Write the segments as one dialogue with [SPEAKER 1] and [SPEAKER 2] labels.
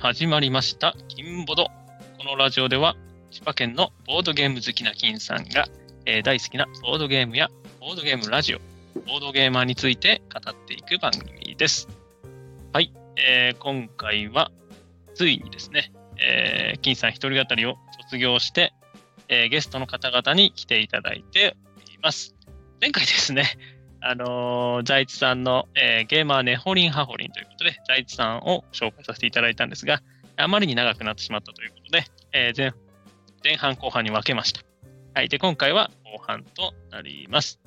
[SPEAKER 1] 始まりました「金ボド」このラジオでは千葉県のボードゲーム好きな金さんが、えー大好きなボードゲームやボードゲームラジオボードゲーマーについて語っていく番組ですはい、えー今回はついにですね、えー金さん一人語りを卒業して、えーゲストの方々に来ていただいております前回ですねあのー財津さんの、えーゲーマーねほりんはほりんということで、財津さんを紹介させていただいたんですが、あまりに長くなってしまったということで、えー前前半後半に分けました。はい。で、今回は後半となります。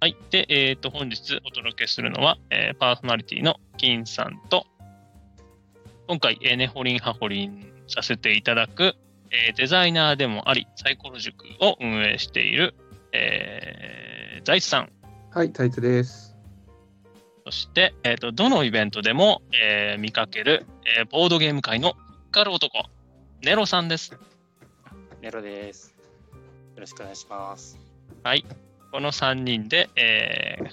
[SPEAKER 1] はい。で、えっ、と、本日お届けするのは、えーパーソナリティの金さんと、今回、えー、ねほりんはほりんさせていただく、えーデザイナーでもあり、サイコロ塾を運営している、えー財津さん
[SPEAKER 2] はい、タイトです。
[SPEAKER 1] そして、えー、とどのイベントでも、えー見かける、えーボードゲーム界の光る男、ネロさんです。
[SPEAKER 3] ネロです。よろしくお願いします。
[SPEAKER 1] この3人で、えー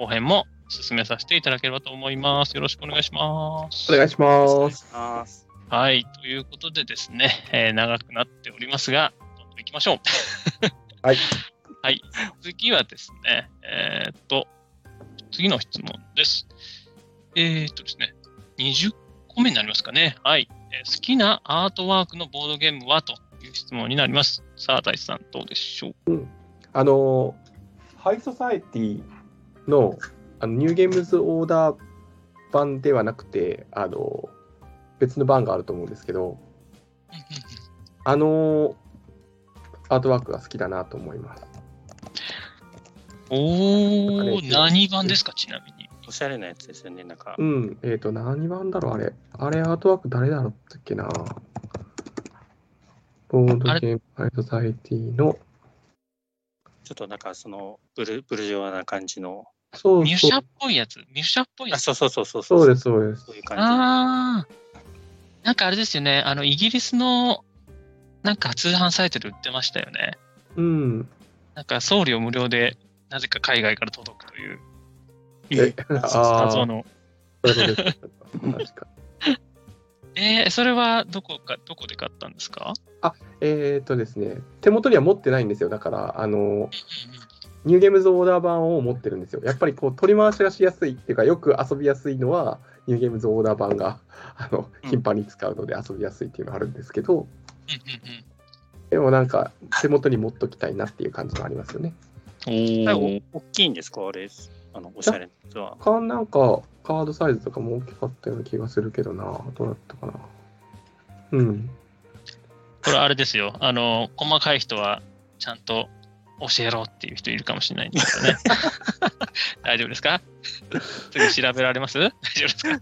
[SPEAKER 1] 後編も進めさせていただければと思います。よろしくお願いします。
[SPEAKER 2] お願いしま
[SPEAKER 3] い
[SPEAKER 2] す。
[SPEAKER 3] します。
[SPEAKER 1] はい、ということでですね、えー長くなっておりますが、どんどん行きましょう。
[SPEAKER 2] はい。
[SPEAKER 1] はい、次はですね、えーっと、次の質問です。えーっとですね、20個目になりますかね。はい、えー好きなアートワークのボードゲームはという質問になります。さあ、大地さん、どうでし ょう
[SPEAKER 2] あの、ハイソサエティのあのニューゲームズオーダー版ではなくて、あの、別の版があると思うんですけど、あの、アートワークが好きだなと思います。
[SPEAKER 1] おー、何番ですか、ちなみに。
[SPEAKER 3] おしゃれなやつですよね、なんか
[SPEAKER 2] う。ん、えっ、と、何版だろう、あれ。あれ、アートワーク誰だろうったっけな。ボードゲームハイソサエティの、
[SPEAKER 3] ちょっとなんかそのブル、ブルジョワな感じの。
[SPEAKER 2] そう
[SPEAKER 1] ミュ
[SPEAKER 2] そう
[SPEAKER 1] シャっぽいやつ、ミュシャっぽいや
[SPEAKER 3] あ、
[SPEAKER 1] つ。
[SPEAKER 3] そうそうそうそう。
[SPEAKER 2] そうですす、そうです。
[SPEAKER 3] そういう感
[SPEAKER 1] あー、なんかあれですよね、あの、イギリスの、なんか通販サイトで売ってましたよね。
[SPEAKER 2] うん。
[SPEAKER 1] なんか送料無料で、なぜか海外から届くという
[SPEAKER 3] じ。え
[SPEAKER 2] あ
[SPEAKER 1] 謎
[SPEAKER 2] あ、
[SPEAKER 1] の。
[SPEAKER 2] そういうことです確か
[SPEAKER 1] えー、それはどこか、どこで買ったんですか
[SPEAKER 2] えー、とですね、手元には持ってないんですよ。だから、あの、ニューゲームズオーダー版を持ってるんですよ。やっぱりこう、取り回しがしやすいっていうか、よく遊びやすいのは、ニューゲームズオーダー版が、 あの、
[SPEAKER 3] うん
[SPEAKER 2] 頻繁に使うので遊びやすいっていうのがあるんですけ
[SPEAKER 1] う
[SPEAKER 2] ど、
[SPEAKER 1] ん
[SPEAKER 2] でもなんか、手元に持っときたいなっていう感じもありますよね。
[SPEAKER 1] うんうん。おー
[SPEAKER 3] お大きいんですかあれ。あの、おしゃれなやつは。
[SPEAKER 2] 他なんか、カードサイズとかも大きかったような気がするけどな、どうだったかな。うん。
[SPEAKER 1] これあれですよ。あの、細かい人はちゃんと教えろっていう人いるかもしれないんですよ ね。大丈夫ですか次調べられます大丈夫ですか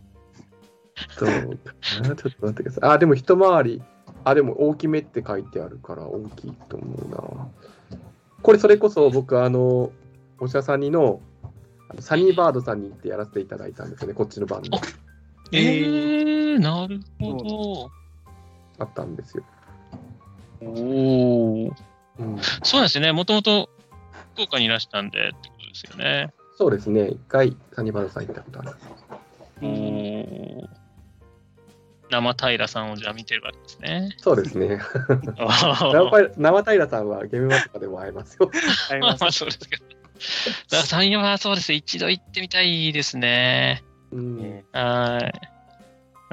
[SPEAKER 2] どうかな、ちょっと待ってください。あ、でも一回り、あ、でも大きめって書いてあるから大きいと思うな。これそれこそ僕、あの、お医者さんにの、あのサニーバードさんに行ってやらせていただいたんですよね、こっちの番で
[SPEAKER 1] おえ
[SPEAKER 3] え
[SPEAKER 1] ー、なるほど。
[SPEAKER 2] あったんですよ。
[SPEAKER 1] おお。
[SPEAKER 2] うん、
[SPEAKER 1] そうですね。もともと福岡にいらしたんでってことですよね。
[SPEAKER 2] そうですね、一回サニーバードさん行ったことある。
[SPEAKER 1] おお。生平さんをじゃあ見てるわけですね。
[SPEAKER 2] そうですね。
[SPEAKER 1] 生
[SPEAKER 2] 生生平さんはゲームマとかでも会えますよ。
[SPEAKER 3] あり
[SPEAKER 1] まあ
[SPEAKER 3] ます
[SPEAKER 1] まあ そうですけど。だから山陽はそうです。一度行ってみたいですね。
[SPEAKER 2] うん
[SPEAKER 3] ね。。
[SPEAKER 1] はい。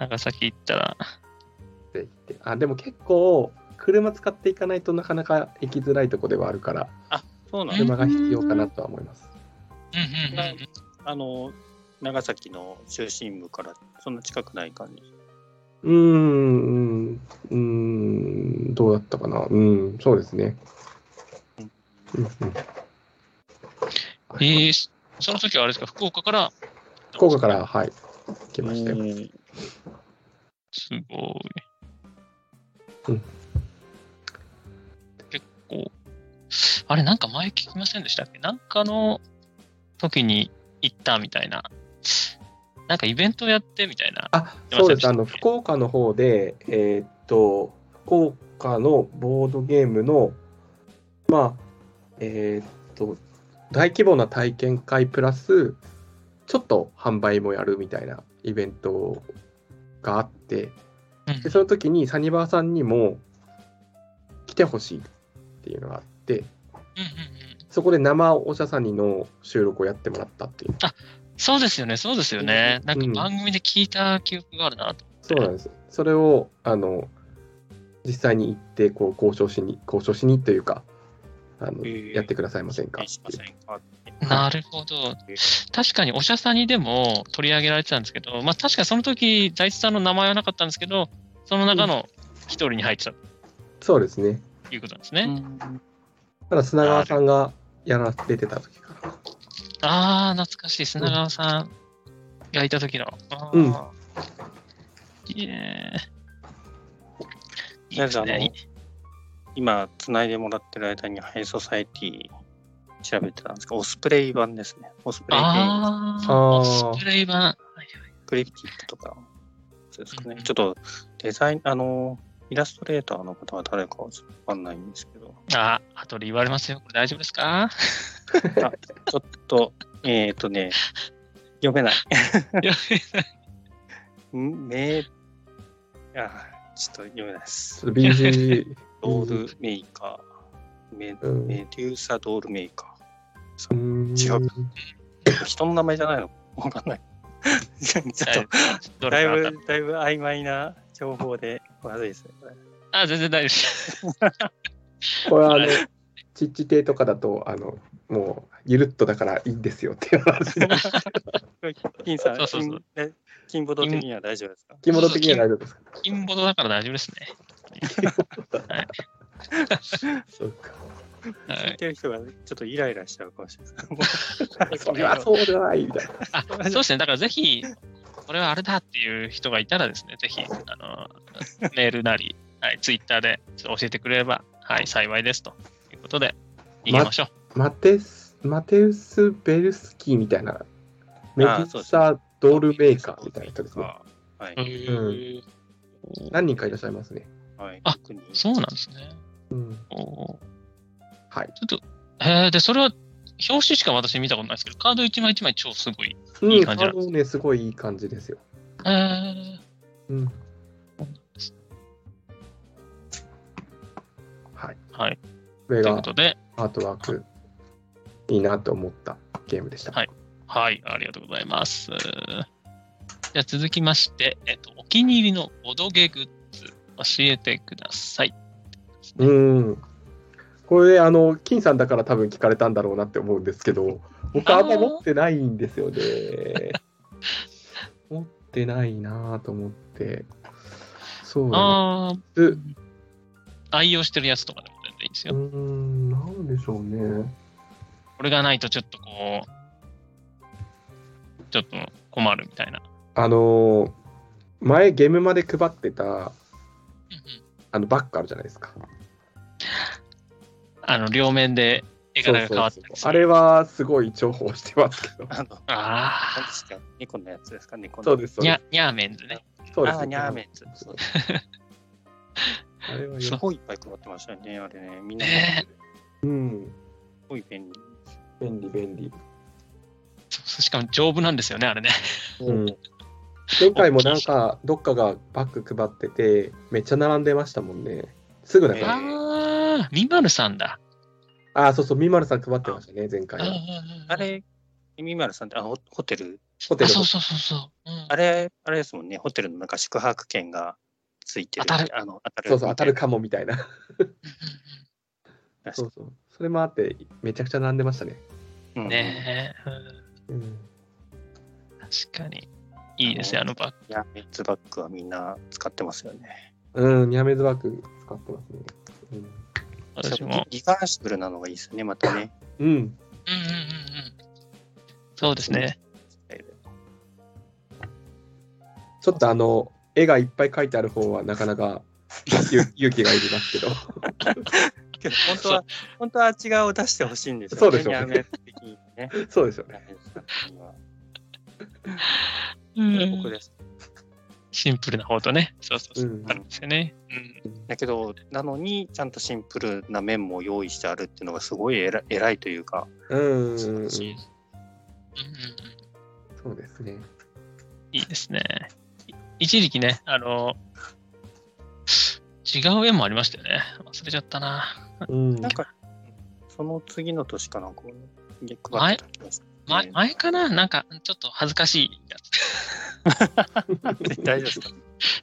[SPEAKER 1] なんかさっき言ったら。
[SPEAKER 2] って言ってあ、でも結構、車使っていかないとなかなか行きづらいとこではあるから、
[SPEAKER 3] そうなんです。
[SPEAKER 2] 車が必要かなとは思います。
[SPEAKER 1] うんうんうんうん。
[SPEAKER 3] あの、長崎の中心部からそんな近くない感じ。
[SPEAKER 2] うーん、うーん、どうだったかな。うん、そうですね。うんうん
[SPEAKER 1] えーそその時はあれですか、福岡から。
[SPEAKER 2] 福岡から、はい、来ましたよ。
[SPEAKER 1] すごい。
[SPEAKER 2] うん
[SPEAKER 1] 結構、あれ、なんか前聞きませんでしたっけなんかの時に行ったみたいな。なんかイベントやってみたいな。
[SPEAKER 2] あ、そうです。
[SPEAKER 1] すいません
[SPEAKER 2] あの、福岡の方で、えーっと、福岡のボードゲームの、まあ、えーっと、大規模な体験会プラス、ちょっと販売もやるみたいなイベントがあって、
[SPEAKER 1] うん
[SPEAKER 2] でその時にサニバーさんにも来てほしいっていうのがあって
[SPEAKER 1] うんうんうん
[SPEAKER 2] そこで生おしゃさんにの収録をやってもらったっていう
[SPEAKER 1] そうですよね、そうですよね。なんか
[SPEAKER 2] うん
[SPEAKER 1] 番組で聞いた記憶があるなと。
[SPEAKER 2] そうなんですそれをあの実際に行ってこう交渉しに交渉しにというかあの、
[SPEAKER 3] えー
[SPEAKER 2] やってくださいませんか
[SPEAKER 3] しませんか
[SPEAKER 1] なるほど
[SPEAKER 3] え。
[SPEAKER 1] 確かにおしゃさんにでも取り上げられてたんですけど、まあ確かその時、大地さんの名前はなかったんですけど、その中の一人に入ってた
[SPEAKER 2] そうですね
[SPEAKER 1] ということなんですね。
[SPEAKER 2] ただ砂川さんがやられてた時から
[SPEAKER 1] ああ、懐かしい。砂川さんがいた時の。あー
[SPEAKER 2] うん。
[SPEAKER 1] いえ。いいで
[SPEAKER 3] なんか
[SPEAKER 1] す
[SPEAKER 3] あの
[SPEAKER 1] ね。
[SPEAKER 3] 今、つないでもらってる間に、ハイソサイティ調べてたんですが、オスプレイ版ですね。オスプレイ版、
[SPEAKER 1] あ
[SPEAKER 2] あ
[SPEAKER 1] あ、
[SPEAKER 2] ー
[SPEAKER 1] オスプレイ版。はい
[SPEAKER 3] クリプティックとか、そうですか
[SPEAKER 1] うんう
[SPEAKER 3] ね。
[SPEAKER 1] ん
[SPEAKER 3] ちょっと、デザイン、あの、イラストレーターの方は誰かわかんないんですけど、
[SPEAKER 1] あー、後で言われますよ。これ大丈夫ですか
[SPEAKER 3] ちょっと、えっとね、読めない。
[SPEAKER 1] いや
[SPEAKER 3] んめあちょっと読めないです
[SPEAKER 2] ち。ょっと BG
[SPEAKER 3] ドールメーカー、メ
[SPEAKER 2] うん
[SPEAKER 3] メデューサドールメーカ
[SPEAKER 2] うーん
[SPEAKER 3] 違ー。人の名前じゃないのわかんない。ちょっ
[SPEAKER 1] ど
[SPEAKER 3] と、だい
[SPEAKER 1] れからだ
[SPEAKER 3] ぶ、だいぶ曖昧な情報で、まずいですね。これ
[SPEAKER 1] あ、全然大丈夫です。
[SPEAKER 2] これはあの、チッチ亭とかだと、あの、もう、ゆるっとだからいいんですよっていう 話の、
[SPEAKER 3] 金さん、
[SPEAKER 1] そうそうそう
[SPEAKER 3] 金え金ボド的には大丈夫ですか
[SPEAKER 2] 気持ち的には大丈夫ですか
[SPEAKER 1] 金ボドだから大丈夫ですね。
[SPEAKER 2] そうか。
[SPEAKER 1] は
[SPEAKER 3] 聞い
[SPEAKER 1] い、
[SPEAKER 3] てる人がちょっとイライラしちゃうかもしれない。もう
[SPEAKER 2] それはそうじゃないみたいな。
[SPEAKER 1] あそうですね、だからぜひ、これはあれだっていう人がいたらですね、ぜひ、あのメールなり、はい、ツイッターでちょっと教えてくれれば、はい、幸いですということで、逃げましょう。
[SPEAKER 2] マテス、マテウス・ベルスキーみたいな、メデ
[SPEAKER 3] あー
[SPEAKER 2] ィサ・ドールメーカーみたいな人ですね。
[SPEAKER 3] はい。
[SPEAKER 2] ん
[SPEAKER 1] うん
[SPEAKER 2] 何人かいらっしゃいますね。
[SPEAKER 3] はい。
[SPEAKER 1] あ
[SPEAKER 3] 特に
[SPEAKER 1] そうなんですね。
[SPEAKER 2] うん。
[SPEAKER 1] おー
[SPEAKER 2] はい。
[SPEAKER 1] ちょっと、へえ、で、それは、表紙しか私見たことないですけど、カード一枚一枚超すごい。
[SPEAKER 2] うん、
[SPEAKER 1] いい感じ
[SPEAKER 2] あ
[SPEAKER 1] なんです
[SPEAKER 2] のね、すごいいい感じですよ。
[SPEAKER 1] へえ
[SPEAKER 2] うん。はい。
[SPEAKER 1] はい。
[SPEAKER 2] これ
[SPEAKER 1] という
[SPEAKER 2] が
[SPEAKER 1] ことで、
[SPEAKER 2] アートワーク、いいなと思ったゲームでした。
[SPEAKER 1] はい、ありがとうございます。じゃあ続きまして、えっと、お気に入りのボドゲグッズ、教えてください。
[SPEAKER 2] うーん。これ、あの、金さんだから多分聞かれたんだろうなって思うんですけど、僕
[SPEAKER 1] あ
[SPEAKER 2] あ
[SPEAKER 1] ー
[SPEAKER 2] んま持ってないんですよね。持ってないなぁと思って。そうなん
[SPEAKER 1] あ
[SPEAKER 2] です。う
[SPEAKER 1] あ、愛用してるやつとかでも全然いいんです
[SPEAKER 2] ー
[SPEAKER 1] よ。
[SPEAKER 2] ん、なんでしょうね。
[SPEAKER 1] これがないとちょっとこう、ちょっと困るみたいな。
[SPEAKER 2] あのー、前ゲームまで配ってた、あの、バッグあるじゃないですか。
[SPEAKER 1] あの、両面で絵柄が変わったりす
[SPEAKER 2] そうそうそう
[SPEAKER 1] る。
[SPEAKER 2] あれはすごい重宝してますけ ど。
[SPEAKER 3] あの、何
[SPEAKER 1] あ
[SPEAKER 3] ですかニコンのやつですかニコンの。
[SPEAKER 2] そうです、
[SPEAKER 1] あ、
[SPEAKER 2] そう
[SPEAKER 1] ニ
[SPEAKER 2] で
[SPEAKER 1] ャニャーメンズね。
[SPEAKER 2] す。そうです
[SPEAKER 3] あーニャーメンズ
[SPEAKER 2] そうあれは
[SPEAKER 3] す
[SPEAKER 2] よ、
[SPEAKER 3] ごいいっぱい配ってましたよね、あれね。みんな、
[SPEAKER 1] ね
[SPEAKER 3] す
[SPEAKER 2] うん、
[SPEAKER 3] ごい便利。
[SPEAKER 2] 便利、便利。
[SPEAKER 1] そうそうしかも丈夫なんですよね、あれね。
[SPEAKER 2] うん、前回もなんかどっかがバッグ配っててめっちゃ並んでましたもんねすぐだから、
[SPEAKER 3] え
[SPEAKER 1] ああ、ミマルさんだ。
[SPEAKER 2] ああそうそうみまるさん配ってましたね前回
[SPEAKER 1] あ
[SPEAKER 3] あれ、ミマルさんって、あ、ホホテル、
[SPEAKER 2] ホテ
[SPEAKER 1] あ、
[SPEAKER 2] ル
[SPEAKER 1] そうそうそうそう。うん
[SPEAKER 3] あれ、あれですもんね、ホテルのなんか宿泊券がついてる。
[SPEAKER 1] 当たる
[SPEAKER 3] あの当たる
[SPEAKER 2] そうそう当たるかもみたいな
[SPEAKER 3] らしい
[SPEAKER 2] そうそうそれもあってめちゃくちゃ並んでましたね、
[SPEAKER 3] うん
[SPEAKER 1] ねえ、うん
[SPEAKER 2] うん、
[SPEAKER 1] 確かに。いいですよ、あのバッグ。
[SPEAKER 3] いや、メッツバッグはみんな使ってますよね。
[SPEAKER 2] うんニャメズバッグ使ってますね
[SPEAKER 1] 私も。
[SPEAKER 3] リバーシブルなのがいいですよね、またね。
[SPEAKER 2] うん、う
[SPEAKER 1] う
[SPEAKER 2] ん、
[SPEAKER 1] んうんうんうん。そう ですね。
[SPEAKER 2] ちょっとあの絵がいっぱい描いてある方はなかなかゆ 勇気がいりますけど
[SPEAKER 3] けど本当は、本当はあっち側を出してほしいんですよ、ね。
[SPEAKER 2] そうですよね
[SPEAKER 3] やめ的にね。
[SPEAKER 2] そうですよね
[SPEAKER 3] ラインさんには
[SPEAKER 1] うん
[SPEAKER 3] 僕です。
[SPEAKER 1] シンプルな方とね。そうそうそうう。
[SPEAKER 2] ん
[SPEAKER 1] あるんですよね。うん。
[SPEAKER 3] だけど、なのに、ちゃんとシンプルな面も用意してあるっていうのがすごい偉い偉いというか、
[SPEAKER 2] うん
[SPEAKER 3] 素晴ら
[SPEAKER 1] うんうん
[SPEAKER 3] し
[SPEAKER 1] うん
[SPEAKER 2] そうですね
[SPEAKER 1] いいですね。い一時期ね、あの、違う絵もありましたよね。忘れちゃったな。
[SPEAKER 2] うん
[SPEAKER 3] なんか、その次の年かなんか、ね、配ってた気がする
[SPEAKER 1] 前前かななんか、ちょっと恥ずかしいやつ。
[SPEAKER 3] 大丈夫ですか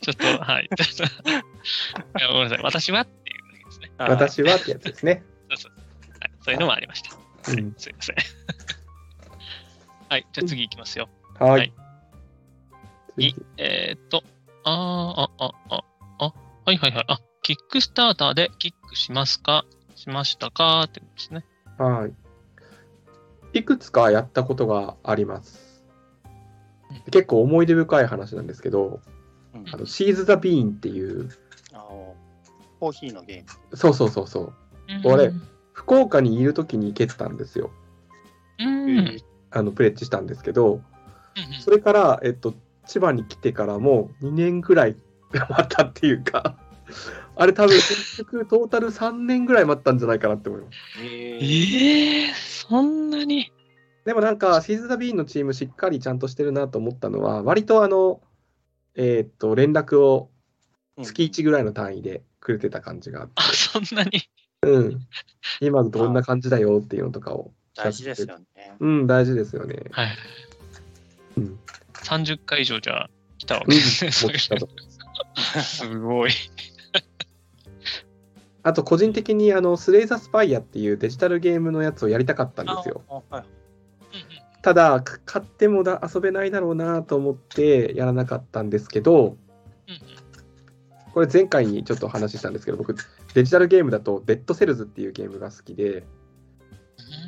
[SPEAKER 1] ちょっ と、はい。ちょっといやごめんなさい。私はっていうだけですね。
[SPEAKER 3] あー
[SPEAKER 2] 私はってやつですね。
[SPEAKER 1] はい、そういうのもありました。
[SPEAKER 2] うん
[SPEAKER 1] すいません。はい。じゃあ次いきますよ。
[SPEAKER 2] は
[SPEAKER 1] はい
[SPEAKER 2] い。
[SPEAKER 1] いえーっと、あー、あ、あ、あ、あ、はいはいはい。あ、キックスターターでキックしますかしましたかってことですね。
[SPEAKER 2] はい。いくつかやったことがあります。結構思い出深い話なんですけど、
[SPEAKER 3] うん
[SPEAKER 2] あのシーズ・ザ・ビーンっていう、
[SPEAKER 3] あのコーヒーのゲーム。
[SPEAKER 2] そうそうそうそう、あれ福岡にいる時に行けてたんですよ。
[SPEAKER 1] うん。うん。うん
[SPEAKER 2] あのプレッチしたんですけど、それから、えっと、千葉に来てからも2年ぐらい 待ったっていうか、あれ多分結局トータル3年ぐらい待ったんじゃないかなって思います。
[SPEAKER 1] え
[SPEAKER 3] え
[SPEAKER 1] ー、そんなに。
[SPEAKER 2] でもなんか、シーズ・ザ・ビーンのチームしっかりちゃんとしてるなと思ったのは、割とあの、えーっと、連絡を月1ぐらいの単位でくれてた感じがあって、
[SPEAKER 1] あ、そんなに。
[SPEAKER 2] うん、今どんな感じだよっていうのとかを。
[SPEAKER 3] 大事ですよね。
[SPEAKER 2] うん、大事ですよね。
[SPEAKER 1] はい。
[SPEAKER 2] うん
[SPEAKER 1] 30回以上じゃあ来たわ けですね。それ
[SPEAKER 2] うん
[SPEAKER 1] すごい。
[SPEAKER 2] あと、個人的にあのスレイザースパイアっていうデジタルゲームのやつをやりたかったんで
[SPEAKER 3] あ
[SPEAKER 2] すよ。
[SPEAKER 3] あはい
[SPEAKER 2] ただ、か買ってもだ遊べないだろうなと思ってやらなかったんですけど、
[SPEAKER 1] うんうん
[SPEAKER 2] これ前回にちょっとお話ししたんですけど、僕、デジタルゲームだとデッドセルズっていうゲームが好きで、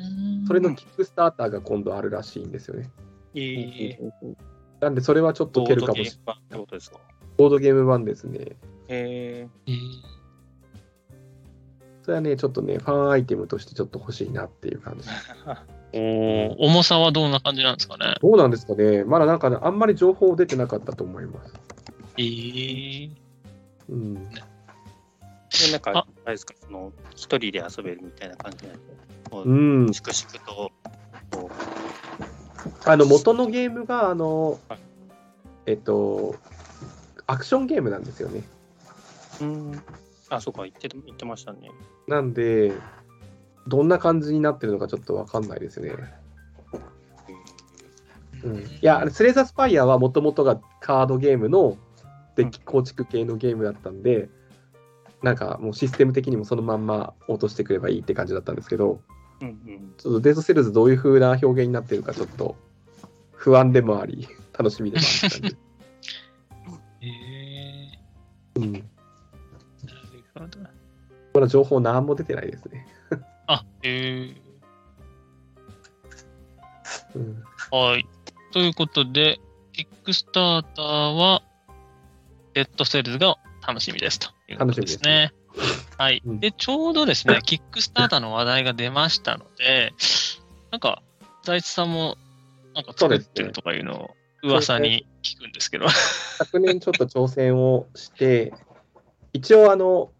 [SPEAKER 1] うん
[SPEAKER 2] それのキックスターターが今度あるらしいんですよね。
[SPEAKER 3] いい。
[SPEAKER 2] なんで、それはちょっと
[SPEAKER 3] ボ
[SPEAKER 2] 出
[SPEAKER 3] ー
[SPEAKER 2] る
[SPEAKER 3] ド
[SPEAKER 2] かもし
[SPEAKER 3] ゲ
[SPEAKER 2] れ
[SPEAKER 3] ー
[SPEAKER 2] ない
[SPEAKER 3] ム。版ってことですか
[SPEAKER 2] ボードゲーム版ですね。
[SPEAKER 3] え
[SPEAKER 1] えー
[SPEAKER 2] それはね、ちょっとね、ファンアイテムとしてちょっと欲しいなっていう感じ。
[SPEAKER 1] おー重さはどんな感じなんですかね。
[SPEAKER 2] どうなんですかね、まだなんかね、あんまり情報出てなかったと思います。
[SPEAKER 1] えー、
[SPEAKER 2] うん、
[SPEAKER 3] ー、で なんか、
[SPEAKER 1] あ
[SPEAKER 3] あれですか、その、一人で遊べるみたいな感じなんで、こ
[SPEAKER 2] う
[SPEAKER 3] う、
[SPEAKER 2] ん、
[SPEAKER 3] 粛々と、こ
[SPEAKER 2] あの元のゲームが、あの
[SPEAKER 3] はい、
[SPEAKER 2] えっと、アクションゲームなんですよね。
[SPEAKER 3] う、うん、あ、そうか、言って、言ってましたね。
[SPEAKER 2] なんで、どんな感じになってるのかちょっとわかんないですね。うん、いや、あれスレイザースパイアはもともとがカードゲームのデッキ構築系のゲームだったんで、なんかもうシステム的にもそのまんま落としてくればいいって感じだったんですけど、
[SPEAKER 3] うんうん。
[SPEAKER 2] ちょっとデートセルズどういう風な表現になってるかちょっと不安でもあり、 楽しみでもあったんで。
[SPEAKER 1] えー
[SPEAKER 2] うん、
[SPEAKER 1] なるほど。
[SPEAKER 2] まだ情報何も出てないですね。
[SPEAKER 1] あ、え
[SPEAKER 2] うん、
[SPEAKER 1] ー、はい。ということで、キックスターターは、デッドセールズが楽しみですということですね。はい。
[SPEAKER 2] うん
[SPEAKER 1] で、ちょうどですね、キックスターターの話題が出ましたので、なんか、財津さんも、なんか作ってるとかいうのを噂に聞くんですけ ど。
[SPEAKER 2] 昨年ちょっと挑戦をして、一応あの、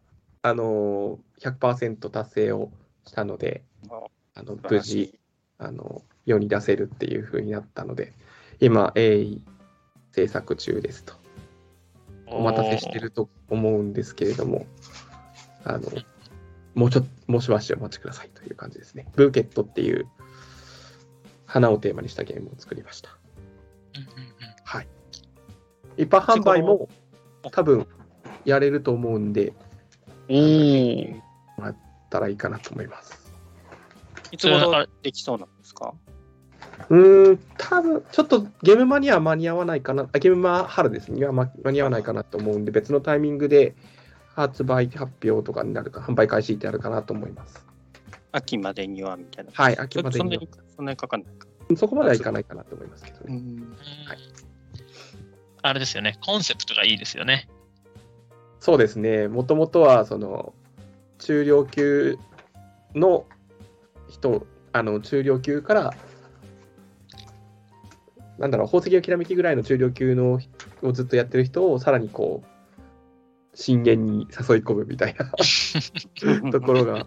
[SPEAKER 2] あの100%達成をしたので、あの
[SPEAKER 3] 素晴
[SPEAKER 2] 無
[SPEAKER 3] らし
[SPEAKER 2] 事
[SPEAKER 3] い。
[SPEAKER 2] あの世に出せるっていう風になったので今鋭意制作中ですとお待たせしてると思うんですけれどもあのもうちょっともうしばしお待ちくださいという感じですねブーケットっていう花をテーマにしたゲームを作りました
[SPEAKER 1] おー。うんうんうん
[SPEAKER 2] はい一般販売も多分やれると思うんで
[SPEAKER 1] おー。
[SPEAKER 2] たらいいかなと思います
[SPEAKER 3] いつ頃できそうなんですか
[SPEAKER 2] うーん、多分ちょっとゲームマには間に合わないかな、あゲームマ春ですね、には間間に合わないかなと思うんで、別のタイミングで発売発表とかになるか、販売開始ってあるかなと思います。
[SPEAKER 3] 秋までにはみたいな。。
[SPEAKER 2] はいい、秋
[SPEAKER 3] そ
[SPEAKER 2] まで
[SPEAKER 3] そんな
[SPEAKER 2] には
[SPEAKER 3] に、そんなにかかんないか。
[SPEAKER 2] そこまではいかないかなと思いますけどね。
[SPEAKER 3] ん。
[SPEAKER 2] はい
[SPEAKER 1] あれですよね、コンセプトがいいですよね。
[SPEAKER 2] そうですね、もともとはその中量級の人、あの中量級から、なんだろう、宝石やきらめきぐらいの中量級のをずっとやってる人をさらにこう、深淵に誘い込むみたいな。ところが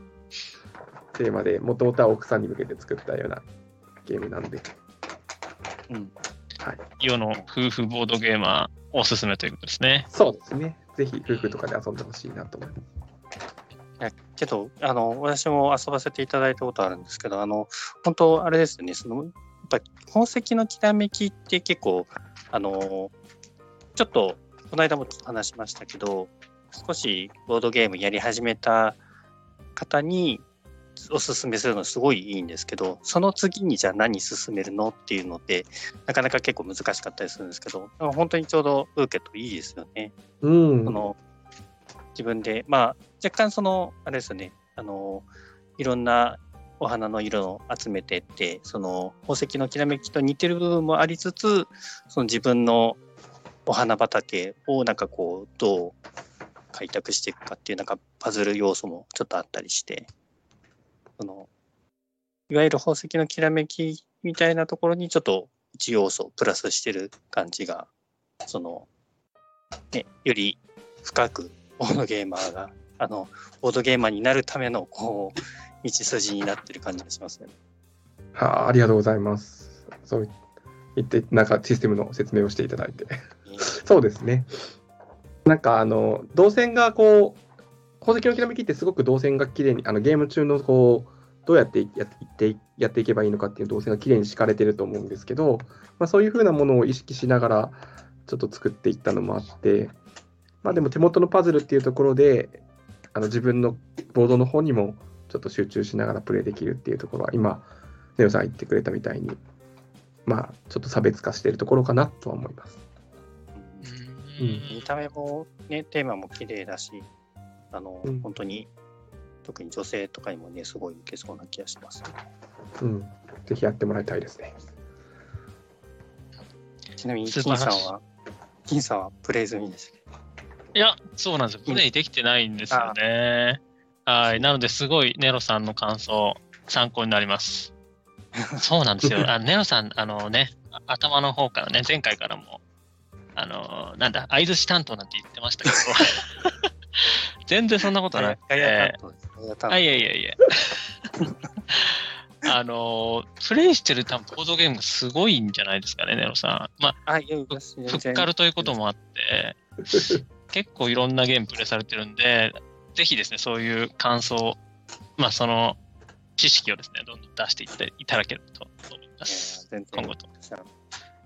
[SPEAKER 2] テーマで、もともとは奥さんに向けて作ったようなゲームなんで、
[SPEAKER 3] うん。
[SPEAKER 1] 世の夫婦ボードゲーマーおすすめということですね。
[SPEAKER 2] そうですね。ぜひ夫婦とかで遊んでほしいなと思います。
[SPEAKER 3] けど、あの、私も遊ばせていただいたことあるんですけど、あの、本当あれですよね、その、やっぱ宝石のきらめきって結構、あの、ちょっと、この間もちょっと話しましたけど、少しボードゲームやり始めた方におすすめするのすごいいいんですけど、その次にじゃあ何進めるのっていうのって、なかなか結構難しかったりするんですけど、でも本当にちょうどブーケットいいですよね。
[SPEAKER 2] うん
[SPEAKER 3] その自分で、まあ、若干その、あれですよね、あの、いろんなお花の色を集めてって、その宝石のきらめきと似てる部分もありつつ、その自分のお花畑をなんかこう、どう開拓していくかっていう、なんかパズル要素もちょっとあったりして、その、いわゆる宝石のきらめきみたいなところにちょっと一要素プラスしてる感じが、その、ね、より深くボードゲーマーが あのボードゲーマーになるためのこう道筋になってる感じがしますね。
[SPEAKER 2] はあ、ありがとうございます。そう言って、なんかシステムの説明をしていただいて。そうですね。なんかあの動線がこう宝石のきらめきってすごく動線が綺麗にあのゲーム中のこうどうやってやってやっていけばいいのかっていう動線が綺麗に敷かれてると思うんですけど、まあ、そういうふうなものを意識しながらちょっと作っていったのもあって、まあ、でも手元のパズルっていうところであの自分のボードの方にもちょっと集中しながらプレイできるっていうところは今ネオさん言ってくれたみたいにまあちょっと差別化してるところかなとは思います。
[SPEAKER 1] うん
[SPEAKER 3] 見た目もねテーマも綺麗だしあの、
[SPEAKER 2] うん
[SPEAKER 3] 本当に特に女性とかにもねすごい受けそうな気がします。
[SPEAKER 2] うん、ぜひやってもらいたいですね。
[SPEAKER 3] ちなみに
[SPEAKER 1] 素
[SPEAKER 3] 金
[SPEAKER 1] 晴らしい
[SPEAKER 3] さんは金さんはプレイ済みです。
[SPEAKER 1] いや、そうなんですよ。プレイできてないんですよね。はい。なので、すごいネロさんの感想、参考になり ます。そうなんですよ。あネロさん、あのね、あ頭の方からね、前回からも、あの、なんだ、相槌担当なんて言ってましたけど、 全然そんなことはなく
[SPEAKER 3] ガヤ
[SPEAKER 1] て
[SPEAKER 3] 担、当です。ガヤ担
[SPEAKER 1] あいやいやい や。あのプレイしてる多分ボードゲームがすごいんじゃないですかね、ネロさん。まあ、
[SPEAKER 3] 当あいやいや全
[SPEAKER 1] ふっ
[SPEAKER 3] 然
[SPEAKER 1] かるということもあって、結構いろんなゲームプレイされてるんで、ぜひですね、そういう感想、まあその知識をですね、どんどん出していっていただけると思いま
[SPEAKER 3] いや
[SPEAKER 1] す。
[SPEAKER 3] 全然
[SPEAKER 1] 今後と。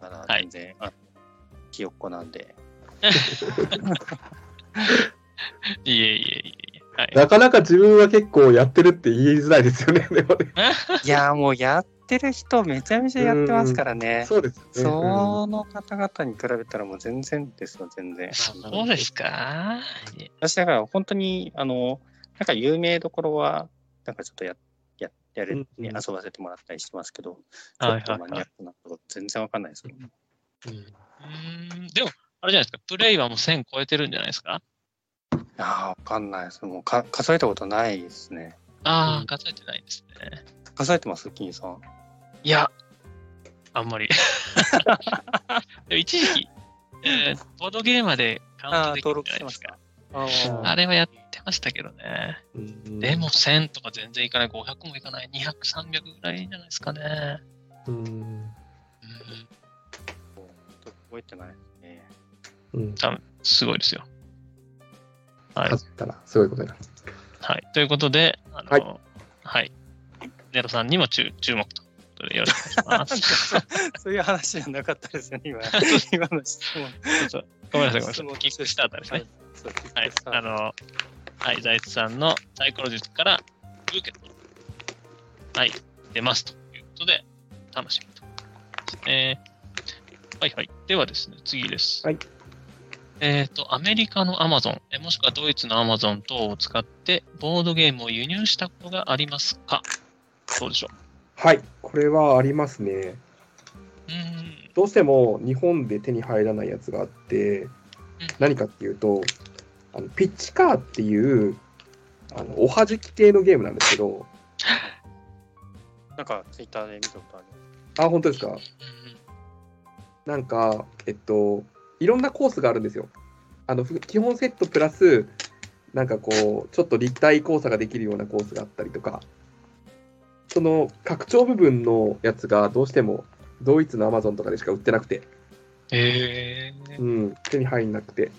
[SPEAKER 3] まだ
[SPEAKER 1] はい
[SPEAKER 3] 全然、あひよっこなんで。
[SPEAKER 1] いえいえいえいえ。はい。
[SPEAKER 2] なかなか自分は結構やってるって言いづらいです よね、でもね。
[SPEAKER 3] いやーもうやってる人めちゃめちゃやってますからね。
[SPEAKER 2] そうですよね。
[SPEAKER 3] その方々に比べたらもう全然ですよ、全然。
[SPEAKER 1] そうですかいえ
[SPEAKER 3] 私だから本当に、あの、なんか有名どころは、なんかちょっとや、や、やれ、
[SPEAKER 2] う
[SPEAKER 3] ね
[SPEAKER 2] んうん
[SPEAKER 3] 遊ばせてもらったりしてますけど、
[SPEAKER 1] はいはい
[SPEAKER 3] ちょっとマニアックなこと全然わかんないですもん、
[SPEAKER 2] うんうん
[SPEAKER 1] うーん、でも、あれじゃないですか、プレイはもう1000超えてるんじゃないですか
[SPEAKER 3] ああ、わかんないです。もうか数えたことないですね。
[SPEAKER 1] あ
[SPEAKER 2] う
[SPEAKER 1] あ、
[SPEAKER 2] ん
[SPEAKER 1] 数えてないですね。
[SPEAKER 3] 数えてます金さん。
[SPEAKER 1] いや、あんまり。 でも一時期、えーボードゲーマーでカウントできるんじゃないですか。
[SPEAKER 3] あ ー
[SPEAKER 1] あれはやってましたけどね。
[SPEAKER 2] うん
[SPEAKER 1] でも、1000とか全然いかない、500もいかない、200、300ぐらいじゃないですかね。
[SPEAKER 2] うん
[SPEAKER 1] うん、
[SPEAKER 3] 覚えてないですね。
[SPEAKER 2] うん、
[SPEAKER 1] すごいですよ。はい。
[SPEAKER 2] 勝ったらすごいことになる。
[SPEAKER 1] はい、ということで、あのは、
[SPEAKER 2] はい
[SPEAKER 1] ネロさんにも注注目ということでよろしくお願いします。
[SPEAKER 3] そういう話じゃなかったですね、 今。今の質問。
[SPEAKER 1] ごめんなさい、ごめんなさい。キックスターターですね。。
[SPEAKER 3] そうキックスタ
[SPEAKER 1] は
[SPEAKER 3] ー
[SPEAKER 1] い。
[SPEAKER 3] ター
[SPEAKER 1] あの、はい、財津さんのサイコロ術からブーケット。はい、出ますということで、楽しみと。えー、はいはい。ではですね、次です。
[SPEAKER 2] はい。
[SPEAKER 1] えっ、と、アメリカのアマゾン、えもしくはドイツのアマゾン等を使って、ボードゲームを輸入したことがありますかどうでしょ
[SPEAKER 2] はい、これはありますね。
[SPEAKER 1] ううーん。
[SPEAKER 2] どうしても日本で手に入らないやつがあって、何かっていうと、あのピッチカーっていうあのおはじき系のゲームなんですけど、
[SPEAKER 3] なんかツイッターで見たことある。
[SPEAKER 2] あ、本当ですか。なんか、えっと、いろんなコースがあるんですよ。あのふ基本セットプラス、なんかこう、ちょっと立体交差ができるようなコースがあったりとか、その拡張部分のやつがどうしてもドイツのアマゾンとかでしか売ってなくて、
[SPEAKER 1] えー、
[SPEAKER 2] うん、手に入んなくて、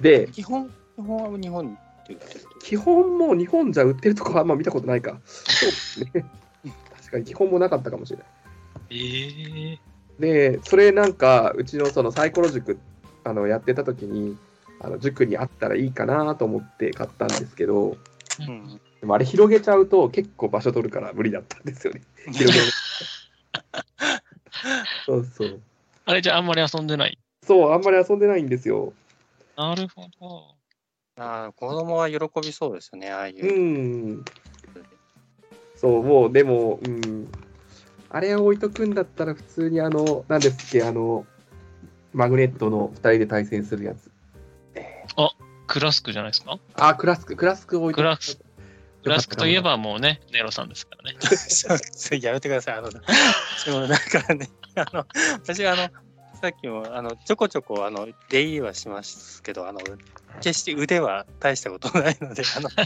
[SPEAKER 2] で、
[SPEAKER 3] 基本、基本は日本っていうことで
[SPEAKER 2] 基本もう日本じゃ売ってるとこはあんま見たことないか。そうですね。確かに基本もなかったかもしれない。
[SPEAKER 1] えー、
[SPEAKER 2] で、それなんか、うちのそのサイコロ塾あのやってた時に、あの塾にあったらいいかなと思って買ったんですけど、
[SPEAKER 3] うん
[SPEAKER 2] でもあれ広げちゃうと結構場所取るから無理だったんですよね。広げるそうそう。
[SPEAKER 1] あれじゃああんまり遊んでない。
[SPEAKER 2] そう、あんまり遊んでないんですよ。
[SPEAKER 1] なるほど。
[SPEAKER 3] ああ子供は喜びそうですよね、ああいうう。
[SPEAKER 2] ん。そう、もう、でも、うん。あれを置いとくんだったら、普通にあの、なんですっけ、あの、マグネットの2人で対戦するやつ。
[SPEAKER 1] クラスクじゃないですか
[SPEAKER 2] あ、クラスク、クラスク置いと
[SPEAKER 1] クラスクラスクといえばもうね、ネロさんですからね。
[SPEAKER 3] そうそうやめてください、あの、私もだからね、 あの、私、あの、さっきも、あの、ちょこちょこ、あの、出入りはしますけど、あの、決して腕は大したことないので、あの、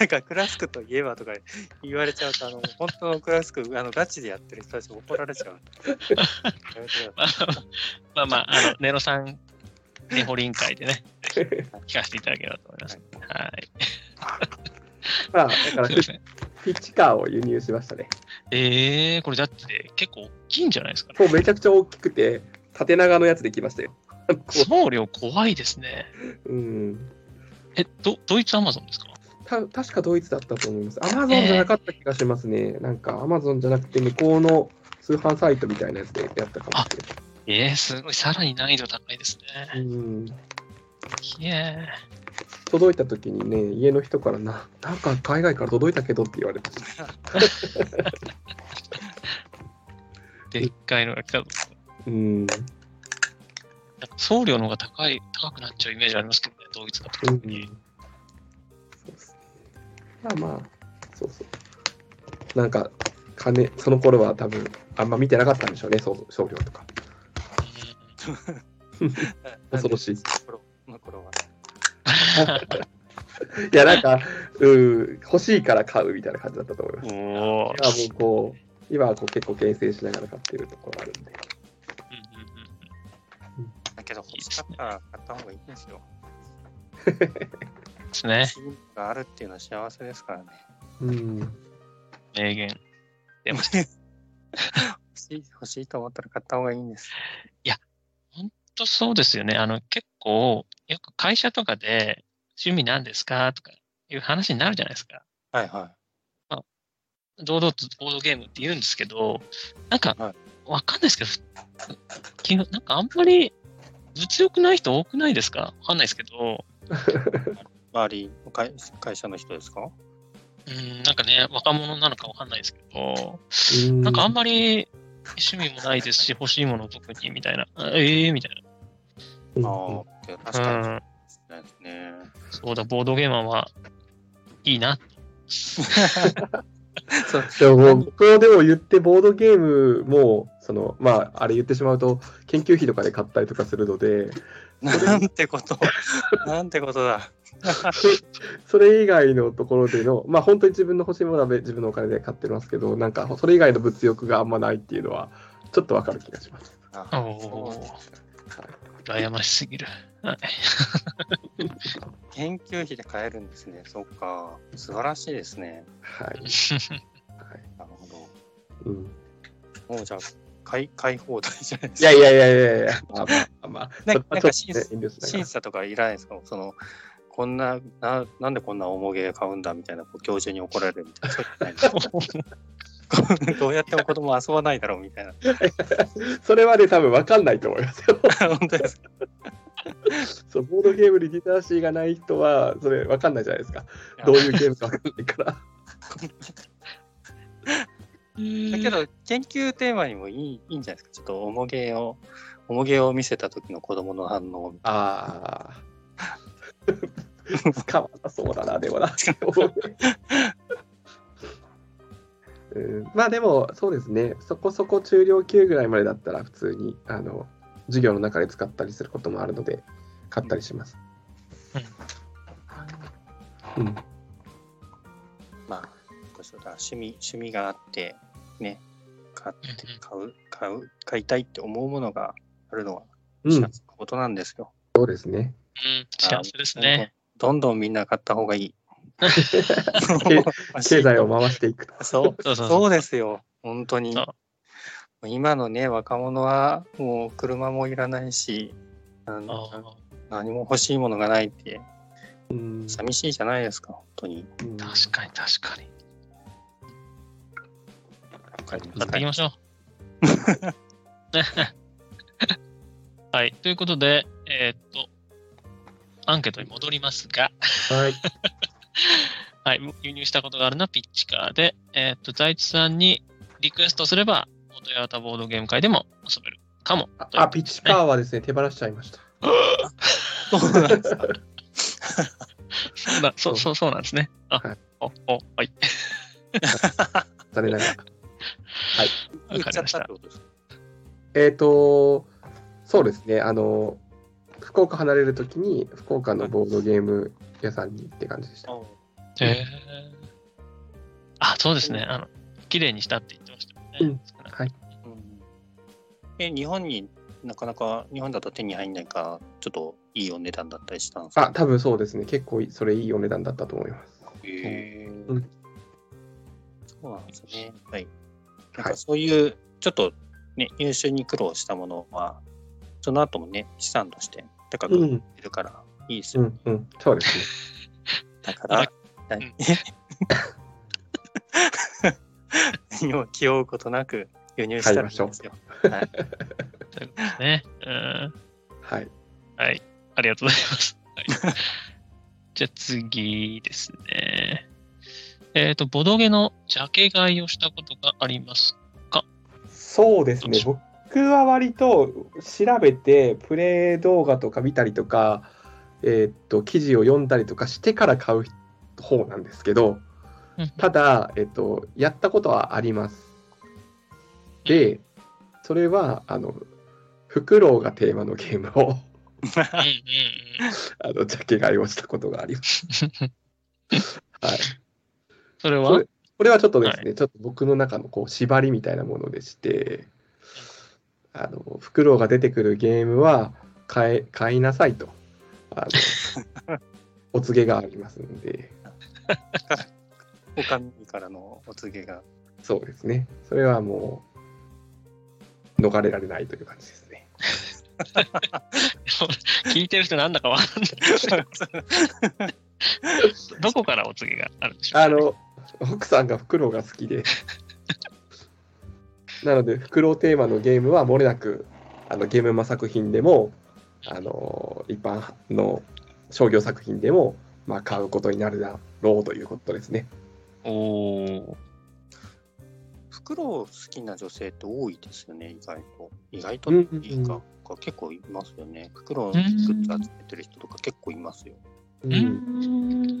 [SPEAKER 3] なんかクラスクといえばとか言われちゃうと、あの、本当のクラスク、あの、ガチでやってる人たち怒られちゃう。やめてください。
[SPEAKER 1] まあまあ、あのネロさん、ネホリン会でね、聞かせていただければと思います。はい。
[SPEAKER 2] まあ、だから
[SPEAKER 1] すい
[SPEAKER 2] ピ
[SPEAKER 1] ません。
[SPEAKER 2] ッチカーを輸入しましたね。
[SPEAKER 1] えー、これだって結構大きいんじゃないですか、ね、
[SPEAKER 2] もうめちゃくちゃ大きくて、縦長のやつできましたよ。こ
[SPEAKER 1] 送料怖いですね。
[SPEAKER 2] ううん。
[SPEAKER 1] え、どドイツアマゾンですか
[SPEAKER 2] た確かドイツだったと思います。アマゾンじゃなかった気がしますね。なんか、アマゾンじゃなくて、向こうの通販サイトみたいなやつでやったかもしれない。
[SPEAKER 1] えー、すごい。さらに難易度高いですね。
[SPEAKER 2] うん、
[SPEAKER 1] いえ
[SPEAKER 2] 届いた時にね家の人からな「なんか海外から届いたけど」って言われて
[SPEAKER 1] ー、でっかいのが来たぞ。
[SPEAKER 2] うん、うん、
[SPEAKER 1] なんか送料の方が高い、高くなっちゃうイメージありますけどね、ドイツだと
[SPEAKER 2] そう
[SPEAKER 1] 特に。
[SPEAKER 2] ですねまあまあそうそうなんか金その頃は多分あんま見てなかったんでしょうね送送料とか恐ろしい
[SPEAKER 3] この頃は。
[SPEAKER 2] いやなんかうん欲しいから買うみたいな感じだったと思います
[SPEAKER 1] うんおお。
[SPEAKER 2] 今はもうこう今はこう結構厳選しながら買ってるところあるんで
[SPEAKER 1] うんうんうん
[SPEAKER 3] だけど、欲しかったら買った方がいいんですよ。
[SPEAKER 1] うんですね。
[SPEAKER 3] 自分があるっていうのは幸せですからね。
[SPEAKER 2] うん
[SPEAKER 1] 名言。
[SPEAKER 3] 欲しい、欲しいと思ったら買った方がいいんです。
[SPEAKER 1] 本当そうですよね。あの、結構、よく会社とかで、趣味なんですかとかいう話になるじゃないですか。
[SPEAKER 3] はいは
[SPEAKER 1] 堂々とボードゲームって言うんですけど、なんか
[SPEAKER 3] は、
[SPEAKER 1] わかんないですけどき、なんかあんまり物欲ない人多くないですかわかんないですけど、
[SPEAKER 3] い。周りの会会社の人ですか
[SPEAKER 1] うん、なんかね、若者なのかわかんないですけど、
[SPEAKER 2] うん
[SPEAKER 1] なんかあんまり趣味もないですし、欲しいもの特にみたいな、あええみたい
[SPEAKER 2] うん
[SPEAKER 3] ああ、確かに
[SPEAKER 1] な。、
[SPEAKER 3] そううんですね。
[SPEAKER 1] そうだ、ボードゲーマーはいいな。
[SPEAKER 3] そう
[SPEAKER 2] でももう僕はでも言ってボードゲームもそのまああれ言ってしまうと研究費とかで買ったりとかするので
[SPEAKER 3] なんて こと、なんてことだ。
[SPEAKER 2] それ以外のところでのまあ本当に自分の欲しいものは自分のお金で買ってますけどなんかそれ以外の物欲があんまないっていうのはちょっとわかる気がします。
[SPEAKER 1] お
[SPEAKER 3] あ
[SPEAKER 1] おー、羨ましす ぎる。はい
[SPEAKER 3] 研究費で買えるんですね。そっか。素晴らしいですね。
[SPEAKER 2] はい、はい
[SPEAKER 3] なるほ
[SPEAKER 2] う
[SPEAKER 3] ど。
[SPEAKER 2] ん、
[SPEAKER 3] もうじゃあ、買い買い放題じゃないです
[SPEAKER 2] い
[SPEAKER 3] か。
[SPEAKER 2] やいやいやいやいや、まあまあまあ、
[SPEAKER 3] な
[SPEAKER 2] そ
[SPEAKER 3] ん
[SPEAKER 2] こ
[SPEAKER 3] か
[SPEAKER 2] はちょ
[SPEAKER 3] なんか
[SPEAKER 2] っ
[SPEAKER 3] 審
[SPEAKER 2] とね遠慮しなが
[SPEAKER 3] 審
[SPEAKER 2] ら
[SPEAKER 3] 査とかいらないですかその、こんなな、なんでこんな重げ買うんだみたいな、こう教授に怒られるみたいなそういうのないですか。 どうやっても子供は遊ばないだろうみたいな。
[SPEAKER 2] それはね、多分わかんないと思いますよ。
[SPEAKER 3] 本 当ですか
[SPEAKER 2] そうボードゲームにリテラシーがない人は、それわかんないじゃないですか。どういうゲームかわかんない から。
[SPEAKER 3] だけど、研究テーマにもいいいいんじゃないですか。ちょっと、重げを、重げを見せた時の子供の反応 み
[SPEAKER 2] ああ。使わなそうだな、でもな。 うん、まあでも、そうですね、そこそこ中量級ぐらいまでだったら、普通にあの授業の中で使ったりすることもあるので、買ったりします。うん、
[SPEAKER 3] まあ、ごそうだ趣味、趣味があって、ね、買って
[SPEAKER 1] うんうん、
[SPEAKER 3] 買う、買う、買いたいって思うものがあるのは、
[SPEAKER 2] うん、
[SPEAKER 3] ことなんですよ。
[SPEAKER 2] そうですね。
[SPEAKER 1] うん、幸せですね。
[SPEAKER 3] どんどんみんな買った方がいい。
[SPEAKER 2] 経済を回していく。
[SPEAKER 3] そう
[SPEAKER 1] そうそうそう
[SPEAKER 3] そうですよ、本当に
[SPEAKER 1] そう。
[SPEAKER 3] 今のね、若者はもう車もいらないし、あ
[SPEAKER 1] あ
[SPEAKER 3] の
[SPEAKER 1] ー
[SPEAKER 3] 何も欲しいものがないって、
[SPEAKER 2] うん
[SPEAKER 3] 寂しいじゃないですか、本当に。
[SPEAKER 2] うん
[SPEAKER 1] 確かに確かに。買っていき
[SPEAKER 3] は
[SPEAKER 1] ましょう。はい、ということで、えーっと、アンケートに戻りますが、
[SPEAKER 2] はい。
[SPEAKER 1] はい、輸入したことがあるのはピッチカーで、えーっと、財地さんにリクエストすれば、元ヤタボードゲーム会でも遊べるかも。
[SPEAKER 2] ああ、ピッチカーはですね、手放しちゃいました。
[SPEAKER 3] そうなんです
[SPEAKER 1] そうだそうそうそうなんですね。あ、
[SPEAKER 2] はい
[SPEAKER 1] おおはい、
[SPEAKER 2] 残念ながら。
[SPEAKER 1] わ
[SPEAKER 3] 言っ
[SPEAKER 1] か
[SPEAKER 3] ち
[SPEAKER 1] り
[SPEAKER 3] ゃっ
[SPEAKER 1] ました
[SPEAKER 3] ったて。ことです。
[SPEAKER 2] えっ、と、そうですね、あの、福岡離れるときに、福岡のボードゲーム屋さんにって感じでした。
[SPEAKER 1] へえあ、そうですね。あの、綺麗にしたって言ってました
[SPEAKER 2] う
[SPEAKER 1] よね
[SPEAKER 2] ん。はい。
[SPEAKER 3] うんえ、日本になかなか、日本だと手に入んないから、ちょっといいお値段だったりしたんです
[SPEAKER 2] あ、
[SPEAKER 3] か
[SPEAKER 2] 多分そうですね、結構それいいお値段だったと思います。
[SPEAKER 3] へー
[SPEAKER 2] うん
[SPEAKER 3] そうなんですね。はい。なん
[SPEAKER 2] はい
[SPEAKER 3] かそういう、ちょっとね、入手に苦労したものは、その後もね、資産として高く
[SPEAKER 2] う
[SPEAKER 3] 売
[SPEAKER 2] ん、
[SPEAKER 3] れるから、いいです
[SPEAKER 2] う
[SPEAKER 3] よ。
[SPEAKER 2] ん、うん、そうですね。
[SPEAKER 3] だから、
[SPEAKER 1] ん
[SPEAKER 3] はい 何も気負うことなく輸入したらいいんですよ。はい。
[SPEAKER 1] ということですね。うん。
[SPEAKER 2] はい。
[SPEAKER 1] はい。ありがとうございます。はい、じゃあ次ですね。えっ、と、ボドゲのジャケ買いをしたことがあります。
[SPEAKER 2] そうですね、僕は割と調べて、プレイ動画とか見たりとか、えっ、と、記事を読んだりとかしてから買う方なんですけど、ただ、えっと、やったことはあります。で、それは、あの、フクロウがテーマのゲームを、
[SPEAKER 1] うんう んうん。
[SPEAKER 2] あの、ジャケ買いをしたことがあります。はい。
[SPEAKER 1] それは
[SPEAKER 2] それこれはちょっとですね、
[SPEAKER 1] は
[SPEAKER 2] ちょっと僕の中のこう縛りみたいなものでして、あの、フクロウが出てくるゲームは買え、買いなさいと、あの、お告げがありますので、
[SPEAKER 3] おかみからのお告げが。
[SPEAKER 2] そうですね。それはもう、逃れられないという感じですね。
[SPEAKER 1] 聞いてる人なんだかわかんない。どこからお告げがあるんでしょう
[SPEAKER 2] あ
[SPEAKER 1] かね、
[SPEAKER 2] の、奥さんがフクロウが好きで。なので、フクロウテーマのゲームは、もれなく、あのゲームマ作品でも、あの一般の商業作品でも、まあ、買うことになるだろうということですね。
[SPEAKER 1] おー
[SPEAKER 3] フクロウ好きな女性って多いですよね、意外と。意外と
[SPEAKER 2] うんうんうん
[SPEAKER 3] っていうか、結構いますよね。フクロ
[SPEAKER 1] う
[SPEAKER 3] ウのグ
[SPEAKER 1] ん
[SPEAKER 3] ッズ集めてる人とか結構いますよ。
[SPEAKER 2] う
[SPEAKER 1] うーん。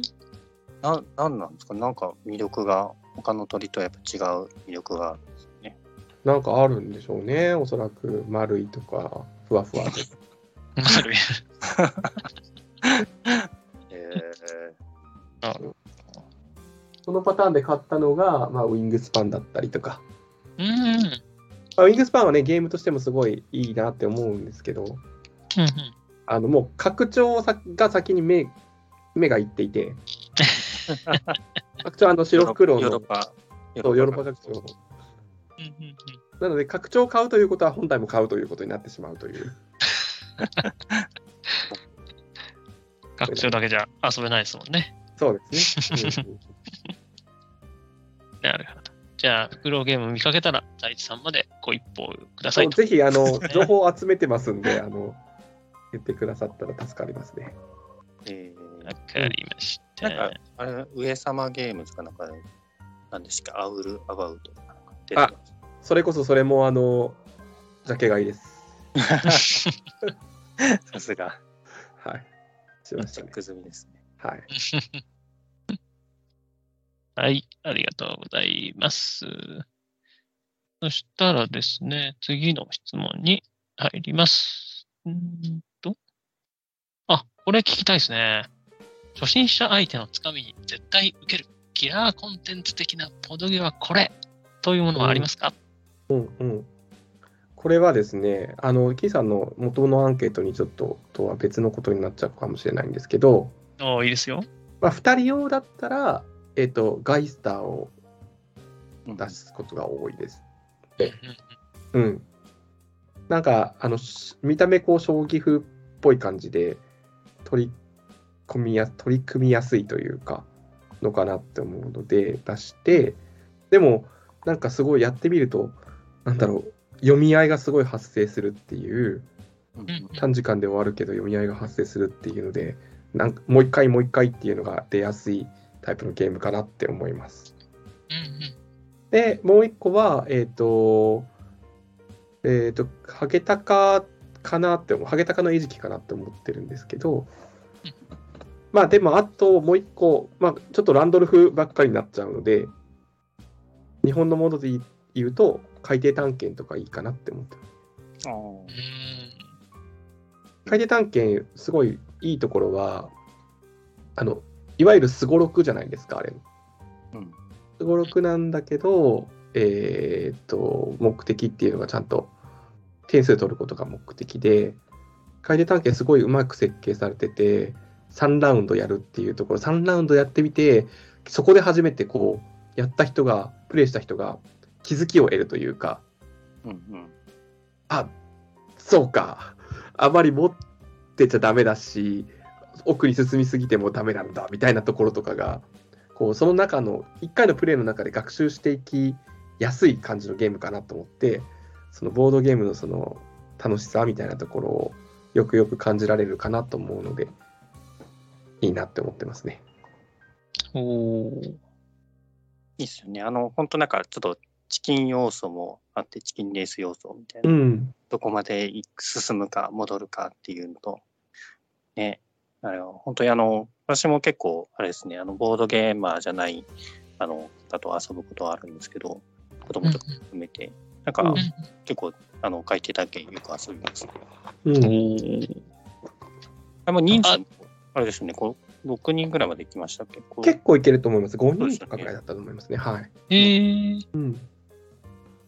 [SPEAKER 3] ななんなんですかなんか魅力が、他の鳥とやっぱ違う魅力があるんですよね。
[SPEAKER 2] なんかあるんでしょうね、おそらく丸いとか、ふわふわで。
[SPEAKER 1] 丸い
[SPEAKER 3] え
[SPEAKER 1] なる
[SPEAKER 2] そのパターンで買ったのが、まあ、ウィングスパンだったりとか、
[SPEAKER 1] うんうんうん
[SPEAKER 2] まあ、ウィングスパンはね、ゲームとしてもすごいいいなって思うんですけど、
[SPEAKER 1] うん
[SPEAKER 2] あのもう拡張さが先に目目がいっていて、拡張はあの白黒の
[SPEAKER 3] ヨーロッパ。
[SPEAKER 2] そうヨーロッパ拡張。
[SPEAKER 1] うんうん
[SPEAKER 2] なので、拡張を買うということは本体も買うということになってしまうという。
[SPEAKER 1] うん学長だけじゃ遊べないですもんね。
[SPEAKER 2] そうですね。
[SPEAKER 1] なるほど。じゃあ、フクロウゲーム見かけたら、大地さんまでご一報くださ
[SPEAKER 2] う
[SPEAKER 1] い
[SPEAKER 2] ん、
[SPEAKER 1] と。
[SPEAKER 2] ぜひあの情報を集めてますんであの、言ってくださったら助かりますね。
[SPEAKER 3] え
[SPEAKER 1] わかりました。
[SPEAKER 3] ー、なんか、あれ、上様ゲームズかなんか、なんでしたっけアウル・アバウトかなんか出てます。
[SPEAKER 2] それこそそれもあのジャケ買いです。
[SPEAKER 3] さすが。
[SPEAKER 2] はい。しました
[SPEAKER 3] チェッ
[SPEAKER 2] ね。
[SPEAKER 3] ク済みですね。
[SPEAKER 2] はい。
[SPEAKER 1] はい、ありがとうございます。そしたらですね、次の質問に入ります。んーと。あ、これ聞きたいですね。初心者相手のつかみに絶対受けるキラーコンテンツ的なポドゲはこれというものはありますか、
[SPEAKER 2] うんうん。これはですね、あの、キーさんの元のアンケートにちょっととは別のことになっちゃうかもしれないんですけど、
[SPEAKER 1] ああ、いいですよ。
[SPEAKER 2] まあ、2人用だったら、えっ、と、ガイスターを
[SPEAKER 3] うん
[SPEAKER 2] 出すことが多いです。
[SPEAKER 1] う
[SPEAKER 2] え
[SPEAKER 1] んうん
[SPEAKER 2] うん。なんか、あの、し見た目こう、将棋風っぽい感じで、取り込みや、取り組みやすいというか、のかなって思うので、出して、でも、なんかすごいやってみると、なんだろう、読み合いがすごい発生するっていう、
[SPEAKER 3] うんうん
[SPEAKER 2] 短時間で終わるけど読み合いが発生するっていうので、なんかもう一回もう一回っていうのが出やすいタイプのゲームかなって思います。
[SPEAKER 1] うんうん
[SPEAKER 2] で、もう一個は、えっ、と、えっ、と、ハゲタカかなって思う、ハゲタカの餌食かなって思ってるんですけど
[SPEAKER 1] うん、
[SPEAKER 2] まあでも、あともう一個、まあちょっとランドルフばっかりになっちゃうので、日本のもので言うと、海底探検とかいいかなって思ってます。
[SPEAKER 3] あ
[SPEAKER 1] う
[SPEAKER 3] ー
[SPEAKER 1] ーん
[SPEAKER 2] 海底探検、すごいいいところは、あの、いわゆるすごろくじゃないですか、あれ。
[SPEAKER 3] うん
[SPEAKER 2] すごろくなんだけど、えーっと、目的っていうのがちゃんと点数取ることが目的で、海底探検すごいうまく設計されてて、3ラウンドやるっていうところ、3ラウンドやってみて、そこで初めてこう、やった人が、プレイした人が気づきを得るというか、
[SPEAKER 3] うんうん
[SPEAKER 2] あそうか、あまり持ってちゃダメだし、奥に進みすぎてもダメなんだみたいなところとかが、こうその中の1回のプレイの中で学習していきやすい感じのゲームかなと思って、そのボードゲームのその楽しさみたいなところをよくよく感じられるかなと思うので、いいなって思ってますね。
[SPEAKER 1] おお。
[SPEAKER 3] いいっすよね。あの、本当なんかちょっとチキン要素もあって、チキンレース要素みたいな。
[SPEAKER 2] うん、
[SPEAKER 3] どこまでい進むか戻るかっていうのと、ね、あれは本当にあの、私も結構、あれですね、あの、ボードゲーマーじゃない、あの、方と遊ぶことはあるんですけど、子供とか含めて、なんか、
[SPEAKER 2] うん
[SPEAKER 3] 結構、あの、書いてたけよく遊びますね。
[SPEAKER 2] うん、
[SPEAKER 3] あもう人数も、あれですね、こう、6人ぐらいまで来ましたっけこう
[SPEAKER 2] 結構いけると思います。5人とかぐらいだったと思いますね。はい。
[SPEAKER 1] えー、
[SPEAKER 2] うん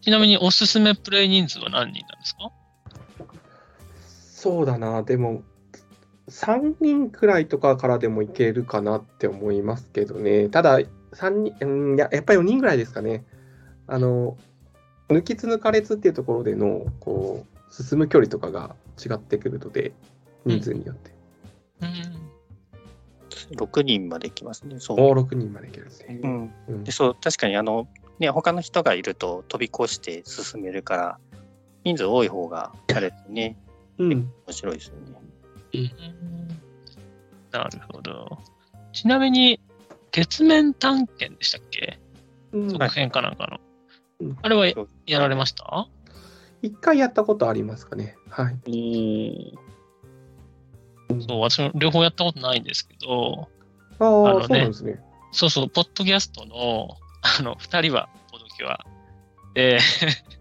[SPEAKER 1] ちなみにおすすめプレイ人数は何人なんですか
[SPEAKER 2] そうだな、でも、3人くらいとかからでもいけるかなって思いますけどね、ただ、三人うんいややっぱり4人ぐらいですかね、あの、抜きつ抜かれつっていうところでの、こう、進む距離とかが違ってくるので、人数によって。
[SPEAKER 1] うん。
[SPEAKER 3] 6人まで来ますね、そう。
[SPEAKER 2] もう6人までいけるんですね。
[SPEAKER 3] うん
[SPEAKER 2] うん
[SPEAKER 3] でそう確かにあの、ね、他の人がいると飛び越して進めるから人数多い方があれですね
[SPEAKER 2] うん
[SPEAKER 3] 面白いですよね。
[SPEAKER 1] なるほど。ちなみに、月面探検でしたっけ
[SPEAKER 2] うん
[SPEAKER 1] 続編かなんかの
[SPEAKER 2] うん。
[SPEAKER 1] あれはや
[SPEAKER 3] そう
[SPEAKER 1] やられました
[SPEAKER 2] 一回やったことありますかね。はい。
[SPEAKER 1] そう、私も両方やったことないんですけど、
[SPEAKER 2] ああ、
[SPEAKER 1] のね
[SPEAKER 2] そうなんですね。
[SPEAKER 1] そうそう、ポッドキャストの、あの、二人は、ポドキは、で、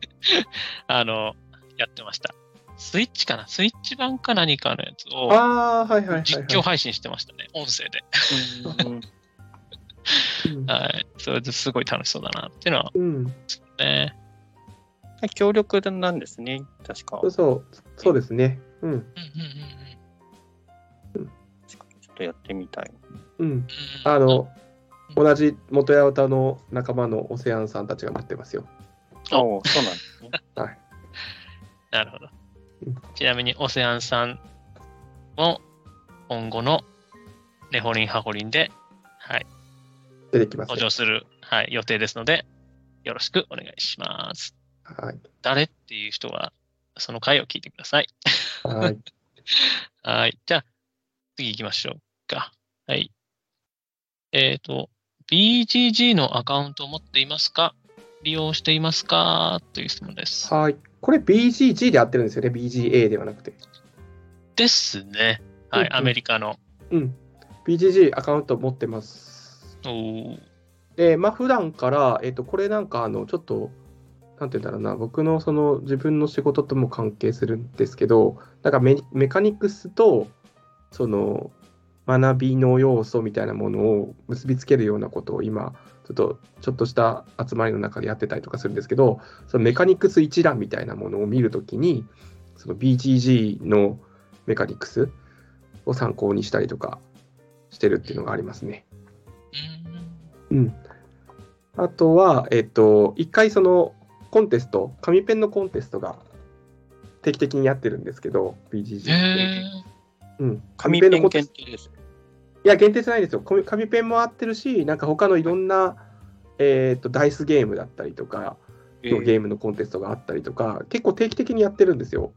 [SPEAKER 1] あの、やってました。スイッチかなスイッチ版か何かのやつを、
[SPEAKER 2] ああ、はいはいはい、はい。
[SPEAKER 1] 実況配信してましたね、音声で。
[SPEAKER 2] うん
[SPEAKER 1] はい。それですごい楽しそうだなっていうのは
[SPEAKER 2] うん
[SPEAKER 1] ね。
[SPEAKER 3] 協力なんですね確か。
[SPEAKER 2] そう
[SPEAKER 3] 確
[SPEAKER 2] そう、そうですね。うん。
[SPEAKER 1] うんうんうんうん
[SPEAKER 3] かちょっとやってみたい。
[SPEAKER 2] うん。
[SPEAKER 1] うん
[SPEAKER 2] あの、同じ元八幡の仲間のオセアンさんたちが待ってますよ。
[SPEAKER 1] あ
[SPEAKER 3] おおそうなんですね。
[SPEAKER 2] はい。
[SPEAKER 1] なるほど
[SPEAKER 2] うん。
[SPEAKER 1] ちなみに、オセアンさんも今後のレホリン、ハホリンで、はい、
[SPEAKER 2] 出てきます
[SPEAKER 1] 登
[SPEAKER 2] よ
[SPEAKER 1] 場。する、はい、予定ですので、よろしくお願いします。
[SPEAKER 2] はい。
[SPEAKER 1] 誰っていう人は、その回を聞いてください。
[SPEAKER 2] はい。
[SPEAKER 1] はい。じゃあ、次行きましょうか。はい。えっ、と、BGG のアカウントを持っていますか利用していますかという質問です。
[SPEAKER 2] はい。これ BGG で合ってるんですよね。BGA ではなくて。
[SPEAKER 1] ですね。は
[SPEAKER 2] うんう
[SPEAKER 1] い。
[SPEAKER 2] ん
[SPEAKER 1] アメリカの。
[SPEAKER 2] うん。BGG アカウント持ってます。
[SPEAKER 1] おー
[SPEAKER 2] で、まあ、普段から、えっ、と、これなんか、あの、ちょっと、なんて言うんだろうな、僕のその自分の仕事とも関係するんですけど、なんかメメカニクスと、その、学びの要素みたいなものを結びつけるようなことを今、ちょっちょっとちょっとした集まりの中でやってたりとかするんですけど、そのメカニクス一覧みたいなものを見るときに、その BGG のメカニクスを参考にしたりとかしてるっていうのがありますね。うん、あとは、えっと、一回そのコンテスト、紙ペンのコンテストが定期的にやってるんですけど、BGG って。
[SPEAKER 1] え
[SPEAKER 2] うん、
[SPEAKER 3] 紙ペン
[SPEAKER 2] コンテ
[SPEAKER 3] 限
[SPEAKER 2] スト
[SPEAKER 3] 定です。
[SPEAKER 2] いや、限定じゃないですよ。紙紙ペンも合ってるし、なんか他のいろんな、えー、とダイスゲームだったりとか、
[SPEAKER 3] えー
[SPEAKER 2] ゲームのコンテストがあったりとか、結構定期的にやってるんですよ。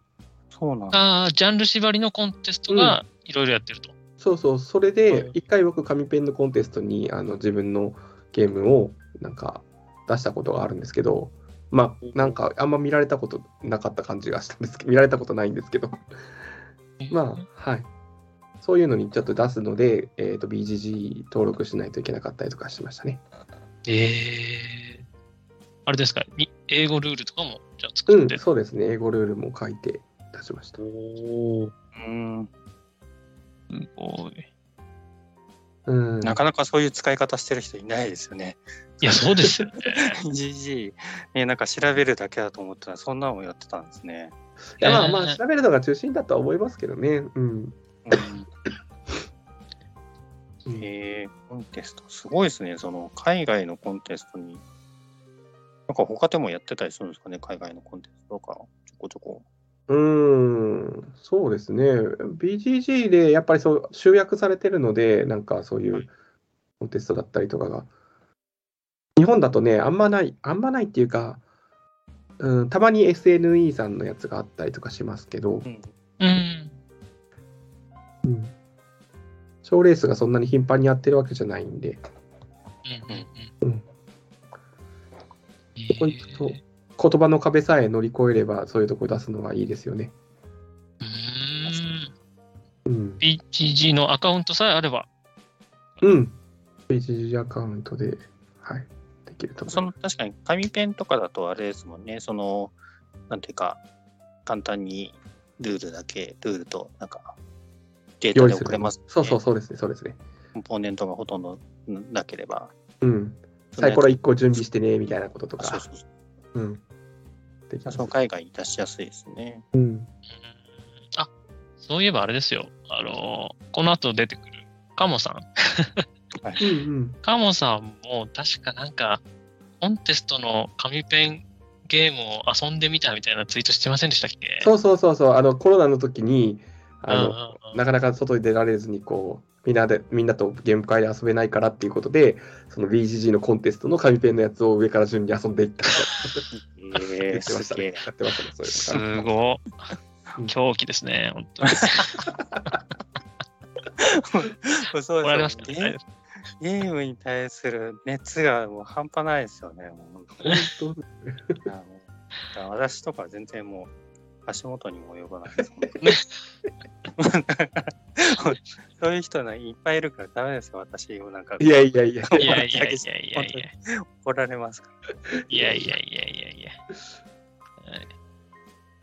[SPEAKER 3] そうなんだ。
[SPEAKER 1] ああ、ジャンル縛りのコンテストがいろいろやってると。
[SPEAKER 2] そうそう、それ
[SPEAKER 3] う
[SPEAKER 2] で
[SPEAKER 3] ん、
[SPEAKER 2] 一回僕、紙ペンのコンテストにあの自分のゲームをなんか出したことがあるんですけど、まあ、なんかあんま見られたことなかった感じがしたんですけど、見ら れたことないんですけど、まあ、はい。そういうのにちょっと出すので、えー、と BGG 登録しないといけなかったりとかしましたね。
[SPEAKER 1] えーあれですか、に英語ルールとかもじゃあ
[SPEAKER 2] う
[SPEAKER 1] 作っ
[SPEAKER 2] ん
[SPEAKER 1] て。、
[SPEAKER 2] そうですね。英語ルールも書いて出しました。
[SPEAKER 1] おー
[SPEAKER 3] うん。
[SPEAKER 1] すごい。
[SPEAKER 2] うん。
[SPEAKER 3] なかなかそういう使い方してる人いないですよね。
[SPEAKER 1] いや、そうですよね。
[SPEAKER 3] GG、ね、なんか調べるだけだと思ったら、そんなのもやってたんですね。
[SPEAKER 2] いやまあまあ、調べるのが中心だとは思いますけどね。うん。うん
[SPEAKER 3] えー、コンテスト、すごいですね。その、海外のコンテストに、なんか他でもやってたりするんですかね、海外のコンテストとか、ちょこちょこ。
[SPEAKER 2] うーん、そうですね。BGG でやっぱりそう集約されてるので、なんかそういうコンテストだったりとかが。日本だとね、あんまない、あんまないっていうか、うん、たまに SNE さんのやつがあったりとかしますけど
[SPEAKER 3] う、ん。
[SPEAKER 1] うん。
[SPEAKER 2] うん、賞レースがそんなに頻繁にやってるわけじゃないんで、
[SPEAKER 1] うんうんうん。
[SPEAKER 2] うん
[SPEAKER 1] えー
[SPEAKER 2] こにそう言葉の壁さえ乗り越えれば、そういうとこ出すのはいいですよね。
[SPEAKER 1] うーん
[SPEAKER 2] うん、
[SPEAKER 1] BTG のアカウントさえあれば。
[SPEAKER 2] うん、BGG アカウントで、はい、できると思います
[SPEAKER 3] その、確かに、紙ペンとかだとあれですもんね、その、なんていうか、簡単にルールだけ、ルールと、なんか、データ
[SPEAKER 2] 用意
[SPEAKER 3] です送
[SPEAKER 2] る
[SPEAKER 3] れます、ね。
[SPEAKER 2] そうそう、そうですね、そうですね。
[SPEAKER 3] コンポーネントがほとんどなければ。
[SPEAKER 2] うん。サイコロ1個準備してね、みたいなことと
[SPEAKER 3] あそう
[SPEAKER 2] か。
[SPEAKER 3] そうそう
[SPEAKER 2] うん。できます
[SPEAKER 3] その海外に出しやすいですね。
[SPEAKER 2] うん。
[SPEAKER 1] あ、そういえばあれですよ。あのーこの後出てくるカモさん。
[SPEAKER 2] うんうん。
[SPEAKER 1] カモさんも確かなんか、コンテストの紙ペンゲームを遊んでみたみたいなツイートしてませんでしたっけ
[SPEAKER 2] そうそうそうそう。あの、コロナの時に、あ
[SPEAKER 1] うんう
[SPEAKER 2] の、
[SPEAKER 1] んうん
[SPEAKER 2] なかなか外に出られずに、こう、みんなで、みんなとゲーム会で遊べないからっていうことで、その BGG のコンテストの紙ペンのやつを上から順に遊んでいったとか
[SPEAKER 3] え
[SPEAKER 2] 言
[SPEAKER 3] ー、
[SPEAKER 2] ってまし
[SPEAKER 3] す
[SPEAKER 2] た
[SPEAKER 3] げ
[SPEAKER 2] ね
[SPEAKER 3] え。。
[SPEAKER 2] やってましたね、そう
[SPEAKER 1] す
[SPEAKER 2] いうのが
[SPEAKER 1] ご
[SPEAKER 2] うん
[SPEAKER 1] い。狂気ですね、本当に。
[SPEAKER 3] そう
[SPEAKER 1] 怒られ ます
[SPEAKER 3] ゲ
[SPEAKER 1] けど
[SPEAKER 3] ー
[SPEAKER 1] ね。
[SPEAKER 3] ゲームに対する熱がもう半端ないですよね。も
[SPEAKER 2] 本
[SPEAKER 3] う本
[SPEAKER 2] 当
[SPEAKER 3] 当にあのだから私とか全然もう足元にも及ばないですもんね。 そういう人ないっぱいいるからダメですよ、私もなんか
[SPEAKER 2] いやいやいや。
[SPEAKER 1] いやいやいやいやいや。
[SPEAKER 3] 怒られますから。
[SPEAKER 1] いやいやいやいやいや。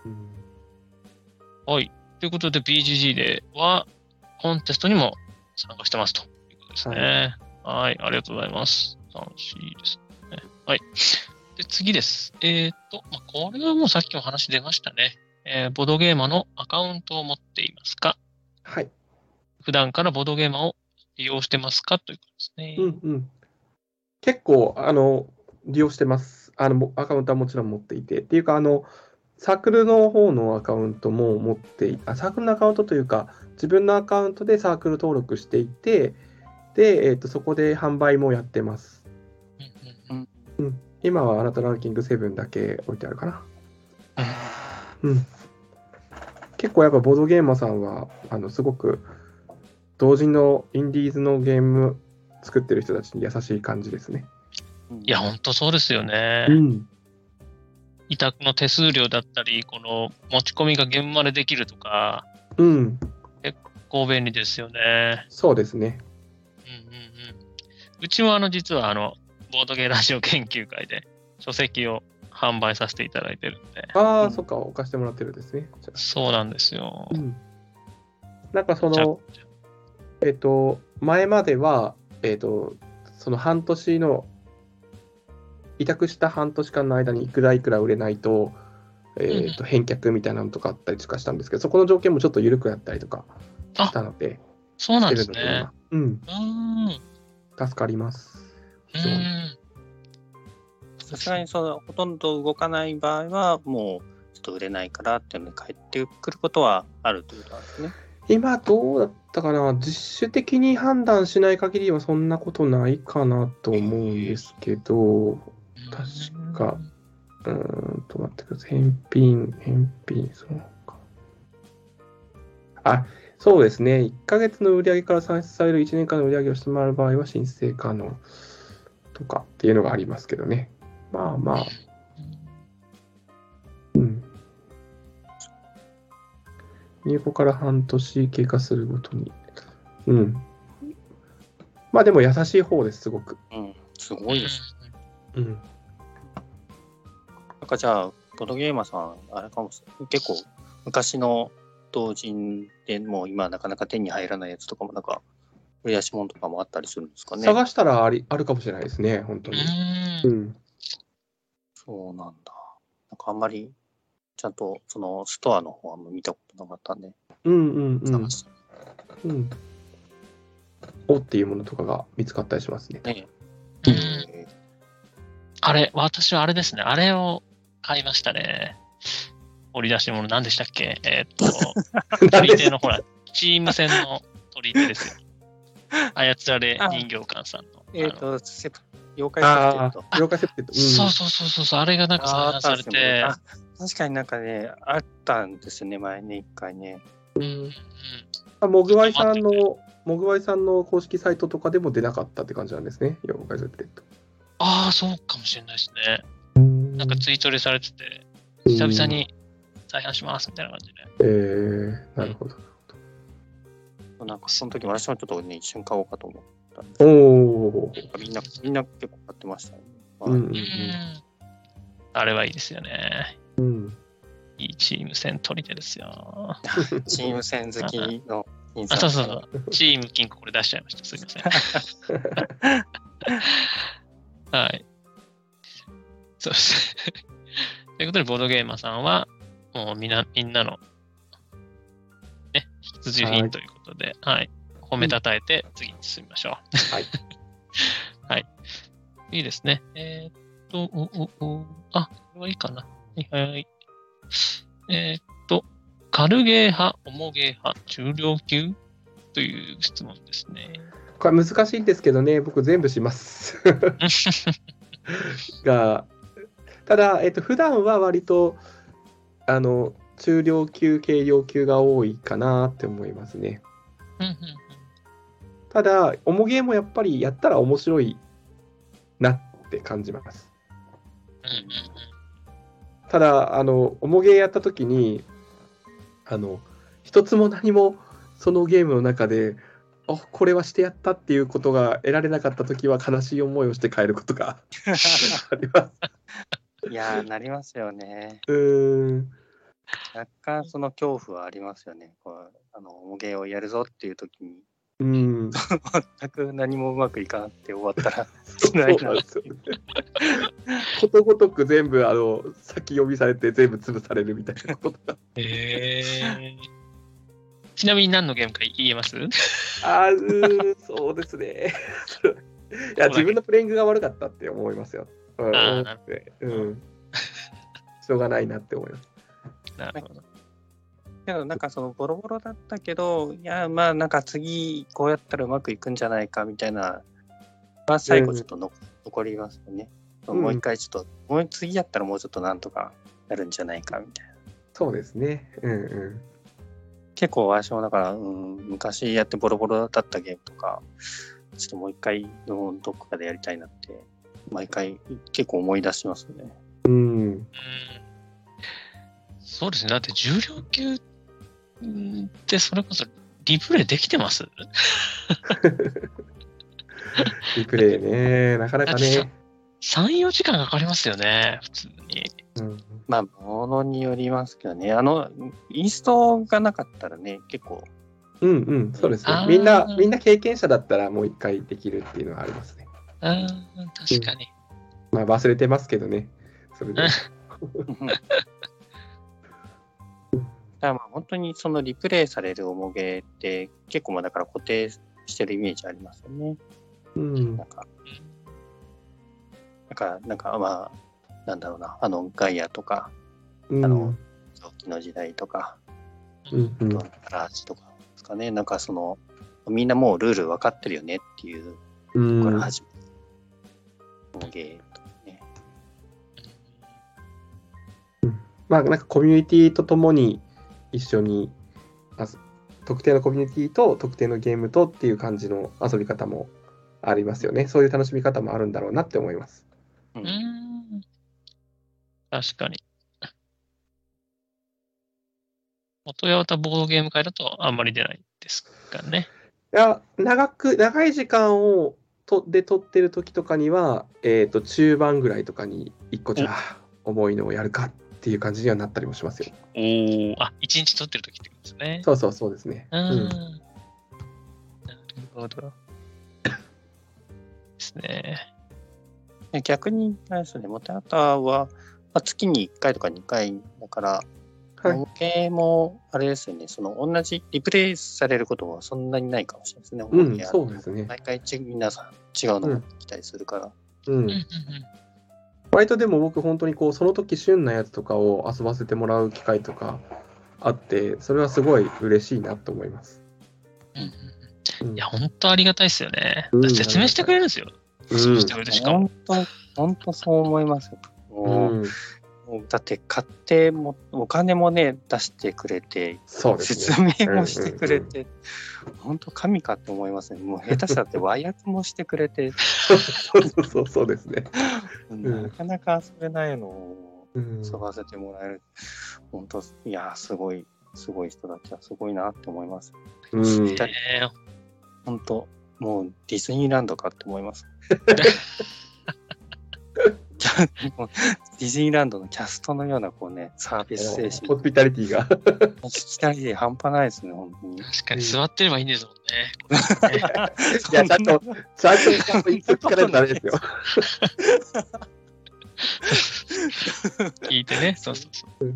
[SPEAKER 2] うん
[SPEAKER 1] はい。ということで BGG ではコンテストにも参加してますということですね。はい。ありがとうございます。楽しいですね。はい。で、次です。えっ、と、まあ、これはもうさっきも話出ましたね。えーボードゲーマーのアカウントを持っていますか
[SPEAKER 2] はい。
[SPEAKER 1] 普段からボードゲーマーを利用してますかということですね。
[SPEAKER 2] うんうん。結構、あの、利用してます。あの、もアカウントはもちろん持っていて。っていうか、あの、サークルの方のアカウントも持っていあ、サークルのアカウントというか、自分のアカウントでサークル登録していて、で、えっと、そこで販売もやってます。
[SPEAKER 1] うんうん
[SPEAKER 2] 今はあなたランキング7だけ置いてあるかな。うん。結構やっぱボードゲーマーさんは、あの、すごく、同時のインディーズのゲーム作ってる人たちに優しい感じですね。
[SPEAKER 1] いや、本当そうですよね。
[SPEAKER 2] ん。
[SPEAKER 1] 委託の手数料だったり、この持ち込みが現場でできるとか、
[SPEAKER 2] うん。
[SPEAKER 1] こう便利ですよね。
[SPEAKER 2] そうですね。
[SPEAKER 1] うんうんうん。うちもあの、実はあの、ボードゲーラジオ研究会で書籍を販売させていただいてるんで、
[SPEAKER 2] ああ、
[SPEAKER 3] うん
[SPEAKER 2] そっか、置かしてもらってるんですね。じゃ
[SPEAKER 1] そうなんですよ
[SPEAKER 2] あ。なんかそ
[SPEAKER 1] じゃ
[SPEAKER 2] の、えっと、前までは、えっと、その半年の委託した半年間の間にいくらいくら売れないと,、えーと返却みたいなのとかあったりとかしたんですけどそこの条件もちょっと緩くなったりとかしたので
[SPEAKER 1] そうなん
[SPEAKER 2] て
[SPEAKER 1] で
[SPEAKER 2] る
[SPEAKER 1] す
[SPEAKER 2] ので
[SPEAKER 1] ね。
[SPEAKER 2] 今うん
[SPEAKER 1] うーん。う
[SPEAKER 2] 助かります非常に
[SPEAKER 1] ーん
[SPEAKER 3] さすがにそのほとんど動かない場合はもうちょっと売れないからっていうのに帰ってくることはあるということなんですね。
[SPEAKER 2] 今どうだったかな自主的に判断しない限りはそんなことないかなと思うんですけど確か。うーんと、待ってください。返品、返品、そうか。あ、そうですね。1ヶ月の売上から算出される1年間の売上を下回る場合は申請可能とかっていうのがありますけどね。まあまあ、うん。入庫から半年経過するごとに。うん。まあでも優しい方です、すごく。
[SPEAKER 3] うん、すごいです。
[SPEAKER 2] うん。
[SPEAKER 3] なんかじゃあボードゲーマーさんあれかもしれない結構昔の同人でもう今なかなか手に入らないやつとかもなんか売り出し物とかもあったりするんですかね。
[SPEAKER 2] 探したらありあるかもしれないですね、本当
[SPEAKER 1] う
[SPEAKER 2] に。
[SPEAKER 1] ー。
[SPEAKER 2] うんん。
[SPEAKER 3] そうなんだ。なんかあんまりちゃんとそのストアの方はあんま見たことなかったんで
[SPEAKER 2] うんうんうん
[SPEAKER 3] 探。して、
[SPEAKER 2] うん。おっていうものとかが見つかったりしますね。
[SPEAKER 3] ね。
[SPEAKER 1] う
[SPEAKER 2] うん
[SPEAKER 1] ん。
[SPEAKER 3] え
[SPEAKER 1] あれ、私はあれですね。あれを買いましたね。掘り出し物、何でしたっけえー っと。取り手のほら、チーム戦の取り手ですよ。操られ人形館さん の。
[SPEAKER 3] ーえー
[SPEAKER 1] あの
[SPEAKER 3] と、セプ妖怪セプ
[SPEAKER 2] あ
[SPEAKER 3] テと。
[SPEAKER 2] あ、了解セプテッド。
[SPEAKER 1] そうそうそうそうそう、あれがなんか
[SPEAKER 3] あ
[SPEAKER 1] 散
[SPEAKER 3] あ
[SPEAKER 1] 乱
[SPEAKER 3] った
[SPEAKER 1] さ
[SPEAKER 3] んで
[SPEAKER 1] れ
[SPEAKER 3] すね
[SPEAKER 1] て、
[SPEAKER 3] あ確かになんかね、あったんですよね、前ね、一回ね。
[SPEAKER 2] うん。う
[SPEAKER 1] うんん
[SPEAKER 2] あモグワイさんの、モグワイさんの公式サイトとかでも出なかったって感じなんですね。了解セプテッド。
[SPEAKER 1] ああ、そうかもしれないですね。
[SPEAKER 2] な
[SPEAKER 1] なんかツイートでされてて、
[SPEAKER 2] うん
[SPEAKER 1] 久々に再販しますみたいな感じで。
[SPEAKER 2] えー、なるほど。
[SPEAKER 3] なんかその時私もちょっとね、一瞬買おうかと思ったんですけ
[SPEAKER 2] おー。
[SPEAKER 3] ど、みんな、みんな結構買ってましたね。まあ
[SPEAKER 2] うんうん
[SPEAKER 1] うんあれはいいですよね。
[SPEAKER 2] うん。うん
[SPEAKER 1] いいチーム戦取り手ですよ。
[SPEAKER 3] チーム戦好きの金
[SPEAKER 1] あ、
[SPEAKER 3] さん
[SPEAKER 1] そうそうそう。チーム金庫これ出しちゃいました。すみません。はい。そして、ということで、ボードゲーマーさんは、もうみんな、みんなの、ね、必需
[SPEAKER 2] は
[SPEAKER 1] 品
[SPEAKER 2] い
[SPEAKER 1] ということで、はい、褒めたたえて、次に進みましょう。
[SPEAKER 2] はい。
[SPEAKER 1] はい。いいですね。えーっと、お、お、お、あ、これはいいかな。はいはいはい。えーっと、軽ゲー派、重ゲー派、重量級という質問ですね。
[SPEAKER 2] これ難しいんですけどね、僕全部し ます。が、ただ、えっと、普段は割と、あの、中量級、軽量級が多いかなって思いますね。
[SPEAKER 1] うんうん
[SPEAKER 2] ただ、重ゲーもやっぱりやったら面白いなって感じます。
[SPEAKER 1] うん
[SPEAKER 2] ただ、あの、重ゲーやった時に、あの、一つも何もそのゲームの中で、あこれはしてやったっていうことが得られなかった時は悲しい思いをして帰ることがあります。
[SPEAKER 3] いやー、なりますよね。
[SPEAKER 2] うーん。
[SPEAKER 3] 若干その恐怖はありますよね。こうあの、模型をやるぞっていう時に、
[SPEAKER 2] うん。
[SPEAKER 3] 全く何もうまくいかなくて終わったら、
[SPEAKER 2] そうなんですよね。ことごとく全部、あの、先読みされて全部潰されるみたいなことが。
[SPEAKER 1] えちなみに何のゲー ムか言えます
[SPEAKER 2] あーうーそうですね。いや、自分のプレイングが悪かったって思いますよ。うん
[SPEAKER 1] あーなる
[SPEAKER 2] うん。しょうがないなって思います。
[SPEAKER 1] なるほど。
[SPEAKER 3] けどなんかそのボロボロだったけど、いや、まあなんか次こうやったらうまくいくんじゃないかみたいな、まあ最後ちょっとの、残りますよね。
[SPEAKER 2] うん
[SPEAKER 3] もう一回ちょっと、もう次やったらもうちょっとなんとかなるんじゃないかみたいな。
[SPEAKER 2] そうですね。うんう
[SPEAKER 3] 結構私もだから、うん、昔やってボロボロだったゲームとか、ちょっともう一回どどこかでやりたいなって、毎回結構思い出しますね。
[SPEAKER 2] ん。うん。
[SPEAKER 1] そうですね。だって重量級ってそれこそリプレイできてます
[SPEAKER 2] リプレイね、なかなかね。
[SPEAKER 1] ?3、4時間かかりますよね。普通に。
[SPEAKER 2] うん、
[SPEAKER 3] まあ、ものによりますけどね。あの、インストがなかったらね、結構
[SPEAKER 2] うんうん、そうです
[SPEAKER 1] あ
[SPEAKER 2] ね。
[SPEAKER 1] ー
[SPEAKER 2] みんな、みんな経験者だったらもう一回できるっていうのはありますね。
[SPEAKER 1] ああ、確かに。
[SPEAKER 2] まあ忘れてますけどね。それで。
[SPEAKER 3] だからまあ本当にそのリプレイされる面影って結構まあだから固定してるイメージありますよね。
[SPEAKER 2] うん
[SPEAKER 3] なんか、なんか、なんかまあ、なんだろうな、あのガイアとか、
[SPEAKER 2] うん
[SPEAKER 3] あの早期の時代とか、
[SPEAKER 2] うんうん
[SPEAKER 3] ドラージとかですかね、なんかその、みんなもうルール分かってるよねっていう
[SPEAKER 2] う
[SPEAKER 3] と
[SPEAKER 2] ん
[SPEAKER 3] ころから始まる。面影とかね。
[SPEAKER 2] まあなんかコミュニティとともに一緒にあす特定のコミュニティと特定のゲームとっていう感じの遊び方もありますよね。そういう楽しみ方もあるんだろうなって思います。
[SPEAKER 3] う
[SPEAKER 1] うー
[SPEAKER 3] ん
[SPEAKER 1] ん。確かに。元八幡ボードゲーム会だとあんまり出ないですかね。
[SPEAKER 2] いや長く長い時間をとで撮ってる時とかには、えー、と中盤ぐらいとかに一個じゃあ重いのをやるかっていう感じにはなったりもしますよ。
[SPEAKER 1] おお。あ、一日撮ってる時ってことですね。
[SPEAKER 2] そうそうそうですね。
[SPEAKER 1] うーん。なるほど。ですね。
[SPEAKER 3] で逆に、あれですね、モテアタは、まあ、月に1回とか2回だから、
[SPEAKER 2] はい
[SPEAKER 3] 模型も、あれですよね、その同じ、リプレイされることはそんなにないかもしれないですね。
[SPEAKER 2] うん、
[SPEAKER 3] 模型
[SPEAKER 2] そうですね。
[SPEAKER 3] 毎回ち、皆さん違うのが来たりするから。
[SPEAKER 2] う
[SPEAKER 1] うんんうんうん。
[SPEAKER 2] 割とでも僕本当にこうその時旬なやつとかを遊ばせてもらう機会とかあってそれはすごい嬉しいなと思います。
[SPEAKER 1] うんうん
[SPEAKER 2] うん
[SPEAKER 1] いや、本当ありがたいですよね。
[SPEAKER 2] うん
[SPEAKER 1] 説明してくれるんですよ。
[SPEAKER 2] うん
[SPEAKER 1] 説明してくれて、しかも。
[SPEAKER 3] 本当、本当そう思いますよ。もう
[SPEAKER 2] うん、
[SPEAKER 3] もうだって、買っても、お金もね、出してくれて、
[SPEAKER 2] そうです
[SPEAKER 3] 説
[SPEAKER 2] ね。
[SPEAKER 3] 明もしてくれて、本当、神かって思いますね。もう下手したって和訳もしてくれて、
[SPEAKER 2] そうそうそう そうですね。ん
[SPEAKER 3] なかなか遊べないのを
[SPEAKER 2] うん、
[SPEAKER 3] 遊ばせてもらえる。本当、いやー、すごい、すごい人たちはすごいなって思います。
[SPEAKER 2] うん
[SPEAKER 3] た
[SPEAKER 1] ねえ
[SPEAKER 3] 本当、もうディズニーランドかって思います。 もうディズニーランドのキャストのようなこうね、サービス精
[SPEAKER 2] ホ
[SPEAKER 3] 神、
[SPEAKER 2] スピタリティが。
[SPEAKER 3] 期で半端ないですね、本当に。
[SPEAKER 1] 確かに座ってればいいんですもんね。
[SPEAKER 2] いやちゃんとちゃんとちゃんと言っておかないとダメですよ。
[SPEAKER 1] 聞いてね。そうそうそう。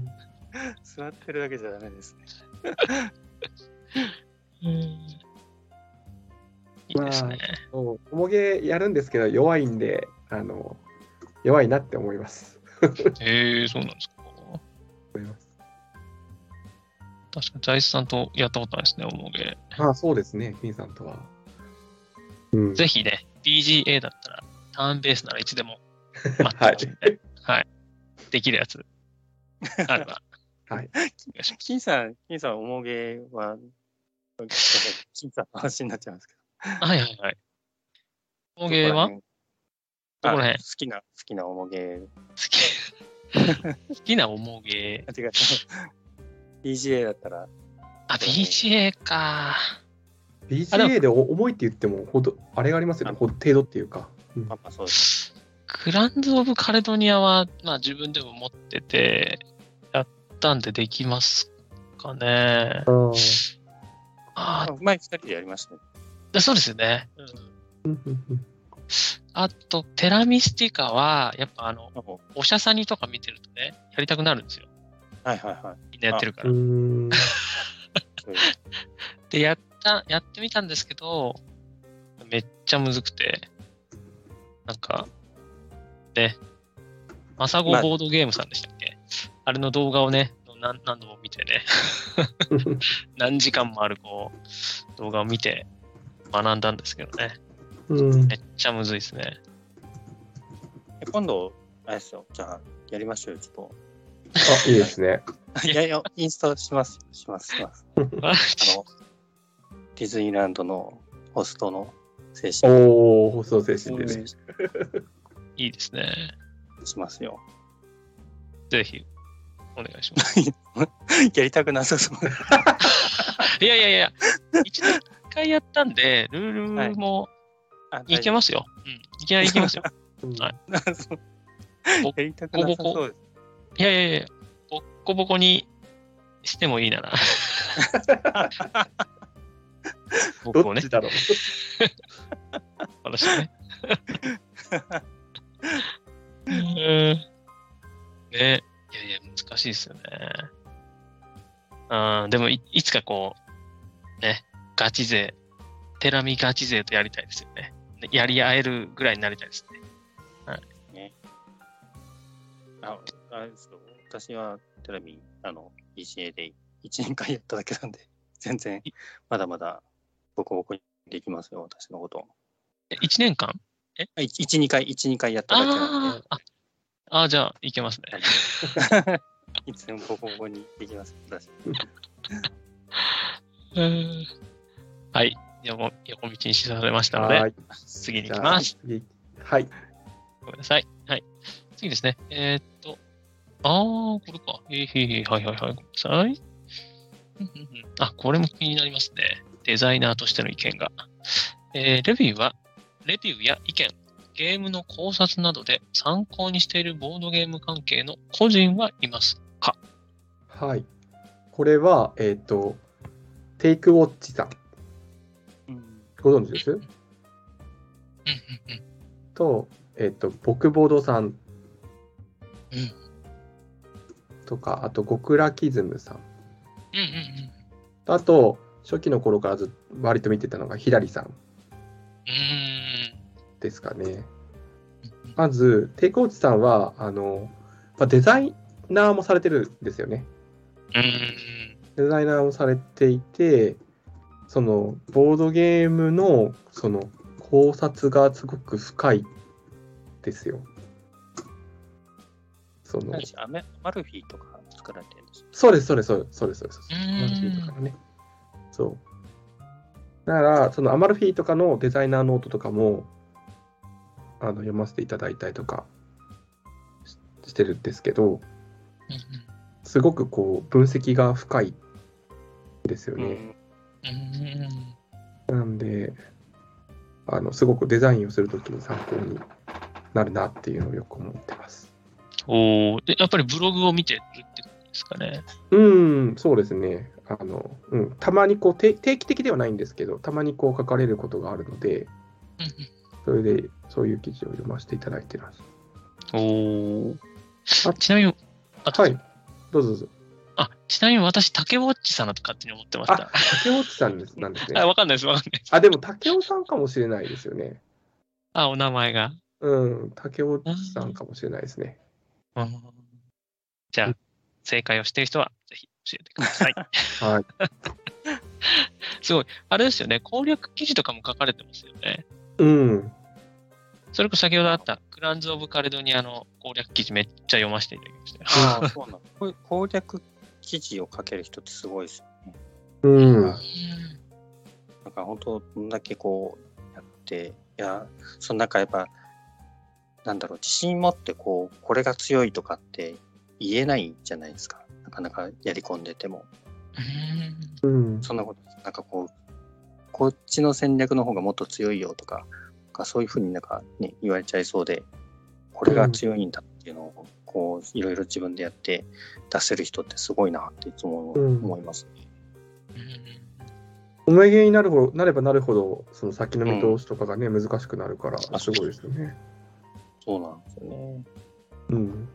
[SPEAKER 3] 座ってるだけじゃダメですね。
[SPEAKER 1] いいですね。
[SPEAKER 2] おもげやるんですけど弱いんであの弱いなって思います。
[SPEAKER 1] へえ、そうなんですか。
[SPEAKER 2] 思います
[SPEAKER 1] 確かに、財津さんとやったことないですね、おもげ。
[SPEAKER 2] まあそうですね、金さんとは。うん、
[SPEAKER 1] ぜひね、BGA だったら、ターンベースならいつでも、
[SPEAKER 2] はい
[SPEAKER 1] 待ってますんではい。できるやつ、あれ ば、
[SPEAKER 2] はい。
[SPEAKER 1] お願いしま
[SPEAKER 3] 金さん、金さん、おもげは、金さんの話になっちゃいますけど。
[SPEAKER 1] す。はいはいはい。おもげは好ど
[SPEAKER 3] ど
[SPEAKER 1] こら辺
[SPEAKER 3] あ好きな、好きなおもげ
[SPEAKER 1] き。好きなおもげ。
[SPEAKER 3] あ、違う。BGA だったら、
[SPEAKER 1] あ、BGA か。
[SPEAKER 2] BGA でお重いって言っても、ほどあれがありますよね、ほ程度っていうか。うん
[SPEAKER 3] まあまあそうです。
[SPEAKER 1] グランズ・オブ・カレドニアは、まあ自分でも持ってて、やったんでできますかね。あ
[SPEAKER 3] あ前二人でやりましたね。
[SPEAKER 1] あ、そうですよね。うん
[SPEAKER 2] うんうんうん
[SPEAKER 1] あと、テラミスティカは、やっぱあの、
[SPEAKER 3] は
[SPEAKER 1] おしゃさにとか見てるとね、やりたくなるんですよ。
[SPEAKER 3] いはいはい。
[SPEAKER 1] みんなやってるか
[SPEAKER 2] う
[SPEAKER 1] ら。
[SPEAKER 2] ーん
[SPEAKER 3] そういう
[SPEAKER 1] で、やった、やってみたんですけど、めっちゃむずくて、なんか、ね、マサゴ
[SPEAKER 3] まあ
[SPEAKER 1] ボードゲームさんでしたっけ、あれの動画をね、何何度も見てね、 何時間もあるこう動画を見て学んだんですけどね。
[SPEAKER 2] うん
[SPEAKER 1] めっちゃむずいですね。
[SPEAKER 3] え今度、あれですよ。じゃあ、やりましょうよ、ちょ
[SPEAKER 2] あ、いいですね。
[SPEAKER 3] っと。いやいや、インストします、します、します。
[SPEAKER 1] あ
[SPEAKER 3] あの、ディズニーランドのホストの精神を
[SPEAKER 2] おお、放送精神でね。
[SPEAKER 3] し
[SPEAKER 1] いいですね。
[SPEAKER 3] ますよ。
[SPEAKER 1] ぜひ、お願いします。
[SPEAKER 3] やりたくなさそう。
[SPEAKER 1] いやいやいや、一度一回やったんで、ルールも
[SPEAKER 3] あ
[SPEAKER 1] いけますよ。うん、いきなりいきますよ。
[SPEAKER 2] うん
[SPEAKER 1] はい
[SPEAKER 3] 大丈夫そう やりたくなさそうです。
[SPEAKER 1] いやいやいや、ボッコボコにしてもいい なら。僕
[SPEAKER 2] ど
[SPEAKER 1] を
[SPEAKER 2] っ
[SPEAKER 1] ね
[SPEAKER 2] ち、だろう。
[SPEAKER 1] 私ね。えー、ねいやいや、難しいですよね。あーでもい、いつかこう、ね、ガチ勢、テラミガチ勢とやりたいですよね。ねやり合えるぐらいになりたいですね。
[SPEAKER 3] ああれですよ私はテラミあの ECA で1年間やっただけなんで全然まだまだボコボコにできますよ私のこと
[SPEAKER 1] え1年間
[SPEAKER 3] 12回12回やっただけなん
[SPEAKER 1] あ
[SPEAKER 3] で
[SPEAKER 1] ーあ、あーじゃあ、いけますね。
[SPEAKER 3] いつでもボコボコにできます私
[SPEAKER 1] えーはい。横横道に示されましたので、
[SPEAKER 2] はい。
[SPEAKER 1] 次に行きます。
[SPEAKER 2] じゃあはい。
[SPEAKER 1] ごめんなさい。はい。次ですね。えーっと、あー、これか。えー、へーへーはいはいはい。ごめんなさい。 うんうんうんあ、これも気になりますね。デザイナーとしての意見が。えーレビューは、レビューや意見、ゲームの考察などで参考にしているボードゲーム関係の個人はいますか
[SPEAKER 2] はい。これは、えっ、と、テイクウォッチさん、
[SPEAKER 3] うん
[SPEAKER 2] ご存知です
[SPEAKER 1] うんうんうん。
[SPEAKER 2] と、えっ、と、僕ボードさんとか、あと、極楽キズムさん。
[SPEAKER 1] うんうんうん
[SPEAKER 2] あと、初期の頃からずっと割と見てたのが、ひらりさんですかね。
[SPEAKER 1] うん。うーん。
[SPEAKER 2] まず、テイクウォッチさんは、あの、まあ、デザイナーもされてるんですよね。
[SPEAKER 1] うーん。
[SPEAKER 2] デザイナーをされていてそのボードゲームのその考察がすごく深いですよ。その
[SPEAKER 3] 私アメアマルフィとか作られてるんですよ
[SPEAKER 2] そうですそうですそうですそうですそうです。
[SPEAKER 1] う
[SPEAKER 2] アマルフィーと
[SPEAKER 1] ー
[SPEAKER 2] か
[SPEAKER 1] ん。
[SPEAKER 2] のね。そう。だからそのアマルフィーとかのデザイナーノートとかもあの読ませていただいたりとかししてるんですけどすごくこう分析が深いですよね。
[SPEAKER 1] うんうん
[SPEAKER 2] なんで、あの、すごくデザインをするときに参考になるなっていうのをよく思ってます。
[SPEAKER 1] おーでやっぱりブログを見てるってことですかね。
[SPEAKER 2] うん、そうですね。あの、うん、たまにこう、て定期的ではないんですけど、たまにこう書かれることがあるので、それで、そういう記事を読ませていただいてます。
[SPEAKER 1] おー
[SPEAKER 2] あ
[SPEAKER 1] ちなみに、あと
[SPEAKER 2] はい。どうぞどうぞ。
[SPEAKER 1] あちなみに私、竹ウォッチさんだと勝手に思ってました。
[SPEAKER 2] 竹内さんですなんです
[SPEAKER 1] あ
[SPEAKER 2] ね。
[SPEAKER 1] わかんないです、わかんないです。
[SPEAKER 2] あ、でも竹尾さんかもしれないですよね。
[SPEAKER 1] あ、お名前が。
[SPEAKER 2] うん、竹内さんかもしれないですね。
[SPEAKER 1] うんじゃあ、正解をしてる人は、ぜひ教えてくだ さい。
[SPEAKER 2] はい。
[SPEAKER 1] すごい。あれですよね、攻略記事とかも書かれてますよね。
[SPEAKER 2] うん、
[SPEAKER 1] それこそ先ほどあった、クランズ・オブ・カレドニアの攻略記事めっちゃ読ませていただきましたよ。
[SPEAKER 3] ああそうなのこういう攻略記事を書ける人ってすごいですよね
[SPEAKER 2] うん、
[SPEAKER 3] なんか本当どんだけこうやっていやその中やっぱなんだろう自信持ってこうこれが強いとかって言えないじゃないですかなかなかやり込んでても
[SPEAKER 2] うん、
[SPEAKER 3] そんなことなんかこうこっちの戦略の方がもっと強いよとかなんかそういうふうになんかね言われちゃいそうでこれが強いんだっていうのをこういろいろ自分でやって出せる人ってすごいなっていつも思います
[SPEAKER 1] う
[SPEAKER 3] ね。
[SPEAKER 1] ん
[SPEAKER 2] 思いげになるほどなればなるほど、その先の見通しとかがね、難しくなるから、
[SPEAKER 3] あ
[SPEAKER 2] すごいですよね。
[SPEAKER 3] そうなんですよね。
[SPEAKER 2] うん。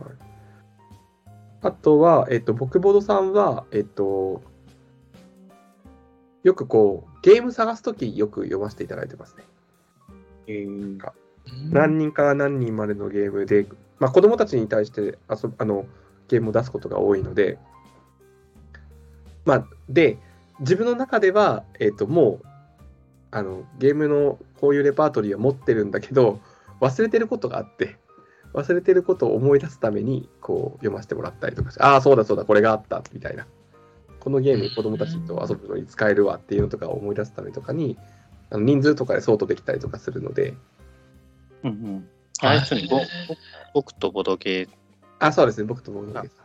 [SPEAKER 2] はい、あとは、えっと、僕ボードさんは、えっと、よくこう、ゲーム探すとき、よく読ませていただいてますね。
[SPEAKER 3] うん
[SPEAKER 1] うん
[SPEAKER 2] 何人から何人までのゲームで、まあ、子供たちに対して遊ぶあのゲームを出すことが多いので、まあ、で自分の中では、えっともうあのゲームのこういうレパートリーは持ってるんだけど忘れてることがあって忘れてることを思い出すためにこう読ませてもらったりとかしてああそうだそうだこれがあったみたいなこのゲーム子供たちと遊ぶのに使えるわっていうのとかを思い出すためとかにあの人数とかで相当できたりとかするので
[SPEAKER 3] うんうんあれですよねぼぼ僕とボドゲー、
[SPEAKER 2] あ、そうですね、僕と僕のです。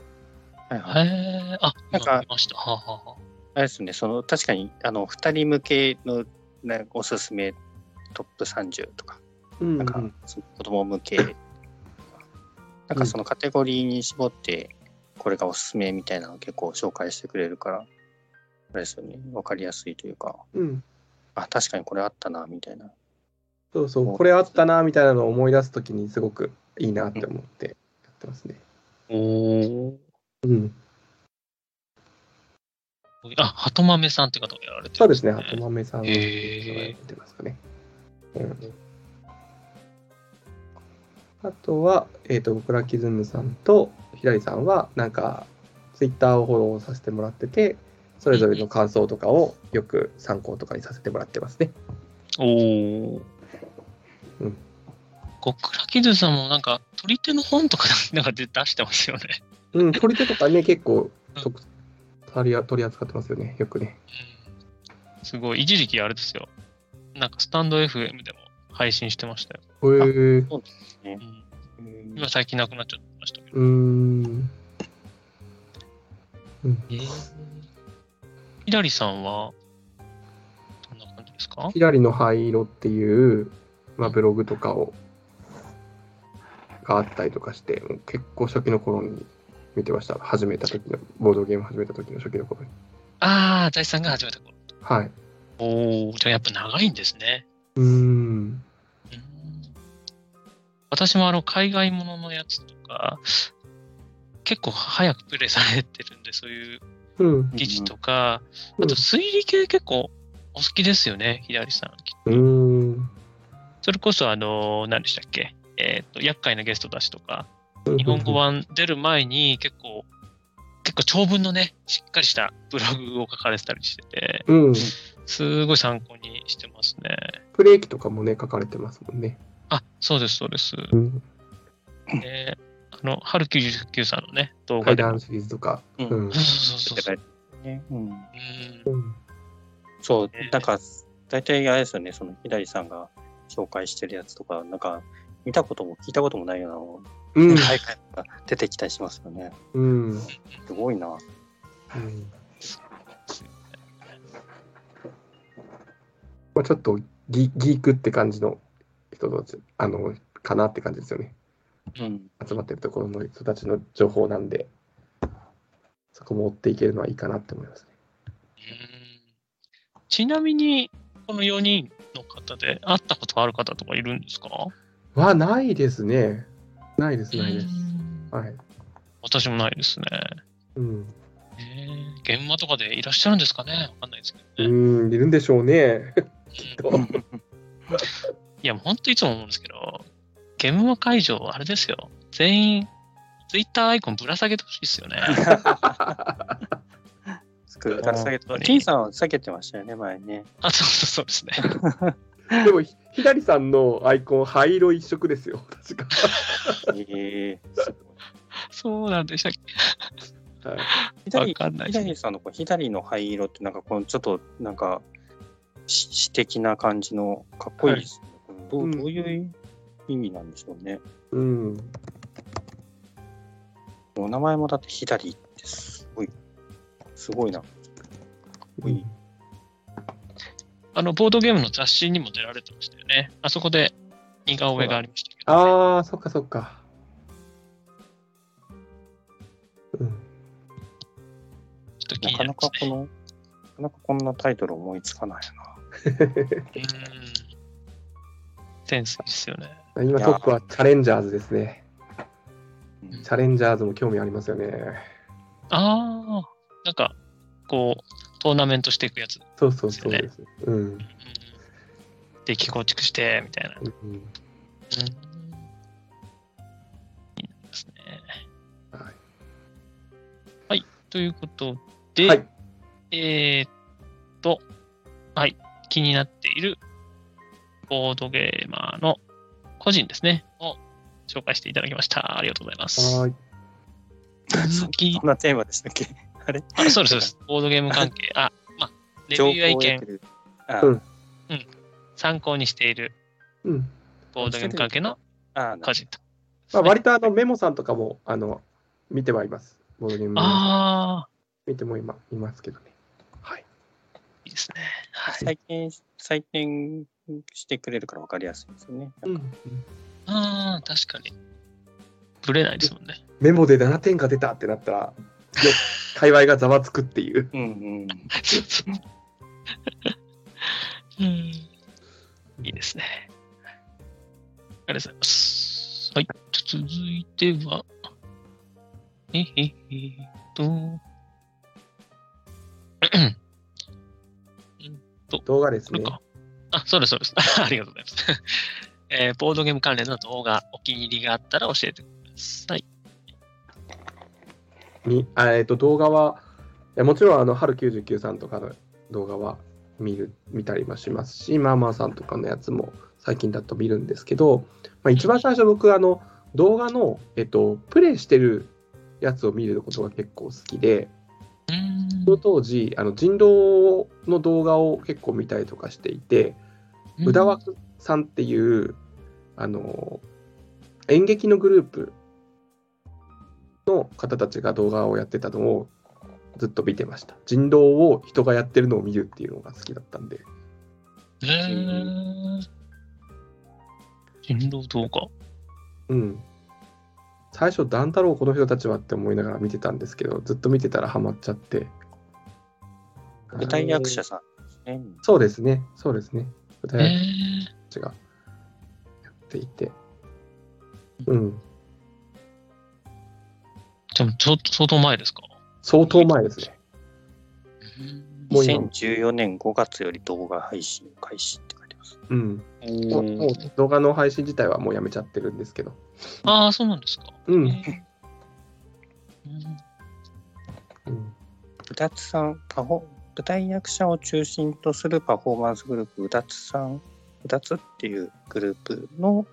[SPEAKER 3] はいはい
[SPEAKER 1] へえ、あ、な
[SPEAKER 3] な
[SPEAKER 1] んん
[SPEAKER 3] か
[SPEAKER 1] か見ました。はあ、はあはあ、
[SPEAKER 3] あれですね、その確かにあの2人向けのねおすすめトップ30とか、
[SPEAKER 2] うん
[SPEAKER 3] なんかその子供向け、なんかそのカテゴリーに絞って、これがおすすめみたいなのを結構紹介してくれるから、あれですよね、分かりやすいというか、
[SPEAKER 2] うん、
[SPEAKER 3] あ、確かにこれあったなみたいな。
[SPEAKER 2] そうそう、これあったなみたいなのを思い出すときにすごくいいなって思ってやってますね。
[SPEAKER 1] おお。
[SPEAKER 2] うん。
[SPEAKER 1] あ、鳩豆さんって方がやられてる
[SPEAKER 2] そうんですね、鳩豆さんの人が
[SPEAKER 1] へ
[SPEAKER 2] や
[SPEAKER 1] え
[SPEAKER 2] ってますかね。うん、あとは、えっ、と、クラキズムさんとひらりさんは、なんか、ツイッターをフォローさせてもらってて、それぞれの感想とかをよく参考とかにさせてもらってますね。
[SPEAKER 1] おお。
[SPEAKER 2] うん。
[SPEAKER 1] 極楽キズさんもなんか、取り手の本とかなんか出出してますよね。
[SPEAKER 2] うん、取り手とかね、結構と取り取り扱ってますよね、よくね。
[SPEAKER 1] うんすごい、一時期あれですよ。なんかスタンド FM でも配信してましたよ。
[SPEAKER 2] へー
[SPEAKER 1] うん、今最近なくなっちゃってましたけど。
[SPEAKER 2] うーん。うん
[SPEAKER 1] ひらりさんは、どんな感じですか
[SPEAKER 2] 左の灰色っていう、まあ、ブログとかをがあったりとかして、もう結構初期の頃に見てました。始めた時の、ボードゲーム始めた時の初期の頃に。
[SPEAKER 1] ああ、財産が始めた頃。
[SPEAKER 2] はい。
[SPEAKER 1] おお、じゃあやっぱ長いんですね。
[SPEAKER 2] うーん。
[SPEAKER 1] うん私もあの海外もののやつとか、結構早くプレイされてるんで、そういう
[SPEAKER 2] うん。
[SPEAKER 1] 記事とか、
[SPEAKER 2] うん
[SPEAKER 1] あと推理系結構お好きですよね、ひらりさん。
[SPEAKER 2] うーん。
[SPEAKER 1] それこそ、あの、何でしたっけ、えっ、と、厄介なゲストたちとか、日
[SPEAKER 2] 日
[SPEAKER 1] 本語版出る前に結構、結構長文のね、しっかりしたブログを書かれてたりしてて、
[SPEAKER 2] うん。
[SPEAKER 1] すごい参考にしてますね。
[SPEAKER 2] プレイ機とかもね、書かれてますもんね。
[SPEAKER 1] あ、そうです、そうです。
[SPEAKER 2] うん。
[SPEAKER 1] えー、あの、春99さんのね、動画
[SPEAKER 2] 階
[SPEAKER 1] で。
[SPEAKER 2] 段シリーズとか。
[SPEAKER 3] う。
[SPEAKER 2] うんん。
[SPEAKER 1] そうそうそうそう。
[SPEAKER 3] ねうん
[SPEAKER 1] うん
[SPEAKER 2] うん
[SPEAKER 3] そう
[SPEAKER 1] ね、
[SPEAKER 3] なんか、大体あれですよね、その左さんが紹介してるやつとか、なんか、見たことも聞いたこともないようなのを、
[SPEAKER 2] うん。
[SPEAKER 3] 海外が出てきたりしますよね。
[SPEAKER 2] うん。
[SPEAKER 3] すごいな。
[SPEAKER 2] うんまあ、ちょっとギギークって感じの人たちあのかなって感じですよね。
[SPEAKER 3] うん。
[SPEAKER 2] 集まってるところの人たちの情報なんで、そこも追っていけるのはいいかなって思いますね。
[SPEAKER 1] うんちなみに、この4人の方で会ったことある方とかいるんですか
[SPEAKER 2] はないですね。ないです、ないです。はい。
[SPEAKER 1] 私もないですね。
[SPEAKER 2] うん。
[SPEAKER 1] えー現場とかでいらっしゃるんですかねわかんないですけ
[SPEAKER 2] う
[SPEAKER 1] どね。
[SPEAKER 2] ん、いるんでしょう ね。きっと。
[SPEAKER 1] いや、もう本当いつも思うんですけど、現場会場はあれですよ。全員、ツイッターアイコンぶら下げてほしいです よね。
[SPEAKER 3] つくから下げて
[SPEAKER 1] 本当に
[SPEAKER 3] T さんは下げてましたよね、前ね。
[SPEAKER 1] あ、そうそうそうですね。
[SPEAKER 2] でも、ひひだりさんのアイコン、灰色一色ですよ。確か。
[SPEAKER 3] ええす
[SPEAKER 1] そうなんでしたっ
[SPEAKER 2] はい、
[SPEAKER 1] けわ
[SPEAKER 3] 左
[SPEAKER 1] かんないですね。
[SPEAKER 3] 左さんのこう左の灰色ってなんかこのちょっとなんか詩詩的な感じのかっこいいですね。ど
[SPEAKER 2] う
[SPEAKER 3] うんどういう意味なんでしょうね。
[SPEAKER 2] うん。
[SPEAKER 3] お名前もだって左ってすごいすごいな。うん
[SPEAKER 1] あの、ボードゲームの雑誌にも出られてましたよね。あそこで似顔絵がありましたけど、
[SPEAKER 2] ああ、そっかそっか。うん。
[SPEAKER 1] ちょっと気
[SPEAKER 3] な
[SPEAKER 1] に
[SPEAKER 3] か
[SPEAKER 1] なりま
[SPEAKER 3] なか
[SPEAKER 1] す
[SPEAKER 3] こ
[SPEAKER 1] ね。
[SPEAKER 3] のなかなかこんなタイトル思いつかないな。
[SPEAKER 1] うん。センスいいですよね。
[SPEAKER 2] 今トップはチャレンジャーズですね。
[SPEAKER 3] うん
[SPEAKER 2] チャレンジャーズも興味ありますよね。
[SPEAKER 1] ああ、なんか、こう、トーナメントしていくやつ。うん
[SPEAKER 2] そうそうそうです。うん。
[SPEAKER 1] デッキ構築して、みたいな。
[SPEAKER 2] うん
[SPEAKER 1] うん。いいですね。
[SPEAKER 2] はい
[SPEAKER 1] ということで、
[SPEAKER 2] はい。
[SPEAKER 1] えーっと、はい、気になっているボードゲーマーの個人ですね、を紹介していただきました。ありがとうございます。
[SPEAKER 2] はい。
[SPEAKER 1] 続き
[SPEAKER 3] こん、なテーマでしたっけ あれ
[SPEAKER 1] あそうです、そうです。ボードゲーム関係、あ、まあ、レビューや意
[SPEAKER 3] 情報を得て
[SPEAKER 1] 見、
[SPEAKER 3] るあ
[SPEAKER 2] うん
[SPEAKER 1] 参考にしている
[SPEAKER 2] うん。
[SPEAKER 1] ボードゲーム関係の
[SPEAKER 3] あ
[SPEAKER 1] 個人と。
[SPEAKER 2] まあ、割とあのメモさんとかもあの見てはいます。ボードゲーム
[SPEAKER 1] ああ、
[SPEAKER 2] 見ても今いますけどね。はい。
[SPEAKER 1] いいですね。はい。
[SPEAKER 3] 採点採点してくれるから分かりやすいですよね。
[SPEAKER 2] うん、
[SPEAKER 1] ああ、確かに。ぶれないですもんね。
[SPEAKER 2] メモで7点が出たってなったら、よ 界隈がざわつくっていう。
[SPEAKER 3] うんうん。
[SPEAKER 1] うんいいですね。りがとうございます。はい。続いては、えへへっと、
[SPEAKER 2] 動画です
[SPEAKER 1] これ
[SPEAKER 2] ね。
[SPEAKER 1] か。あ、そうです、そうです。 ありがとうございます。 えーボードゲーム関連の動画、お気に入りがあったら教えてください。
[SPEAKER 2] みあえっと動画はいやもちろんあの春99さんとかの動画は見る見たりもしますしマーマーさんとかのやつも最近だと見るんですけど、まあ、一番最初僕あの動画の、えっと、プレイしてるやつを見ることが結構好きで
[SPEAKER 1] うー
[SPEAKER 2] その
[SPEAKER 1] ん。
[SPEAKER 2] 当時あの人狼の動画を結構見たりとかしていて宇田枠さんっていうあの演劇のグループの方たちが動画をやってたのをずっと見てました人狼を人がやってるのを見るっていうのが好きだったんで
[SPEAKER 1] えー、人狼動画。
[SPEAKER 2] うん最初「段太郎この人たちは」って思いながら見てたんですけどずっと見てたらハマっちゃって
[SPEAKER 3] 舞台役者さんですね。
[SPEAKER 2] そうですねそうですね舞台
[SPEAKER 1] え
[SPEAKER 2] 役者
[SPEAKER 1] ー、
[SPEAKER 2] たちがやっていてうん
[SPEAKER 1] でもちょっと相当前ですか。
[SPEAKER 2] 相当前ですねもう今
[SPEAKER 3] 2014年5月より動画配信開始って書いてます。
[SPEAKER 2] うんもうも
[SPEAKER 1] お
[SPEAKER 2] う動画の配信自体はもうやめちゃってるんですけど。
[SPEAKER 1] ああ、そうなんですか。
[SPEAKER 2] うん。
[SPEAKER 1] うん
[SPEAKER 2] うん
[SPEAKER 3] うだつさん、パフォ舞台役者を中心とするパフォーマンスグループ、うだつさん、うだつっていうグループの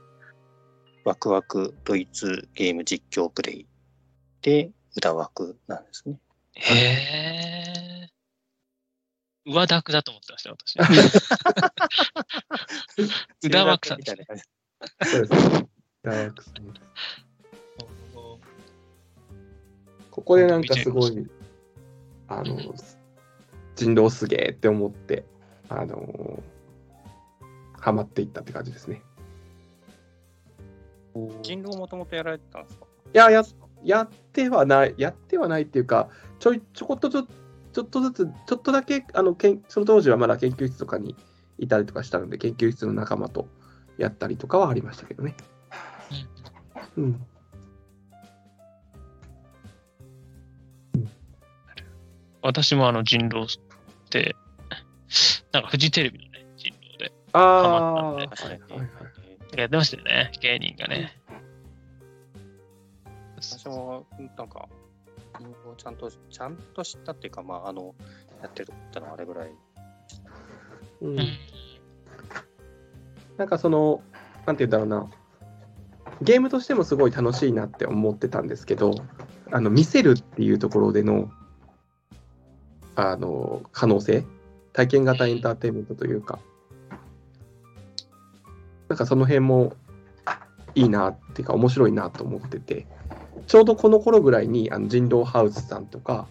[SPEAKER 3] ワクワクドイツゲーム実況プレイで、うだワクなんですね。
[SPEAKER 1] へえ。上ダクだと思ってました、私。うだ枠さん
[SPEAKER 3] みたいな感じ。
[SPEAKER 2] そうですね。ダークさんここでなんかすごい、あの、人狼すげえって思って、あのーハマっていったって感じですね。
[SPEAKER 3] 人狼もともとやられてたんですか
[SPEAKER 2] いや、や、やってはない、やってはないっていうか、ちょい、ちょこっとちょ、ちょっとずつ、ちょっとだけ、あの、けんその当時はまだ研究室とかにいたりとかしたので、研究室の仲間とやったりとかはありましたけどね。うん。
[SPEAKER 1] 私もあの人狼って、なんかフジテレビのね、人狼で
[SPEAKER 2] ああ、はい
[SPEAKER 1] ハマ
[SPEAKER 3] 確かに。
[SPEAKER 2] はいはい。
[SPEAKER 1] やってましたよね、芸人がね。
[SPEAKER 3] 私もなんか、人狼ちゃんと、ちゃんと知ったっていうか、まあ、あの、やってるってのはあれぐらい。
[SPEAKER 2] うん
[SPEAKER 1] うん
[SPEAKER 2] なんかその、なんて言うんだろうな、ゲームとしてもすごい楽しいなって思ってたんですけど、あの見せるっていうところでのあの可能性、体験型エンターテインメントというか、なんかその辺もいいなっていうか、面白いなと思ってて、ちょうどこの頃ぐらいにあの人狼ハウスさんとか、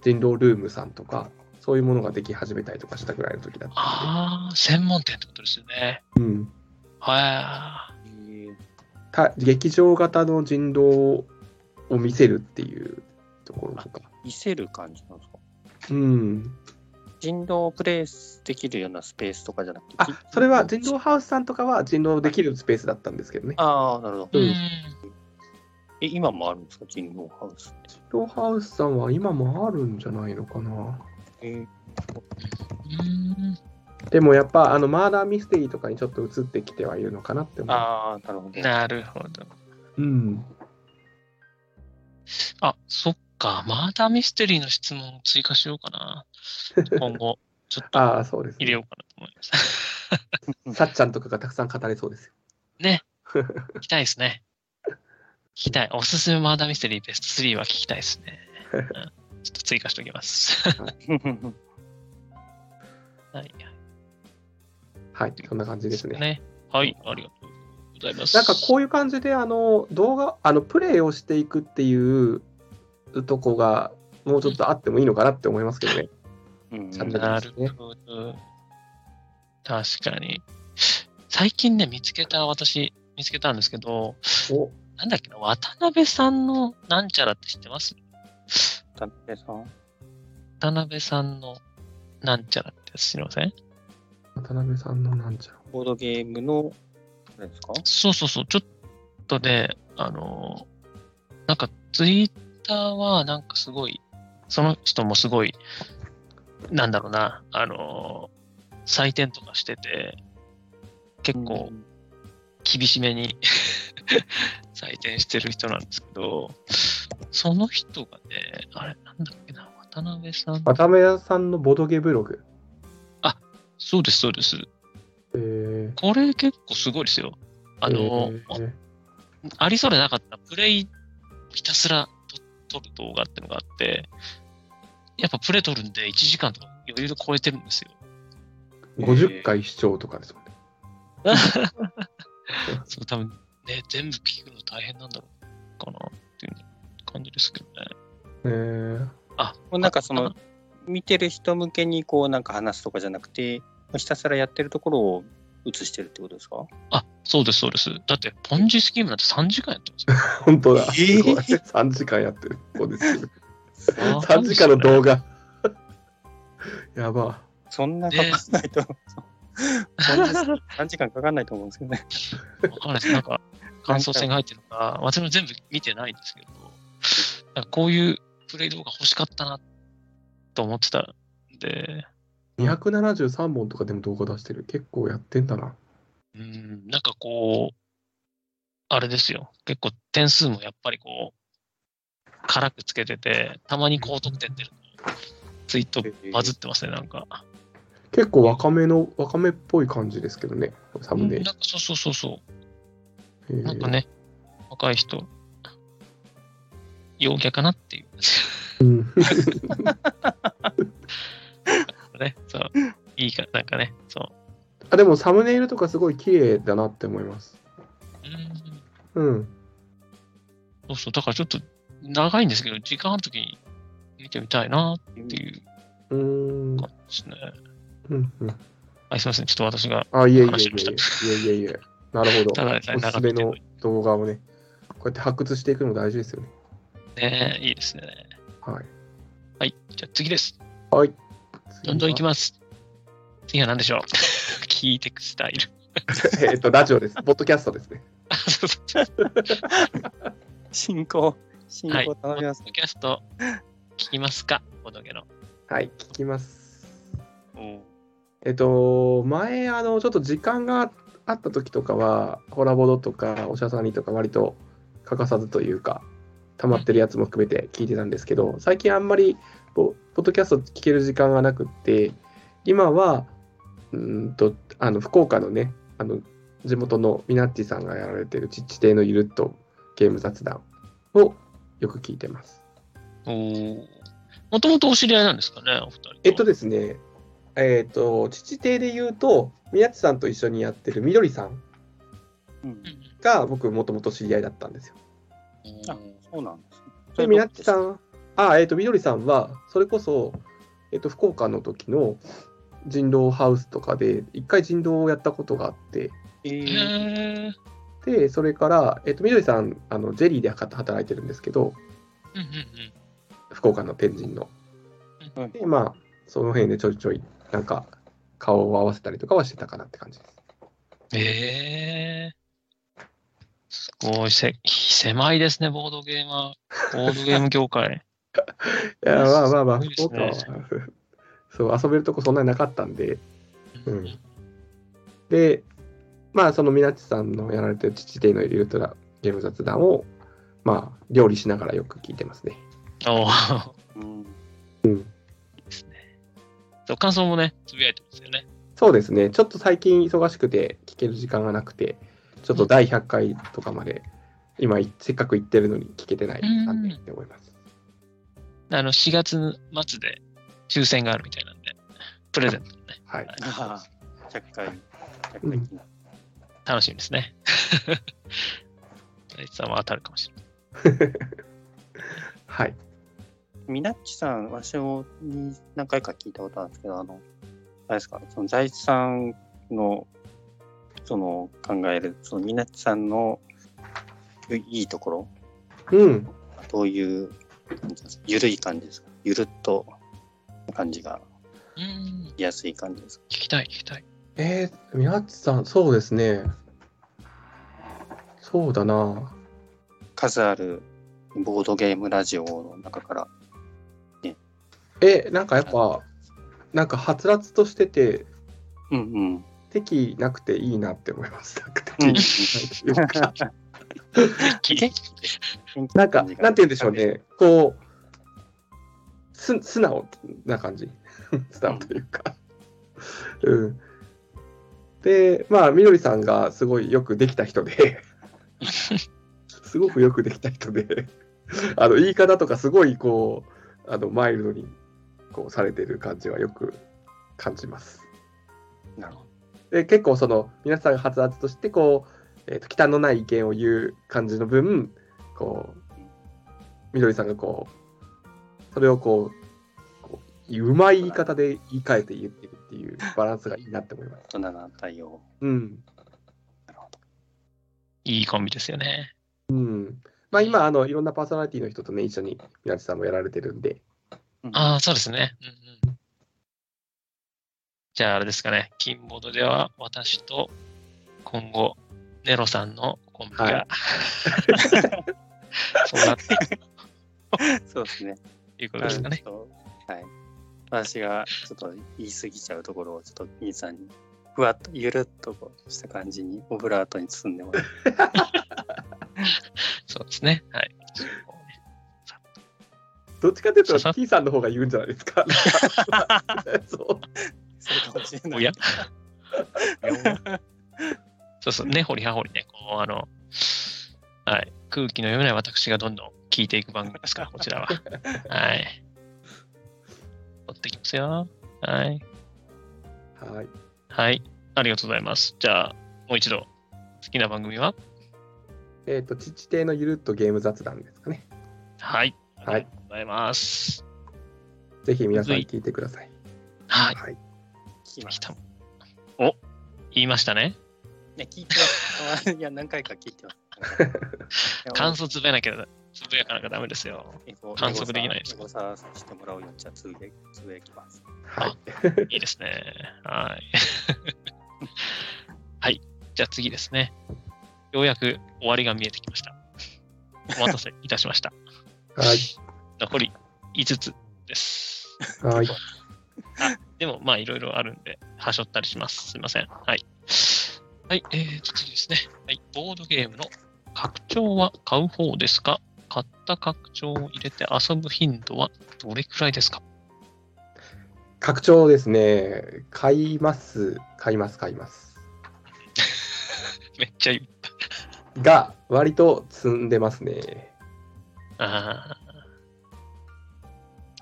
[SPEAKER 2] 人狼ルームさんとか、そういうものができ始めたりとかしたぐらいの時だった
[SPEAKER 1] ああ、専門店ってことですよね。
[SPEAKER 2] んで。うん
[SPEAKER 1] は
[SPEAKER 2] た劇場型の人狼を見せるっていうところとか。
[SPEAKER 3] 見せる感じなんですか
[SPEAKER 2] うん、
[SPEAKER 3] 人狼をプレイできるようなスペースとかじゃなくて。
[SPEAKER 2] あ
[SPEAKER 3] じ
[SPEAKER 2] それは人狼ハウスさんとかは人狼できるスペースだったんですけどね。
[SPEAKER 3] ああ、なるほ
[SPEAKER 1] い。
[SPEAKER 2] う
[SPEAKER 3] ど。
[SPEAKER 2] ん
[SPEAKER 3] え、今もあるんですか人狼ハウスって。
[SPEAKER 2] 人狼ハウスさんは今もあるんじゃないのかな。
[SPEAKER 3] え
[SPEAKER 1] うん
[SPEAKER 2] でもやっぱあのマーダーミステリーとかにちょっと移ってきてはいるのかなって思う。
[SPEAKER 3] ああ、なるほど。
[SPEAKER 1] なるほど。
[SPEAKER 2] うん、
[SPEAKER 1] あ、そっか。まだミステリーの質問を追加しようかな。今後、ちょっと
[SPEAKER 2] ああ、そうです、
[SPEAKER 1] 入れようかなと思います。
[SPEAKER 2] さっちゃんとかがたくさん語れそうですよ。
[SPEAKER 1] ね。聞きたいですね。聞きたい。おすすめマーダーミステリーベスト3は聞きたいです ね。うんちょっと追加しておきます。はい。
[SPEAKER 2] はい、そんな感じですね。
[SPEAKER 1] ね。はい。ありがとうございます。
[SPEAKER 2] なんかこういう感じであの動画あのプレイをしていくっていうとこがもうちょっとあってもいいのかなって思いますけどね。
[SPEAKER 3] うん
[SPEAKER 2] ちゃんと
[SPEAKER 1] なるほど。確かに。最近ね、見つけた、私、見つけたんですけど、
[SPEAKER 2] お
[SPEAKER 1] なんだっけな、渡辺さんのなんちゃらって知ってます
[SPEAKER 3] 渡辺さん。
[SPEAKER 1] 渡辺さんのなんちゃらって知りません
[SPEAKER 2] 渡辺さんのなんちゃら。
[SPEAKER 3] ボードゲームのなんですか
[SPEAKER 1] そうそうそう、ちょっとね、あのーなんかツイッターはなんかすごい、その人もすごい、なんだろうな、あのー採点とかしてて、結構厳しめに 採点してる人なんですけど、その人がね、あれ、なんだっけな、渡辺さん。
[SPEAKER 2] 渡辺さんのボドゲブログ。
[SPEAKER 1] そうです、そうです。
[SPEAKER 2] えー
[SPEAKER 1] これ結構すごいですよ。あのー
[SPEAKER 2] えー
[SPEAKER 1] ありそうでなかったプレイひたすらと撮る動画ってのがあって、やっぱプレイ撮るんで1時間とか余裕で超えてるんですよ。
[SPEAKER 2] 50回視聴とかですもんね。
[SPEAKER 1] それ多分ね、全部聞くの大変なんだろうかなっていう感じですけどね。
[SPEAKER 2] えー
[SPEAKER 3] もうなんかその、見てる人向けにこうなんか話すとかじゃなくて、ひたすらやってるところを映してるってことですか
[SPEAKER 1] あ、そうです、そうです。だって、ポンジスキームなんて3時間やってますよ。
[SPEAKER 2] 本当だ。
[SPEAKER 3] えー
[SPEAKER 2] すごい3時間やってる。そうですよ。
[SPEAKER 1] あー
[SPEAKER 2] 3時間の動画。 やば。
[SPEAKER 3] そんなかかんな いと思う。3時間かかんないと思うんですけどね。
[SPEAKER 1] わかんないです。なん か、感想戦が入ってるのか、私も全部見てないんですけど、なんかこういうプレイ動画欲しかったなと思ってたんで、
[SPEAKER 2] 273本とかでも動画出してる。結構やってんだな。
[SPEAKER 1] うん、なんかこう、あれですよ。結構点数もやっぱりこう、辛くつけてて、たまに高得点出ると、ツイートバズってますね、なんか。
[SPEAKER 2] 結構若めの、若めっぽい感じですけどね。サ
[SPEAKER 1] う
[SPEAKER 2] ム
[SPEAKER 1] ん
[SPEAKER 2] ネ
[SPEAKER 1] なんか
[SPEAKER 2] イ
[SPEAKER 1] そうそうそうそ
[SPEAKER 2] ル。
[SPEAKER 1] う。なんか
[SPEAKER 2] えー
[SPEAKER 1] ね、若い人、陽キャかなっていう。
[SPEAKER 2] うん
[SPEAKER 1] ね、そう。いいか、なんかね、そ
[SPEAKER 2] あ、でもサムネイルとかすごい綺麗だなって思います。
[SPEAKER 1] う。うん
[SPEAKER 2] うん。
[SPEAKER 1] そうそう、だからちょっと長いんですけど、時間ある時に見てみたいなっていう
[SPEAKER 2] うーん。
[SPEAKER 1] 感じですね。
[SPEAKER 2] うんうん
[SPEAKER 1] あ、すいません、ちょっと私が、
[SPEAKER 2] あ、いえいえい
[SPEAKER 1] 話しまし
[SPEAKER 2] えいえいえいえいえ。なるほ
[SPEAKER 1] た
[SPEAKER 2] ど。
[SPEAKER 1] だでさえ
[SPEAKER 2] おす
[SPEAKER 1] 長
[SPEAKER 2] す
[SPEAKER 1] く
[SPEAKER 2] め
[SPEAKER 1] て
[SPEAKER 2] の動画をね、こうやって発掘していくのも大事ですよね。
[SPEAKER 1] ね、いいですね。
[SPEAKER 2] はい。
[SPEAKER 1] はい、じゃあ次です。どんどん
[SPEAKER 2] 行
[SPEAKER 1] いきます。次は何でしょう 聞いてくスタイ ル。
[SPEAKER 2] す。 えっと、ラジオです。ポッドキャストですね。
[SPEAKER 1] あそうそう
[SPEAKER 3] 進行、進
[SPEAKER 1] はい。
[SPEAKER 3] 行
[SPEAKER 1] ポ
[SPEAKER 3] 頼み
[SPEAKER 1] ッ
[SPEAKER 3] ます。
[SPEAKER 1] ドキャスト、聞きますかボドゲの。
[SPEAKER 2] はい、聞きます。
[SPEAKER 1] お
[SPEAKER 2] えっと、前、あの、ちょっと時間があった時とかは、ホラボドとか、おしゃさんにとか、割と欠かさずというか、溜まってるやつも含めて聞いてたんですけど、最近あんまりポ、ポッドキャスト聞ける時間がなくって、今は、うーんと、あの、福岡のね、あの、地元のミナッチさんがやられてる、ちっち亭のゆるっとゲーム雑談をよく聞いてます。
[SPEAKER 1] おもともとお知り合いなんですかね、お二人。
[SPEAKER 2] えっと、ですね、えっ、と、父邸で言うと、宮地さんと一緒にやってるみどりさん
[SPEAKER 3] うん
[SPEAKER 1] う、ん
[SPEAKER 2] が、僕、もともと知り合いだったんですよ。
[SPEAKER 1] うん
[SPEAKER 3] あそうなんですね。そ
[SPEAKER 2] で、
[SPEAKER 3] れ
[SPEAKER 2] みなっちさ
[SPEAKER 3] ど
[SPEAKER 2] ん、あ、えっ、と、みどりさんは、それこそ、えっ、と、福岡の時の人狼ハウスとかで、一回人狼をやったことがあって、
[SPEAKER 3] うで
[SPEAKER 1] へ
[SPEAKER 3] すえー
[SPEAKER 1] ー
[SPEAKER 2] で、それから、えっ、と、みどりさん、あの、ジェリーで働いてるんですけど、
[SPEAKER 1] うんうん
[SPEAKER 2] 福岡の天神の。
[SPEAKER 3] うん
[SPEAKER 2] で、まあ、その辺でちょいちょい、なんか、顔を合わせたりとかはしてたかなって感じです。
[SPEAKER 1] うんへーすごいせ狭いですね、ボードゲーマー。ボードゲーム業界。
[SPEAKER 2] いや、まあまあまあ、
[SPEAKER 1] すごいです
[SPEAKER 2] 福岡
[SPEAKER 1] ね
[SPEAKER 2] は、そう、遊べるとこそんなになかったんで、うんで、まあ、そのみなちさんのやられてる父でのいるウルトラゲーム雑談を、まあ、料理しながらよく聞いてますね。
[SPEAKER 1] おー
[SPEAKER 3] うん
[SPEAKER 1] そう感想もね、つぶやいてますよね。
[SPEAKER 2] そうですね、ちょっと最近忙しくて、聞ける時間がなくて、ちょっと第100回とかまで、今、せっかく行ってるのに聞けてないな
[SPEAKER 1] うん
[SPEAKER 2] って思います。
[SPEAKER 1] あの、4月末で抽選があるみたいなんで、プレゼントね。
[SPEAKER 2] はい。
[SPEAKER 3] ああ、100回、
[SPEAKER 2] う
[SPEAKER 3] 100
[SPEAKER 2] ん
[SPEAKER 1] 楽しみですね。 大地さんは当たるかもしれない。
[SPEAKER 2] はい。
[SPEAKER 3] 回。みなっちさん、わしをに何回か聞いたことあるんですけど、あの、あれですか、その財津さんの、その考える、そのみなっちさんのいいところ、
[SPEAKER 2] うん。
[SPEAKER 3] どういう感じですか、ゆるい感じですか、ゆるっと感じが
[SPEAKER 1] うん、
[SPEAKER 3] しやすい感じですか。
[SPEAKER 1] 聞きたい、聞きたい。
[SPEAKER 2] えー、みなちさん、そうですね。そうだな。
[SPEAKER 3] 数あるボードゲームラジオの中から。
[SPEAKER 2] え、なんかやっぱ、なんかはつらつとしてて、
[SPEAKER 3] うんうん。
[SPEAKER 2] 敵なくていいなって思います。なんか
[SPEAKER 3] うん
[SPEAKER 2] 敵いないというか
[SPEAKER 3] な
[SPEAKER 2] なんか、なんて言うんでしょう。ね。こう、す素直な感じ。 素直というか。うん。で、まあ、みどりさんがすごいよくできた人で、すごくよくできた人で、あの、言い方とかすごい、こう、あの、マイルドに、こう、されてる感じはよく感じます。
[SPEAKER 3] なるほど
[SPEAKER 2] で結構その皆さんが発達としてこう、えーと忌憚のない意見を言う感じの分こうみどりさんがこうそれをこうこううまい言い方で言い換えて言ってるっていうバランスがいいなって思います。
[SPEAKER 3] 大人な対応。
[SPEAKER 2] うん
[SPEAKER 1] いいコンビですよね。
[SPEAKER 2] うんまあ、今あのいろんなパーソナリティの人とね一緒にみなちさんもやられてるんで
[SPEAKER 1] ああ、そうですね。うんうん、じゃあ、あれですかね。金ボードでは、私と今後、ネロさんのコンビが、
[SPEAKER 2] はい
[SPEAKER 1] そうなっていく
[SPEAKER 3] そうですね。
[SPEAKER 1] ということですかね。
[SPEAKER 3] あのちょっとはい。私がちょっと言い過ぎちゃうところを、ちょっと兄さんに、ふわっと、ゆるっとこうした感じに、オブラートに包んでもらう。
[SPEAKER 1] そうですね。はい。
[SPEAKER 2] どっちかというと
[SPEAKER 1] そうそう
[SPEAKER 2] T さんの方が言うんじゃないで すか。 なんかそう
[SPEAKER 3] それかもしれない。
[SPEAKER 1] おやそうそう、ねほりはほりね、こう、あの、はい、空気の読めない私がどんどん聞いていく番組ですから、こちらは。はい。取ってきますよ。はい。
[SPEAKER 2] はい
[SPEAKER 1] はい。ありがとうございます。じゃあ、もう一度、好きな番組は
[SPEAKER 2] えっ、と、父邸のゆるっとゲーム雑談ですかね。
[SPEAKER 1] はい。あ
[SPEAKER 2] はい
[SPEAKER 1] りがとうございます。
[SPEAKER 2] ぜひ皆さん聞いてください。
[SPEAKER 1] はい。
[SPEAKER 2] はい。
[SPEAKER 3] 聞き
[SPEAKER 1] 来
[SPEAKER 3] ました
[SPEAKER 1] た。お言いましたね。
[SPEAKER 3] ね、聞いてます。いや、何回か聞いてます。
[SPEAKER 1] 感想つぶやなきゃ、つぶやかなきゃダメですよ。観測できないです
[SPEAKER 3] か。エゴサーしてもらうようにじゃあつぶやつぶやきます。
[SPEAKER 2] はい。
[SPEAKER 1] いいですね。はい。 はい。じゃあ次ですね。ようやく終わりが見えてきました。お待たせいたしました。
[SPEAKER 2] はい。
[SPEAKER 1] 残り5つです。
[SPEAKER 2] はい。
[SPEAKER 1] でも、まあ、いろいろあるんで、はしょったりします。すいません。はい。はい、えー、と、次ですね。はい、ボードゲームの拡張は買う方ですか買った拡張を入れて遊ぶ頻度はどれくらいですか
[SPEAKER 2] 拡張ですね。買います。買います。買います。
[SPEAKER 1] めっちゃ言う。
[SPEAKER 2] が、割と積んでますね。
[SPEAKER 1] あ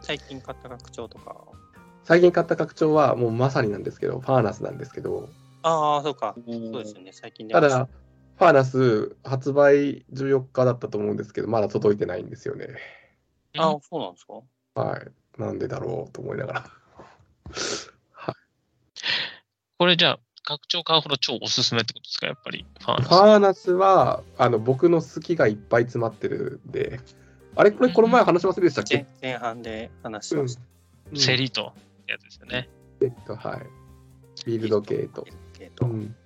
[SPEAKER 3] 最近買った拡張とか。
[SPEAKER 2] 最近買った拡張は、もうまさになんですけど、ファーナスなんですけど、
[SPEAKER 3] ああ、そうか
[SPEAKER 1] あ。。
[SPEAKER 3] そうですよね。最近で
[SPEAKER 2] ただ、ファーナス、発売14日だったと思うんですけど、まだ届いてないんですよね。
[SPEAKER 3] ああ、そうなんですか。
[SPEAKER 2] はい。なんでだろうと思いなが ら。
[SPEAKER 1] これじゃあ、拡張買うほど超おすすめってことですかやっぱり、ファーナ
[SPEAKER 2] フ
[SPEAKER 1] ス。
[SPEAKER 2] ァーナスは、あの、僕の好きがいっぱい詰まってるんで、あれこれ、この前話しませんでしたっけ
[SPEAKER 3] 前前半で話しました。
[SPEAKER 2] うん
[SPEAKER 1] セリートってやつですよね。
[SPEAKER 2] と、はい。ビルド系と
[SPEAKER 3] ビ。ルド系
[SPEAKER 2] う
[SPEAKER 3] と。
[SPEAKER 2] ん。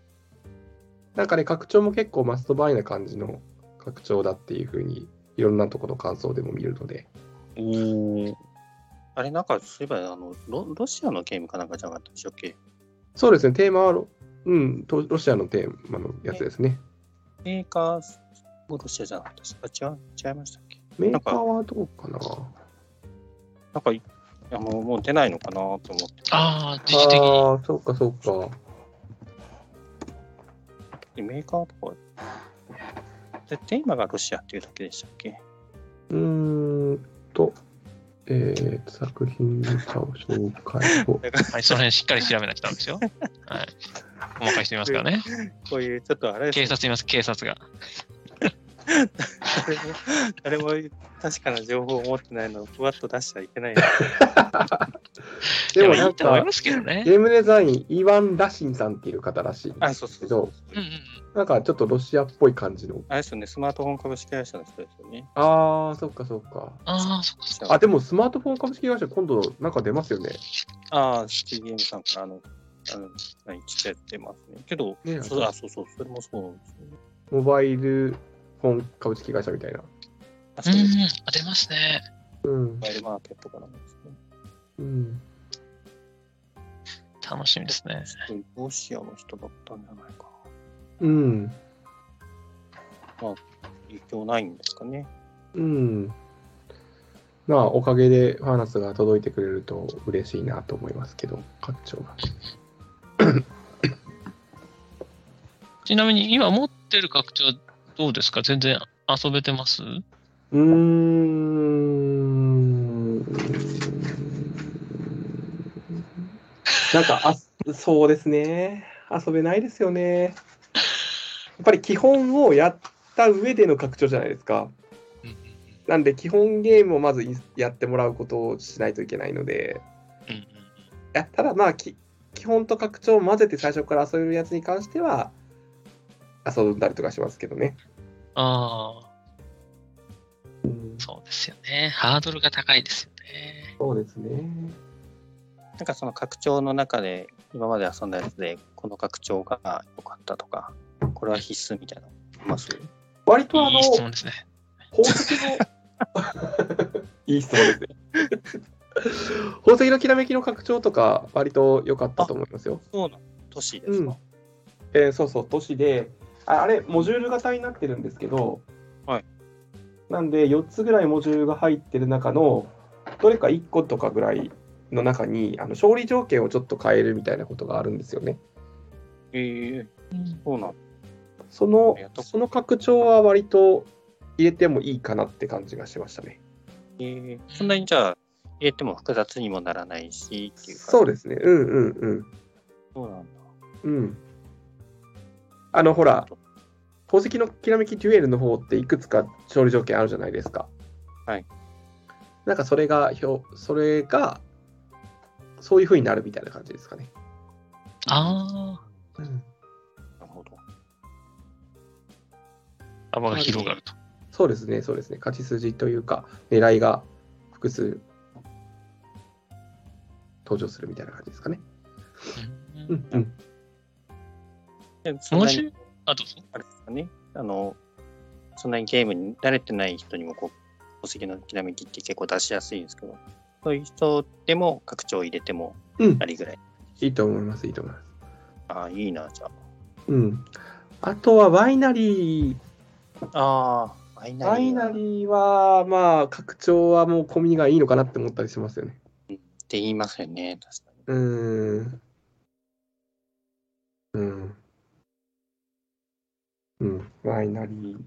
[SPEAKER 2] なんかね、拡張も結構マストバイな感じの拡張だっていうふうに、いろんなとこの感想でも見るので。
[SPEAKER 1] おお。
[SPEAKER 3] あれ、なんか、そういえば、あの、ロロシアのゲームかなんかじゃなかったでしたっけ
[SPEAKER 2] そうですね、テーマはロ、うん、とロシアのテーマのやつですね。
[SPEAKER 3] メーカーもロシアじゃなかったですか違う違いましたっけ
[SPEAKER 2] メ
[SPEAKER 3] な
[SPEAKER 2] ー
[SPEAKER 3] んか
[SPEAKER 2] カーはどうかな
[SPEAKER 3] なんか、いやもうもう出ないのかなと思って。
[SPEAKER 1] ああ、時事的に。
[SPEAKER 2] ああ、そうかそうか。
[SPEAKER 3] でメーカーとか。で、テーマがロシアっていうだけでしたっけ
[SPEAKER 2] うーんと、えーと、作品の他を紹介を。
[SPEAKER 1] はい、その辺しっかり調べなきゃダメですよ。はい。細かい人いますからね。
[SPEAKER 3] こういう、ちょっとあれです
[SPEAKER 1] 警
[SPEAKER 3] ね
[SPEAKER 1] 察います、警察が。
[SPEAKER 3] 誰も誰も確かな情報を持ってないのをふわっと出しちゃいけないな。
[SPEAKER 1] で
[SPEAKER 2] で
[SPEAKER 1] もい
[SPEAKER 2] もなん
[SPEAKER 1] いと思い
[SPEAKER 2] か
[SPEAKER 1] ま、すけどね。
[SPEAKER 2] ゲームデザイン、イワン・ラシンさんっていう方らしいんで
[SPEAKER 3] あ、
[SPEAKER 2] す
[SPEAKER 3] そうそ
[SPEAKER 2] け
[SPEAKER 3] うそう。
[SPEAKER 2] ど、
[SPEAKER 1] うんうんうん。
[SPEAKER 2] なんかちょっとロシアっぽい感じの。
[SPEAKER 3] あれですよね、スマートフォン株式会社の人ですよね。
[SPEAKER 2] ああ、そっかそっか。
[SPEAKER 1] ああ、そっかそっ
[SPEAKER 2] あ、でもスマートフォン株式会社、今度なんか出ますよね。
[SPEAKER 3] ああ、スティーゲームさんからあの、あの、何、ちっちゃいやつ出ますね。けど、
[SPEAKER 2] ね
[SPEAKER 3] そうあそうそう、それもそうなんですよね。
[SPEAKER 2] モバイルフォン株式会社みたいな。
[SPEAKER 3] あ
[SPEAKER 1] う
[SPEAKER 3] そうです。モ
[SPEAKER 1] ん、あ出ますね。
[SPEAKER 2] うん
[SPEAKER 3] バイルマーケットからなんですね。
[SPEAKER 2] うん、
[SPEAKER 1] 楽しみですね。
[SPEAKER 3] すごいロシアの人だったんじゃないかな。
[SPEAKER 2] うん、
[SPEAKER 3] 影響ないんですかね。
[SPEAKER 2] うん。まあ、おかげでファーナスが届いてくれると嬉しいなと思いますけど、課長が。
[SPEAKER 1] ちなみに今持ってる拡張どうですか全然遊べてます
[SPEAKER 2] うーん。なんかあ、そうですね。遊べないですよね。やっぱり基本をやった上での拡張じゃないですか。
[SPEAKER 1] うんうん
[SPEAKER 2] なんで、基本ゲームをまずいやってもらうことをしないといけないので、
[SPEAKER 1] うんうん
[SPEAKER 2] いやただまあき、基本と拡張を混ぜて最初から遊べるやつに関しては、遊んだりとかしますけどね。
[SPEAKER 1] ああ、そうですよね。ハードルが高いですよね。
[SPEAKER 2] そうですね。
[SPEAKER 3] なんかその拡張の中で、今まで遊んだやつで、この拡張が良かったとか、これは必須みたいなのあります
[SPEAKER 2] 割とあの
[SPEAKER 1] いい、質問ですね。
[SPEAKER 2] 宝石のいい質問ですね。宝石のきらめきの拡張とか割と良かったと思いますよ。
[SPEAKER 3] そうなの都市で
[SPEAKER 2] う
[SPEAKER 3] す
[SPEAKER 2] ん
[SPEAKER 3] か、。
[SPEAKER 2] えーそうそう都市でああれモジュール型になってるんですけど、
[SPEAKER 3] はい。
[SPEAKER 2] なんで4つぐらいモジュールが入ってる中のどれか1個とかぐらいの中にあの勝利条件をちょっと変えるみたいなことがあるんですよね。
[SPEAKER 3] ええそうなの
[SPEAKER 2] その
[SPEAKER 3] やったこと
[SPEAKER 2] その拡張は割と入れてもいいかなって感じがしましたね。
[SPEAKER 3] ええそんなにじゃあ、入れても複雑にもならないし、っていうか、
[SPEAKER 2] そうですね。うんうんうん。
[SPEAKER 3] そうなんだ。
[SPEAKER 2] うん。あの、ほら、宝石のきらめきデュエルの方っていくつか勝利条件あるじゃないですか。
[SPEAKER 3] はい。
[SPEAKER 2] なんかそれが、ひょそれが、そういう風になるみたいな感じですかね。
[SPEAKER 1] あ
[SPEAKER 3] なるほど。
[SPEAKER 1] あ、幅が広がると。
[SPEAKER 2] そうですね、そうですね。勝ち筋というか、狙いが複数登場するみたいな感じですかね。
[SPEAKER 1] うん
[SPEAKER 2] うんうん。
[SPEAKER 3] でそん
[SPEAKER 1] も
[SPEAKER 3] なに
[SPEAKER 1] し、あ、どうぞ。
[SPEAKER 3] あれですかね、あの、そんなにゲームに慣れてない人にも、こう、宝石のきらめきって結構出しやすいんですけど、そういう人でも拡張入れても
[SPEAKER 2] うん
[SPEAKER 3] あ。りぐらい。
[SPEAKER 2] いいと思います、いいと思います。
[SPEAKER 3] ああ、いいな、じゃ
[SPEAKER 2] うん。あとは、ワイナリー
[SPEAKER 3] あ。ああ、ファイナ
[SPEAKER 2] ワ
[SPEAKER 3] リ
[SPEAKER 2] イ
[SPEAKER 3] ー
[SPEAKER 2] ナ
[SPEAKER 3] っ
[SPEAKER 2] リーは、まあ、拡張はもう込みがいいのかなって思ったりしますよね。
[SPEAKER 3] て言いますよね、確かに。
[SPEAKER 2] うーん。うん。うん、ワイナリー。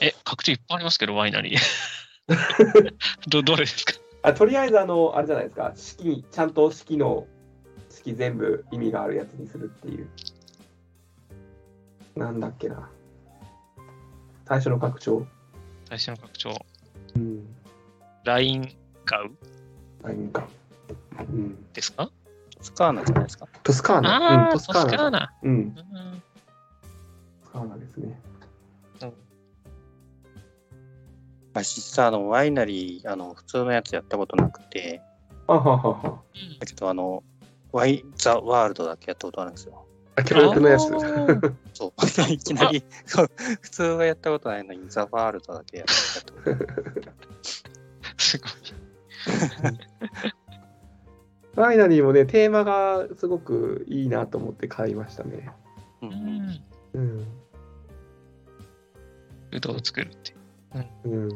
[SPEAKER 1] え、拡張いっぱいありますけど、ワイナリー。ど、どれですか
[SPEAKER 2] あとりあえず、あの、あれじゃないですか、式、ちゃんと式の、式全部意味があるやつにするっていう。なんだっけな。最初の拡張。
[SPEAKER 1] 最初の拡張。
[SPEAKER 2] うん。
[SPEAKER 1] LINE 買う
[SPEAKER 2] ラインか。うん。
[SPEAKER 1] ですか
[SPEAKER 3] スカーナじゃないですか。
[SPEAKER 2] トスカーナ。
[SPEAKER 1] あ
[SPEAKER 2] うん、
[SPEAKER 1] あ、
[SPEAKER 2] ト
[SPEAKER 1] ト
[SPEAKER 2] ス
[SPEAKER 1] ス
[SPEAKER 2] カ
[SPEAKER 1] カ
[SPEAKER 2] ーナ。
[SPEAKER 1] ーナ。
[SPEAKER 2] うん、
[SPEAKER 1] うん
[SPEAKER 2] トスカーナですね。
[SPEAKER 3] 私さ、あの、ワイナリー、あの、普通のやつやったことなくて、
[SPEAKER 2] あははは。
[SPEAKER 3] だけど、あの、ワイ・ザ・ワールドだけやったことあるんですよ。
[SPEAKER 2] あ、協力のやつ。
[SPEAKER 1] あ ー
[SPEAKER 3] そう。 いきなり、そう普通はやったことないのに、ザ・ワールドだけやったことある。
[SPEAKER 1] すごい。
[SPEAKER 2] ワイナリーもね、テーマがすごくいいなと思って買いましたね。
[SPEAKER 3] うん
[SPEAKER 1] う
[SPEAKER 3] うん
[SPEAKER 1] ん。
[SPEAKER 2] うん。
[SPEAKER 1] ルドを作るっていう。
[SPEAKER 2] うん。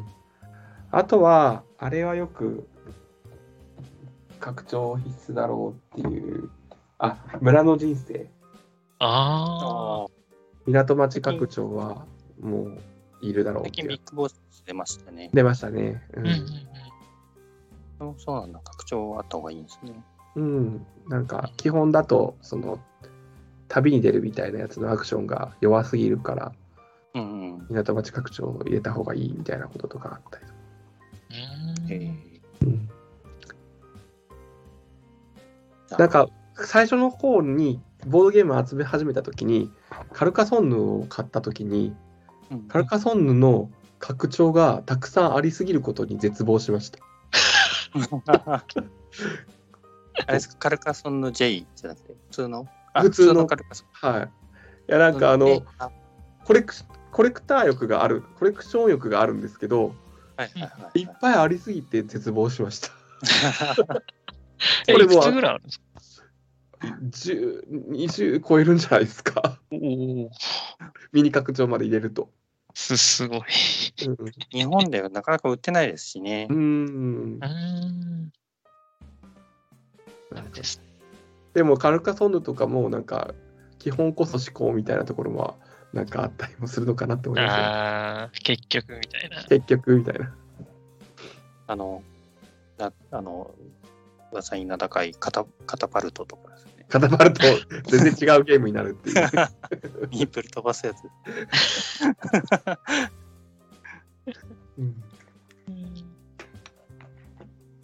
[SPEAKER 2] あとは、あれはよく、拡張必須だろうっていう、あ、村の人生、
[SPEAKER 1] ああ
[SPEAKER 3] あ。あ、
[SPEAKER 2] 港町拡張はもういるだろうっ
[SPEAKER 3] 最
[SPEAKER 2] て
[SPEAKER 3] 近
[SPEAKER 2] い
[SPEAKER 3] ビ
[SPEAKER 2] う
[SPEAKER 3] ッ。グボス出ましたね。
[SPEAKER 2] 出ましたね。う
[SPEAKER 1] うんうん
[SPEAKER 2] ん。
[SPEAKER 3] そうそうなんだ、拡張あった方がいいんですね。
[SPEAKER 2] うん。なんか、基本だと、その、旅に出るみたいなやつのアクションが弱すぎるから、
[SPEAKER 3] うんうん。
[SPEAKER 2] 港町拡張を入れた方がいいみたいなこととかあったりとか。
[SPEAKER 1] うん。う
[SPEAKER 3] え
[SPEAKER 1] ん
[SPEAKER 3] ー
[SPEAKER 2] うん
[SPEAKER 3] じゃあ
[SPEAKER 2] なんか最初の方にボードゲームを集め始めた時にカルカソンヌを買った時に
[SPEAKER 3] うん
[SPEAKER 2] カルカソンヌの拡張がたくさんありすぎることに絶望しました。
[SPEAKER 3] あれですか、カルカソンの J じゃなくて、普通のあ
[SPEAKER 2] 普通の
[SPEAKER 3] カルカソン。
[SPEAKER 2] はい。いやなんかあの
[SPEAKER 3] あ
[SPEAKER 2] コレクシコレクター欲がある、コレクション欲があるんですけど、
[SPEAKER 3] はいはいはい
[SPEAKER 2] っぱいありすぎて絶望しました。
[SPEAKER 3] い。
[SPEAKER 1] え、
[SPEAKER 2] これ
[SPEAKER 1] い
[SPEAKER 2] も
[SPEAKER 1] く
[SPEAKER 2] う
[SPEAKER 1] つぐらいあるんですか
[SPEAKER 2] 10、20超えるんじゃないですか。
[SPEAKER 1] おおー、
[SPEAKER 2] ミニ拡張まで入れると。
[SPEAKER 1] す、すごい。
[SPEAKER 2] うん
[SPEAKER 3] 日本ではなかなか売ってないですしね
[SPEAKER 2] う。ん
[SPEAKER 1] う。ーん。あれですね。
[SPEAKER 2] でもカルカソンヌとかもなんか基本こそ思考みたいなところはなんかあったりもするのかなって思いま
[SPEAKER 1] あー、結局みたいな
[SPEAKER 2] す。。結局みたいな。
[SPEAKER 3] あの、なあの、噂に名高いカタカタパルトとかです ね。
[SPEAKER 2] 固まると全然違うゲームになるっていう。
[SPEAKER 3] ミープル飛ばすやつ。
[SPEAKER 2] うん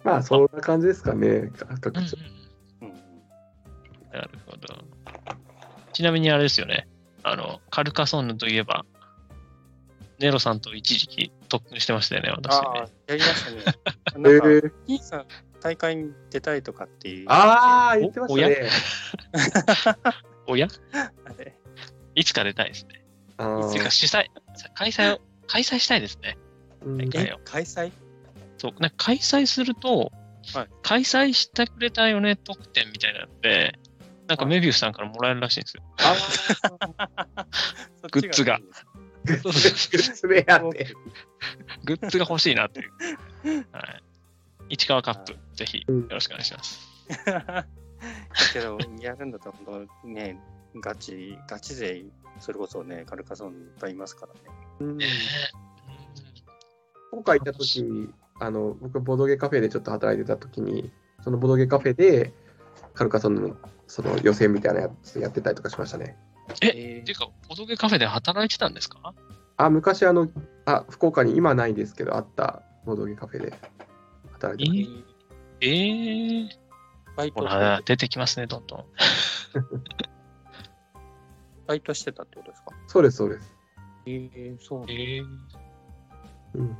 [SPEAKER 2] まあそんな感じですかね。拡
[SPEAKER 1] うんうん
[SPEAKER 2] 張
[SPEAKER 3] うん
[SPEAKER 1] なるほど。ちなみにあれですよね。あの、カルカソンヌといえば、ネロさんと一時期特訓してましたよね、私
[SPEAKER 3] ああ
[SPEAKER 1] ね。、
[SPEAKER 3] やりましたね。
[SPEAKER 2] え
[SPEAKER 3] なんか、
[SPEAKER 2] ー
[SPEAKER 3] 兄さん、大会に出たいとかっていう。
[SPEAKER 2] ああ、言ってましたね。
[SPEAKER 1] おや
[SPEAKER 3] あれ
[SPEAKER 1] いつか出たいですね。
[SPEAKER 2] あ
[SPEAKER 1] いつ
[SPEAKER 2] ー
[SPEAKER 1] か主催、開催を、開催したいですね。
[SPEAKER 2] うん
[SPEAKER 1] なんか
[SPEAKER 3] え、開催
[SPEAKER 1] そう、なんか開催すると、
[SPEAKER 3] はい
[SPEAKER 1] 開催してくれたよね特典みたいなので、なんか
[SPEAKER 3] はい
[SPEAKER 1] メビウスさんからもらえるらしいんですよ。
[SPEAKER 3] ああ、そっ
[SPEAKER 1] グ
[SPEAKER 3] ち
[SPEAKER 1] ッズが
[SPEAKER 3] いいです。
[SPEAKER 2] それやって。
[SPEAKER 1] グッズが欲しいなっていう。はい。市川カップ、ぜひよ
[SPEAKER 2] うん
[SPEAKER 1] ろしくお願いします。
[SPEAKER 3] だけど、やるんだったら、本当ね、ガチ、ガチ勢、それこそね、カルカソンいっぱいいますからね。
[SPEAKER 2] うん
[SPEAKER 1] ね
[SPEAKER 2] 今回行った時あの僕ボドゲカフェでちょっと働いてた時にそのボドゲカフェでカルカソンヌのその予選みたいなやつやってたりとかしましたね
[SPEAKER 1] えっていうか、ボドゲカフェで働いてたんですか
[SPEAKER 2] あ昔あのあ福岡に今ないんですけどあったボドゲカフェで働いて
[SPEAKER 1] え
[SPEAKER 2] まし
[SPEAKER 1] ーえー、
[SPEAKER 3] バイト
[SPEAKER 1] ほら、出てきますね、どんどん。
[SPEAKER 3] バイトしてたってことですか
[SPEAKER 2] たそうですそうです、
[SPEAKER 3] ええそう。
[SPEAKER 1] えー、
[SPEAKER 2] うん、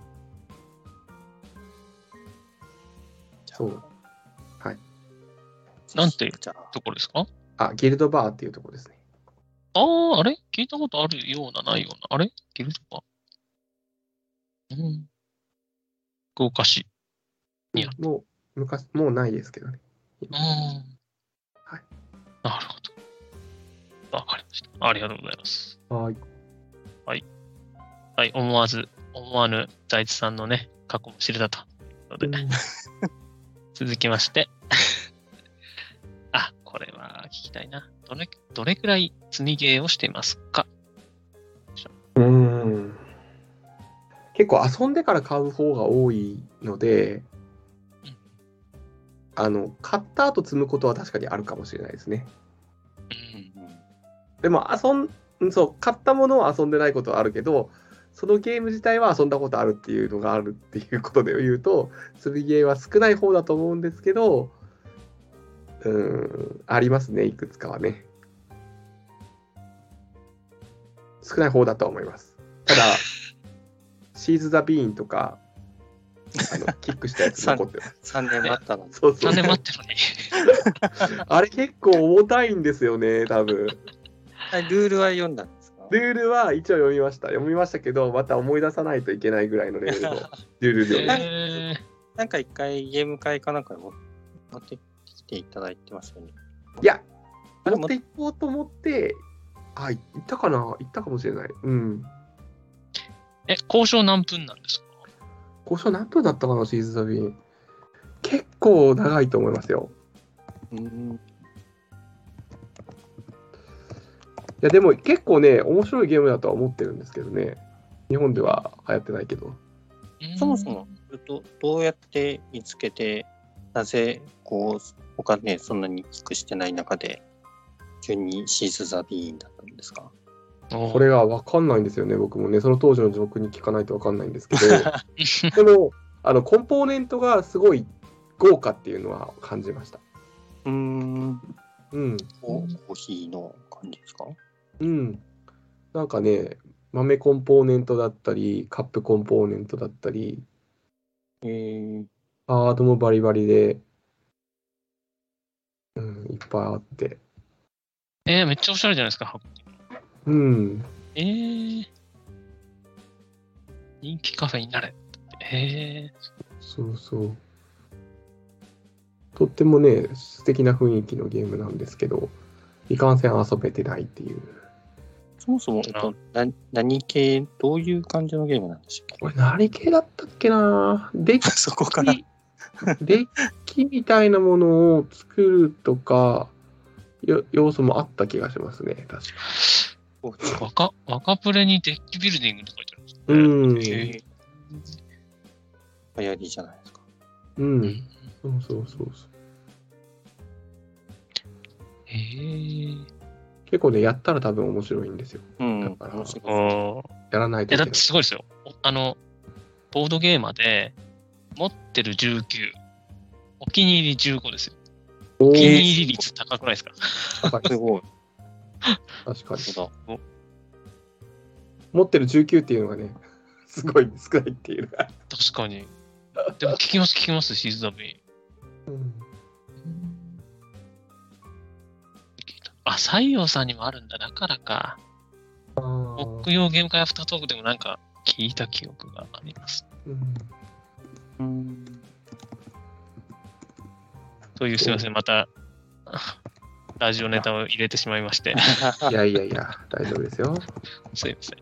[SPEAKER 2] そう
[SPEAKER 1] なんて
[SPEAKER 3] じゃあ、
[SPEAKER 1] ところですか
[SPEAKER 2] あギルドバーっていうとこですね
[SPEAKER 1] ああ、あれ聞いたことあるような、ないような。あれギルドか。うん。福岡市。いや
[SPEAKER 2] もう昔もうないですけどね
[SPEAKER 1] うん。はい。なるほど。わかりました。ありがとうございます。
[SPEAKER 2] はい
[SPEAKER 1] はい、思わず、思わぬ財津さんのね、過去も知れたと。ので、続きまして。 あ、これは聞きたいな。どれ、どれくらい積みゲーをしていますか
[SPEAKER 2] うん結構遊んでから買う方が多いので
[SPEAKER 1] うん、
[SPEAKER 2] あの買った後積むことは確かにあるかもしれないですね。
[SPEAKER 1] うん。
[SPEAKER 2] でも遊んうんそう買ったものは遊んでないことはあるけど、そのゲーム自体は遊んだことあるっていうのがあるっていうことで言うと、積みゲーは少ない方だと思うんですけど、うん、ありますね、いくつかはね。少ない方だとは思います。ただ、シーズ・ザ・ビーンとか、あのキックしたやつ残ってます。
[SPEAKER 3] 3年待ったのに。
[SPEAKER 2] そう そう
[SPEAKER 1] 3年待ってるのに。
[SPEAKER 2] あれ結構重たいんですよね、多分。
[SPEAKER 3] あルールは読んだんですか
[SPEAKER 2] ルールは一応読みました。読みましたけど、また思い出さないといけないぐらいのレベルのルール 量です。
[SPEAKER 1] えー
[SPEAKER 3] なんか一回ゲーム会かなんかに持ってきていただいてますよね。
[SPEAKER 2] いや、
[SPEAKER 3] あれ
[SPEAKER 2] 持っていこうと思って、あ、い行ったかな行ったかもしれない。うん。
[SPEAKER 1] え、交渉何分なんですか
[SPEAKER 2] 交渉何分だったかな、シーズンザビーン。結構長いと思いますよ。
[SPEAKER 3] うん。
[SPEAKER 2] いや、でも結構ね、面白いゲームだとは思ってるんですけどね。日本では流行ってないけど。
[SPEAKER 3] そもそも、どどうやって見つけて、なぜ、こう、他ね、そんなにキックしてない中で、急にシーズ・ザ・ビーンだったんですか
[SPEAKER 2] こ
[SPEAKER 1] こ
[SPEAKER 2] れが分かんないんですよね、僕もね。その当時の状況に聞かないと分かんないんですけど。 でも、あの、コンポーネントがすごい豪華っていうのは感じました。
[SPEAKER 3] うーん。
[SPEAKER 2] うん。
[SPEAKER 3] ココーヒーの感じですか
[SPEAKER 2] うん。なんかね、豆コンポーネントだったり、カップコンポーネントだったり、
[SPEAKER 3] えー、
[SPEAKER 2] ハードもバリバリで、うん、いっぱいあって。
[SPEAKER 1] えーめっちゃおしゃれじゃないですか。箱
[SPEAKER 2] うん。
[SPEAKER 1] えー、人気カフェになれ。へえ。
[SPEAKER 2] そうそう。とってもね、素敵な雰囲気のゲームなんですけど、いかんせん遊べてないっていう。
[SPEAKER 3] そもそも、えっと、な何系、どういう感じのゲームなんでしょ
[SPEAKER 2] これ何系だったっけなデッ
[SPEAKER 3] う そこから。
[SPEAKER 2] キ、 デッキみたいなものを作るとか、よ要素もあった気がしますね、確か。
[SPEAKER 1] 若、若プレにデッキビルディングとか言ってあるんですね
[SPEAKER 2] うん。
[SPEAKER 1] へ
[SPEAKER 3] 流行りじゃないですか。
[SPEAKER 2] うん。そうそうそうそう。
[SPEAKER 1] え。へえ。
[SPEAKER 2] 結構ね、やったら多分面白いんですよ。
[SPEAKER 3] うん。
[SPEAKER 2] だから
[SPEAKER 3] 面白いです
[SPEAKER 1] ああ。
[SPEAKER 2] やらない
[SPEAKER 1] い
[SPEAKER 2] と
[SPEAKER 1] やだ
[SPEAKER 2] いけな
[SPEAKER 1] っ
[SPEAKER 2] い
[SPEAKER 1] て。すごいですよ。おあの、ボードゲーマーで、持ってる19、お気に入り15ですよ。
[SPEAKER 2] お
[SPEAKER 1] お気
[SPEAKER 2] ー
[SPEAKER 1] に入り率高くないですか
[SPEAKER 2] 高い
[SPEAKER 3] すごい。
[SPEAKER 2] 確かに。
[SPEAKER 3] そう
[SPEAKER 2] 持ってる19っていうのがね、 すごい少ないっていうのが。
[SPEAKER 1] 確かに。でも聞きます、聞きます、シーズダビ
[SPEAKER 2] うん
[SPEAKER 1] ン。あ、西洋さんにもあるんだ、だからか。
[SPEAKER 2] あー
[SPEAKER 1] 木曜ゲーム会アフタートークでもなんか聞いた記憶があります。
[SPEAKER 2] うん
[SPEAKER 3] だ。 うん。
[SPEAKER 1] という、すいません、また、ラジオネタを入れてしまいまして。
[SPEAKER 2] いやいやいや、大丈夫ですよ。
[SPEAKER 1] すいません。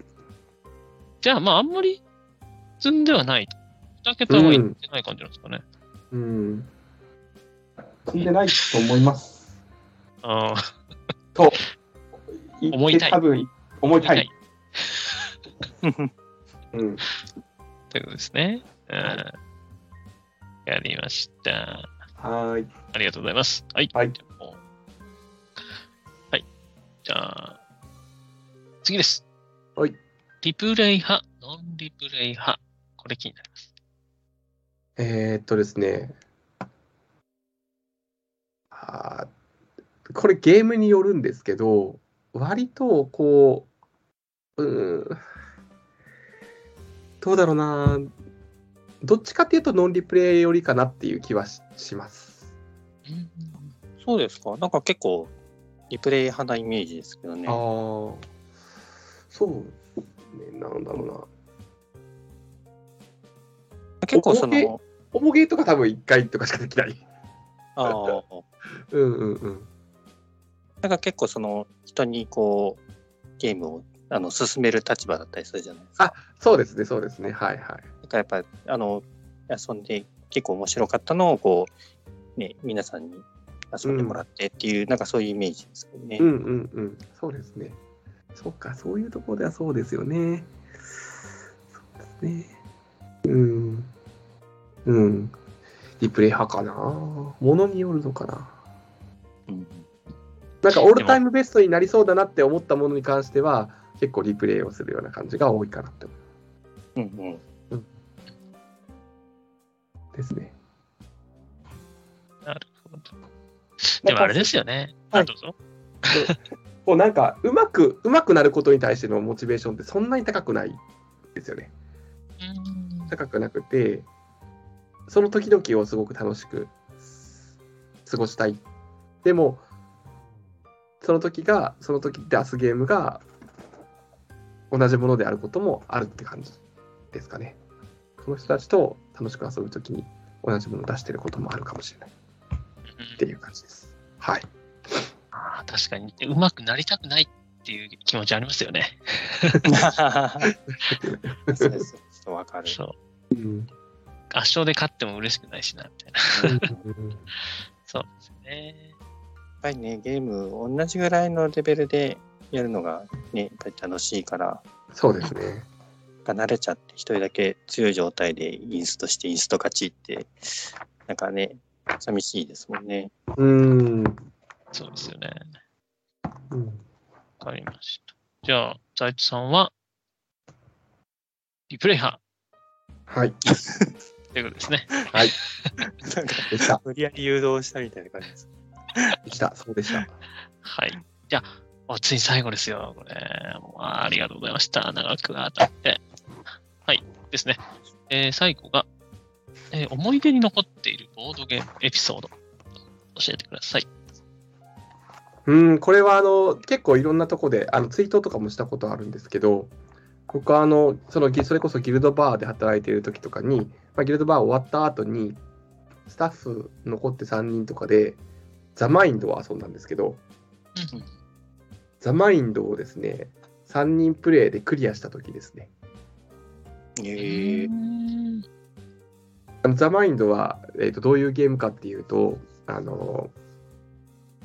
[SPEAKER 1] じゃあ、まあ、あんまり積んではない。2桁はいってない感じなんですかね。
[SPEAKER 2] うん。
[SPEAKER 4] 積んでないと思います。
[SPEAKER 1] ああ、思
[SPEAKER 4] 思
[SPEAKER 1] いたい
[SPEAKER 4] 多分、思いた
[SPEAKER 1] はい
[SPEAKER 4] い。
[SPEAKER 2] うん。
[SPEAKER 1] ということですね。うん。やりました。
[SPEAKER 4] はーい。
[SPEAKER 1] ありがとうございます。はい。
[SPEAKER 4] はい
[SPEAKER 1] じゃあもうはい。じゃあ、次です。
[SPEAKER 2] はい。
[SPEAKER 1] リプレイ派、ノンリプレイ派。これ気になります。
[SPEAKER 2] えー、っとですね。あーこれゲームによるんですけど、割とこう、うーん、どうだろうな。どっちかっていうとノンリプレイよりかなっていう気はしします。
[SPEAKER 3] そうですか。なんか結構、リプレイ派なイメージですけどね。
[SPEAKER 2] ああ、そう、ね、なんだろうな。
[SPEAKER 3] 結構そ
[SPEAKER 2] お
[SPEAKER 3] の、
[SPEAKER 2] オモゲーとか多分1回とかしかできない。
[SPEAKER 3] ああ。
[SPEAKER 2] うんうんうん。
[SPEAKER 3] なんか結構その、人にこう、ゲームを、あの、進める立場だったりするじゃないですか。
[SPEAKER 2] そうですね、そうですね。はいはい。
[SPEAKER 3] だからやっぱりあの遊んで結構面白かったのをこう、ね、皆さんに遊んでもらってっていう、なんかそういうイメージですけどね。
[SPEAKER 2] うんうんうん。そうですね。そっか、そういうところではそうですよね。そうですね。うん。うん。リプレイ派かな。ものによるのかな。
[SPEAKER 3] うん
[SPEAKER 2] なんかオールタイムベストになりそうだなって思ったものに関しては、結構リプレイをするような感じが多いかなって思
[SPEAKER 3] うんうん
[SPEAKER 2] うですね。
[SPEAKER 1] なるほど。でもあれですよね。
[SPEAKER 2] はい
[SPEAKER 1] あどうぞ。
[SPEAKER 2] こうなんか、うまく、うまくなることに対してのモチベーションってそんなに高くないですよね。
[SPEAKER 1] うん
[SPEAKER 2] 高くなくてその時々をすごく楽しく過ごしたいでもその時がその時って明日ゲームが同じものであることもあるって感じですかねこの人たちと楽しく遊ぶ時に同じものを出してることもあるかもしれないっていう感じですはい
[SPEAKER 1] ああ、確かに。うまくなりたくないっていう気持ちありますよね。
[SPEAKER 3] そうです。ちょっとわかる。
[SPEAKER 1] そう。
[SPEAKER 2] うん
[SPEAKER 1] 圧勝で勝っても嬉しくないしな、みたいな。 そうですね。
[SPEAKER 3] やっぱりね、ゲーム同じぐらいのレベルでやるのがね、やっぱり楽しいから、
[SPEAKER 2] そうですね
[SPEAKER 3] 慣れちゃって一人だけ強い状態でインストしてインスト勝ちって、なんかね、寂しいですもんね。
[SPEAKER 2] うん、
[SPEAKER 1] そうですよね。
[SPEAKER 2] うん、
[SPEAKER 1] わかりました。じゃあ、財津さんは、リプレイ派
[SPEAKER 2] はい
[SPEAKER 1] ということですね。
[SPEAKER 3] なんか
[SPEAKER 2] でした
[SPEAKER 3] 無理やり誘導したみたいな感じです。
[SPEAKER 2] でしたそうでした
[SPEAKER 1] はい。じゃあ、おついに最後ですよ、これ。もうありがとうございました。長く当たって。はい。ですね。えー最後が、えー思い出に残っているボードゲームエピソード。教えてください。
[SPEAKER 2] うん、これはあの結構いろんなとこであのツイートとかもしたことあるんですけど、僕はあのそのぎそれこそギルドバーで働いている時とかに、まあ、ギルドバー終わった後にスタッフ残って3人とかでザ・マインドを遊んだんですけど
[SPEAKER 1] うん
[SPEAKER 2] ザ・マインドをですね3人プレイでクリアした時ですね
[SPEAKER 3] ええ
[SPEAKER 2] あのザ・マインドは、えー、とどういうゲームかっていうと、あの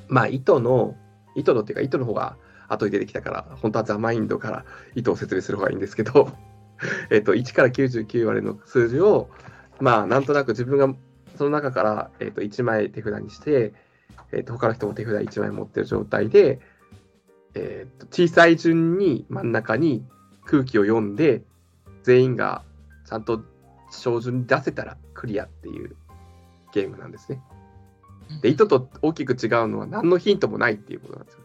[SPEAKER 2] まあ、糸の、糸のっていうか、糸の方が後で出てきたから、本当はザ・マインドから糸を説明する方がいいんですけど、 えっと1から99までの数字を、まあ、なんとなく自分がその中から、えー、と1枚手札にして、えー、と他の人も手札1枚持ってる状態で、えー、と小さい順に真ん中に空気を読んで、全員がちゃんと照準に出せたらクリアっていうゲームなんですね。で、糸と大きく違うのは何のヒントもないっていうことなんですよ。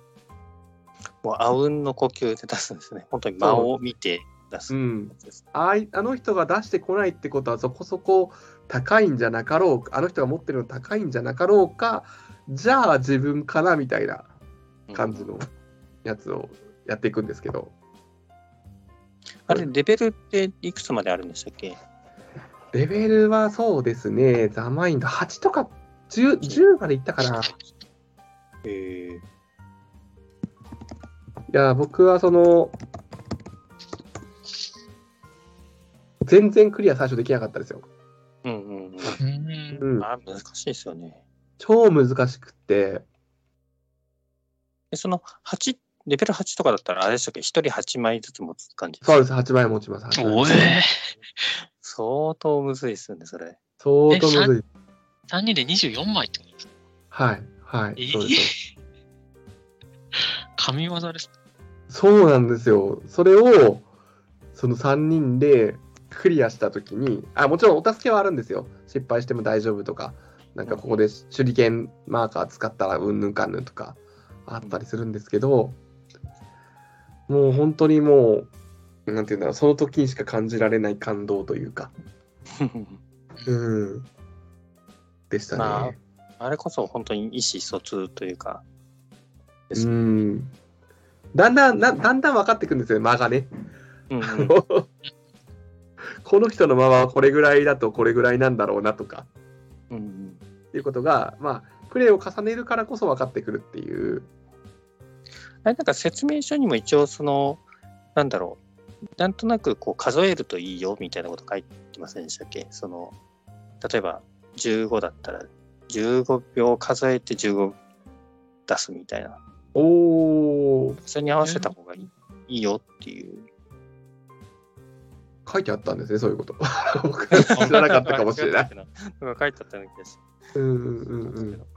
[SPEAKER 3] もうあうんの呼吸で出すんですね。本当に間を見て出す
[SPEAKER 2] う
[SPEAKER 3] や
[SPEAKER 2] ん。
[SPEAKER 3] つです。
[SPEAKER 2] あいあの人が出してこないってことはそこそこ高いんじゃなかろうか、あの人が持ってるの高いんじゃなかろうか、じゃあ自分かなみたいな
[SPEAKER 3] うん
[SPEAKER 2] 感じのやつをやっていくんですけど、
[SPEAKER 3] あれ、レベルっていくつまであるんでしたっけ
[SPEAKER 2] レベルはそうですね、ザ・マインド8とか 10, 10までいったかな。
[SPEAKER 3] ええ
[SPEAKER 2] いや、僕はその、全然クリア最初できなかったですよ。
[SPEAKER 3] うんうん
[SPEAKER 1] うん
[SPEAKER 2] う
[SPEAKER 3] うんん。、あ難しいですよね。
[SPEAKER 2] 超難しくって、
[SPEAKER 3] でその8、レベル8とかだったら、あれでしたっけ、1人8枚ずつ持つ感じ。
[SPEAKER 2] そうですす、8枚持ちます。8枚
[SPEAKER 1] おえ
[SPEAKER 3] 相当むずいですよね、そ れ。
[SPEAKER 2] 相当むずい。
[SPEAKER 1] 3人で24枚ってことですか
[SPEAKER 2] はい、はい、そうです。
[SPEAKER 1] 神業です。
[SPEAKER 2] そうなんですよ。それを、その3人でクリアしたときに、あ、もちろんお助けはあるんですよ。失敗しても大丈夫とか、なんかここで手裏剣マーカー使ったらうんぬんかんぬんとかあったりするんですけど、もう本当にもう、なんていうんだろう、その時にしか感じられない感動というか、うん、でしたね。
[SPEAKER 3] まあれこそ本当に意思疎通というか、です
[SPEAKER 2] うん。だんだん、なだんだん分かってくるんですよね、間がね。
[SPEAKER 3] うん うん
[SPEAKER 2] この人の間はこれぐらいだとこれぐらいなんだろうなとか
[SPEAKER 3] うんうん
[SPEAKER 2] っていうことが、まあ、プレーを重ねるからこそ分かってくるっていう。
[SPEAKER 3] あれなんか説明書にも一応その、なんだろう、なんとなくこう数えるといいよみたいなこと書いてませんでしたっけその、例えば15だったら15秒数えて15出すみたいな。
[SPEAKER 2] おー、
[SPEAKER 3] それに合わせた方がいい,、いいよっていう。
[SPEAKER 2] 書いてあったんですね、そういうこと。 僕は知らなかったかもしれない。。
[SPEAKER 3] なんか書いてあったような気がし
[SPEAKER 2] うんうん
[SPEAKER 3] たんで
[SPEAKER 2] う
[SPEAKER 3] すけ
[SPEAKER 2] ん
[SPEAKER 3] ど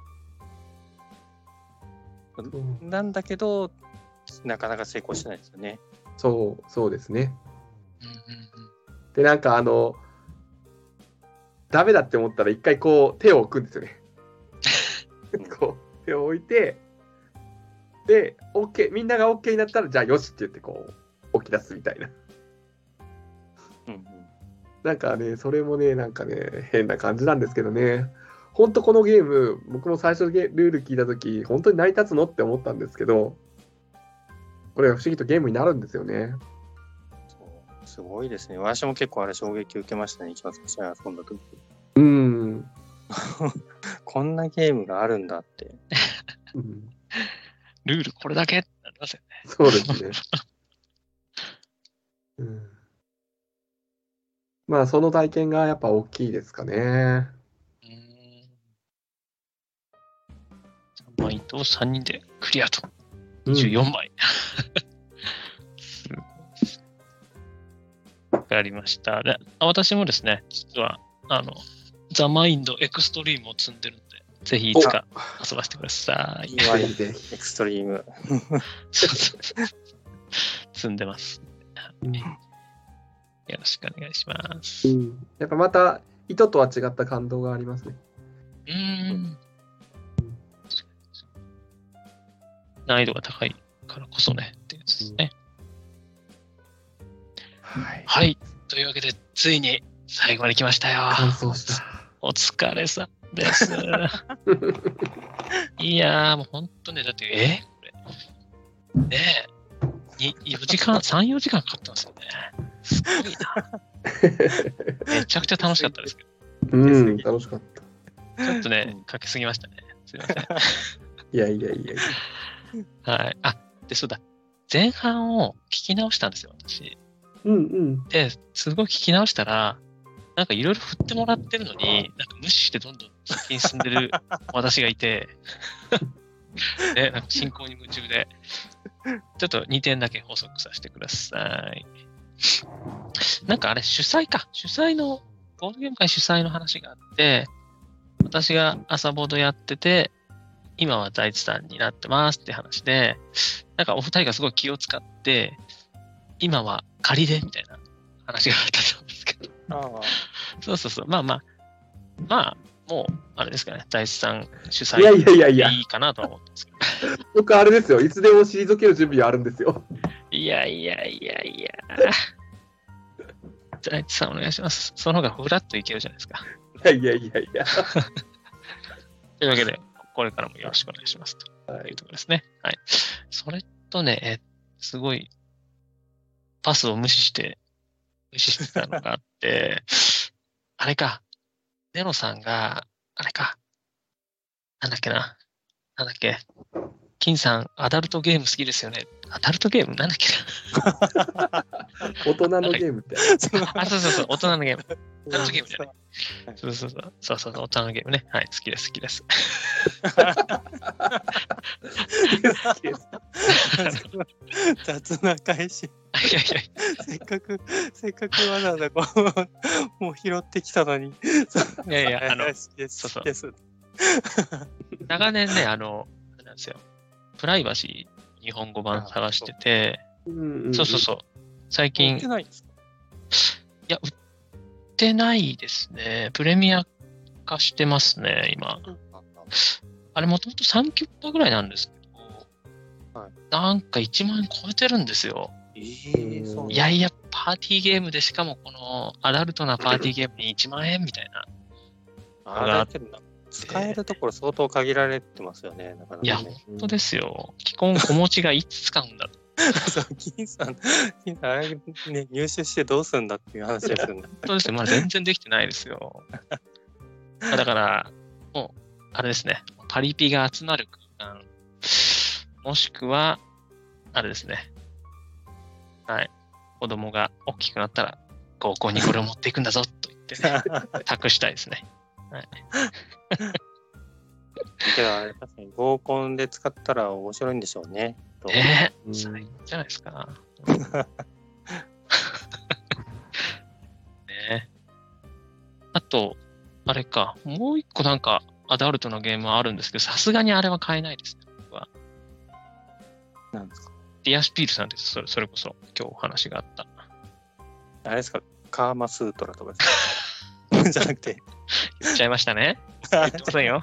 [SPEAKER 2] うん。
[SPEAKER 3] なんだけど、なかなか成功しないですよね。
[SPEAKER 2] そう、そうですね。
[SPEAKER 1] うんうんうん
[SPEAKER 2] で、なんかあの、ダメだって思ったら一回こう手を置くんですよね。 こう手を置いて、で、OK、みんなが OK になったら、じゃあよしって言ってこう、起き出すみたいな。
[SPEAKER 3] うんうん
[SPEAKER 2] なんかね、それもね、なんかね、変な感じなんですけどね。ほんとこのゲーム、僕も最初のゲルール聞いたとき、本当に成り立つのって思ったんですけど、これが不思議とゲームになるんですよね。
[SPEAKER 3] そうすごいですね。私も結構あれ衝撃受けましたね。一番最初に遊んだ時。
[SPEAKER 2] うん。
[SPEAKER 3] こんなゲームがあるんだって。
[SPEAKER 2] うん
[SPEAKER 1] ルールこれだけってなりますよね。
[SPEAKER 2] そうですね。うん、まあ、その体験がやっぱ大きいですかね。
[SPEAKER 1] 3枚と3人でクリアと
[SPEAKER 2] うん
[SPEAKER 1] 24枚。すごいですわかりました。であ私もですね、実は、あの、ザ・マインド・エクストリームを積んでるんで、ぜひいつか遊ばせてください。
[SPEAKER 3] いわゆ
[SPEAKER 2] ぜひぜ
[SPEAKER 3] る
[SPEAKER 2] ひ
[SPEAKER 3] エクストリーム。
[SPEAKER 1] そうそうそう積んでます。よろしくお願いします。う
[SPEAKER 2] やっぱまた、糸とは違った感動がありますね。
[SPEAKER 1] ーん。難易度が高いからこそね、っていうやつですね。
[SPEAKER 2] はい。
[SPEAKER 1] はい。というわけで、ついに最後まで来ましたよ。
[SPEAKER 2] 感想した。
[SPEAKER 1] お疲れさん です。いやー、もう本当ね、だって、えこれ。ねえ。に4時間、3、4時間かかったんですよね。すごい な。めちゃくちゃ楽しかったですけど、
[SPEAKER 2] うん、楽しかった。
[SPEAKER 1] ちょっとね、かけすぎましたね。すいません。
[SPEAKER 2] いやいやいやいや。
[SPEAKER 1] はい。あ、で、そうだ。前半を聞き直したんですよ、私。
[SPEAKER 2] うんうん。
[SPEAKER 1] で、すごい聞き直したら、なんかいろいろ振ってもらってるのに、なんか無視してどんどん先に進んでる私がいて、 で、なんか進行に夢中で、ちょっと2点だけ補足させてください。なんかあれ、主催か。主催の、ボードゲーム会主催の話があって、私が朝ボードやってて、今は財津さんになってますって話で、なんかお二人がすごい気を使って、今は仮でみたいな話があったと思うんですけど、
[SPEAKER 3] ああ、
[SPEAKER 1] そうそうそう、まあまあ、まあ、もう、あれですかね、財津さん主催
[SPEAKER 2] いやいやいやいや
[SPEAKER 1] でいいかなとは思ってますけど。
[SPEAKER 2] 僕、あれですよ。いつでも退ける準備はあるんですよ。
[SPEAKER 1] いやいやいやいや。 財津さんお願いします。その方がフラッといけるじゃないですか。
[SPEAKER 2] いやいやいやいや。
[SPEAKER 1] というわけで、これからもよろしくお願いします。と
[SPEAKER 2] はい
[SPEAKER 1] いうところですね。はい。それとね、えすごい、パスを無視して、無視してたのがあって、 あれか、ネロさんが、あれか、なんだっけな、なんだっけ、金さん、アダルトゲーム好きですよね。アダルトゲームなんだっけ
[SPEAKER 2] 大人のゲームって。
[SPEAKER 3] その
[SPEAKER 1] なあ、そうそうそう、大人のゲーム。
[SPEAKER 3] うん
[SPEAKER 1] アダルトゲームじゃない。そうそうそう。そうそうそう、大人のゲームね。はい、好きです、好きです。
[SPEAKER 3] 雑な返し。
[SPEAKER 1] いやいや
[SPEAKER 3] せっかく、せっかくわざわざこう、もう拾ってきたのに。
[SPEAKER 1] いやいや、あの
[SPEAKER 3] 好、きです。
[SPEAKER 1] そうそう
[SPEAKER 3] 好きです。
[SPEAKER 1] 長年ね、あの、あれなんですよ。プライバシー日本語版探してて、
[SPEAKER 2] うん
[SPEAKER 1] そうそうそう。最近、
[SPEAKER 3] 売って
[SPEAKER 1] 売
[SPEAKER 3] ないんですか
[SPEAKER 1] ってないですね。プレミア化してますね、今。あれ、もともと3キュッパぐらいなんですけど、
[SPEAKER 3] はい
[SPEAKER 1] なんか1万円超えてるんですよ。
[SPEAKER 3] え
[SPEAKER 2] えそうなんだ
[SPEAKER 1] いやいや、パーティーゲームで、しかもこのアダルトなパーティーゲームに1万円みたいな。
[SPEAKER 3] あれってな使えるところ相当限られてますよね。なかなかね
[SPEAKER 1] いや本当ですよ。既婚子持ちがいつ使うんだ
[SPEAKER 3] そう金さん、金さんあれ、ね、入手してどうするんだっていう話ですよ ね。
[SPEAKER 1] 本当ですよ。まだ全然できてないです よ。だから、もう、あれですね。パリピが集まる空間。もしくは、あれですね。はい。子供が大きくなったら、高校にこれを持っていくんだぞ、と言ってね、 託したいですね。
[SPEAKER 3] けどあれ確かに合コンで使ったら面白いんでしょう ね。と
[SPEAKER 1] ねえ、
[SPEAKER 2] うん
[SPEAKER 1] 最高じゃないですか。 ねえ。あと、あれか、もう一個なんかアダルトのゲームはあるんですけど、さすがにあれは買えないですね。
[SPEAKER 3] なんですか
[SPEAKER 1] ディアスピールさんです、それそれこそ、今日お話があった。
[SPEAKER 3] あれですかカーマスートラとかです かじゃなくて。
[SPEAKER 1] 言っちゃいましたね。言ってませんよ。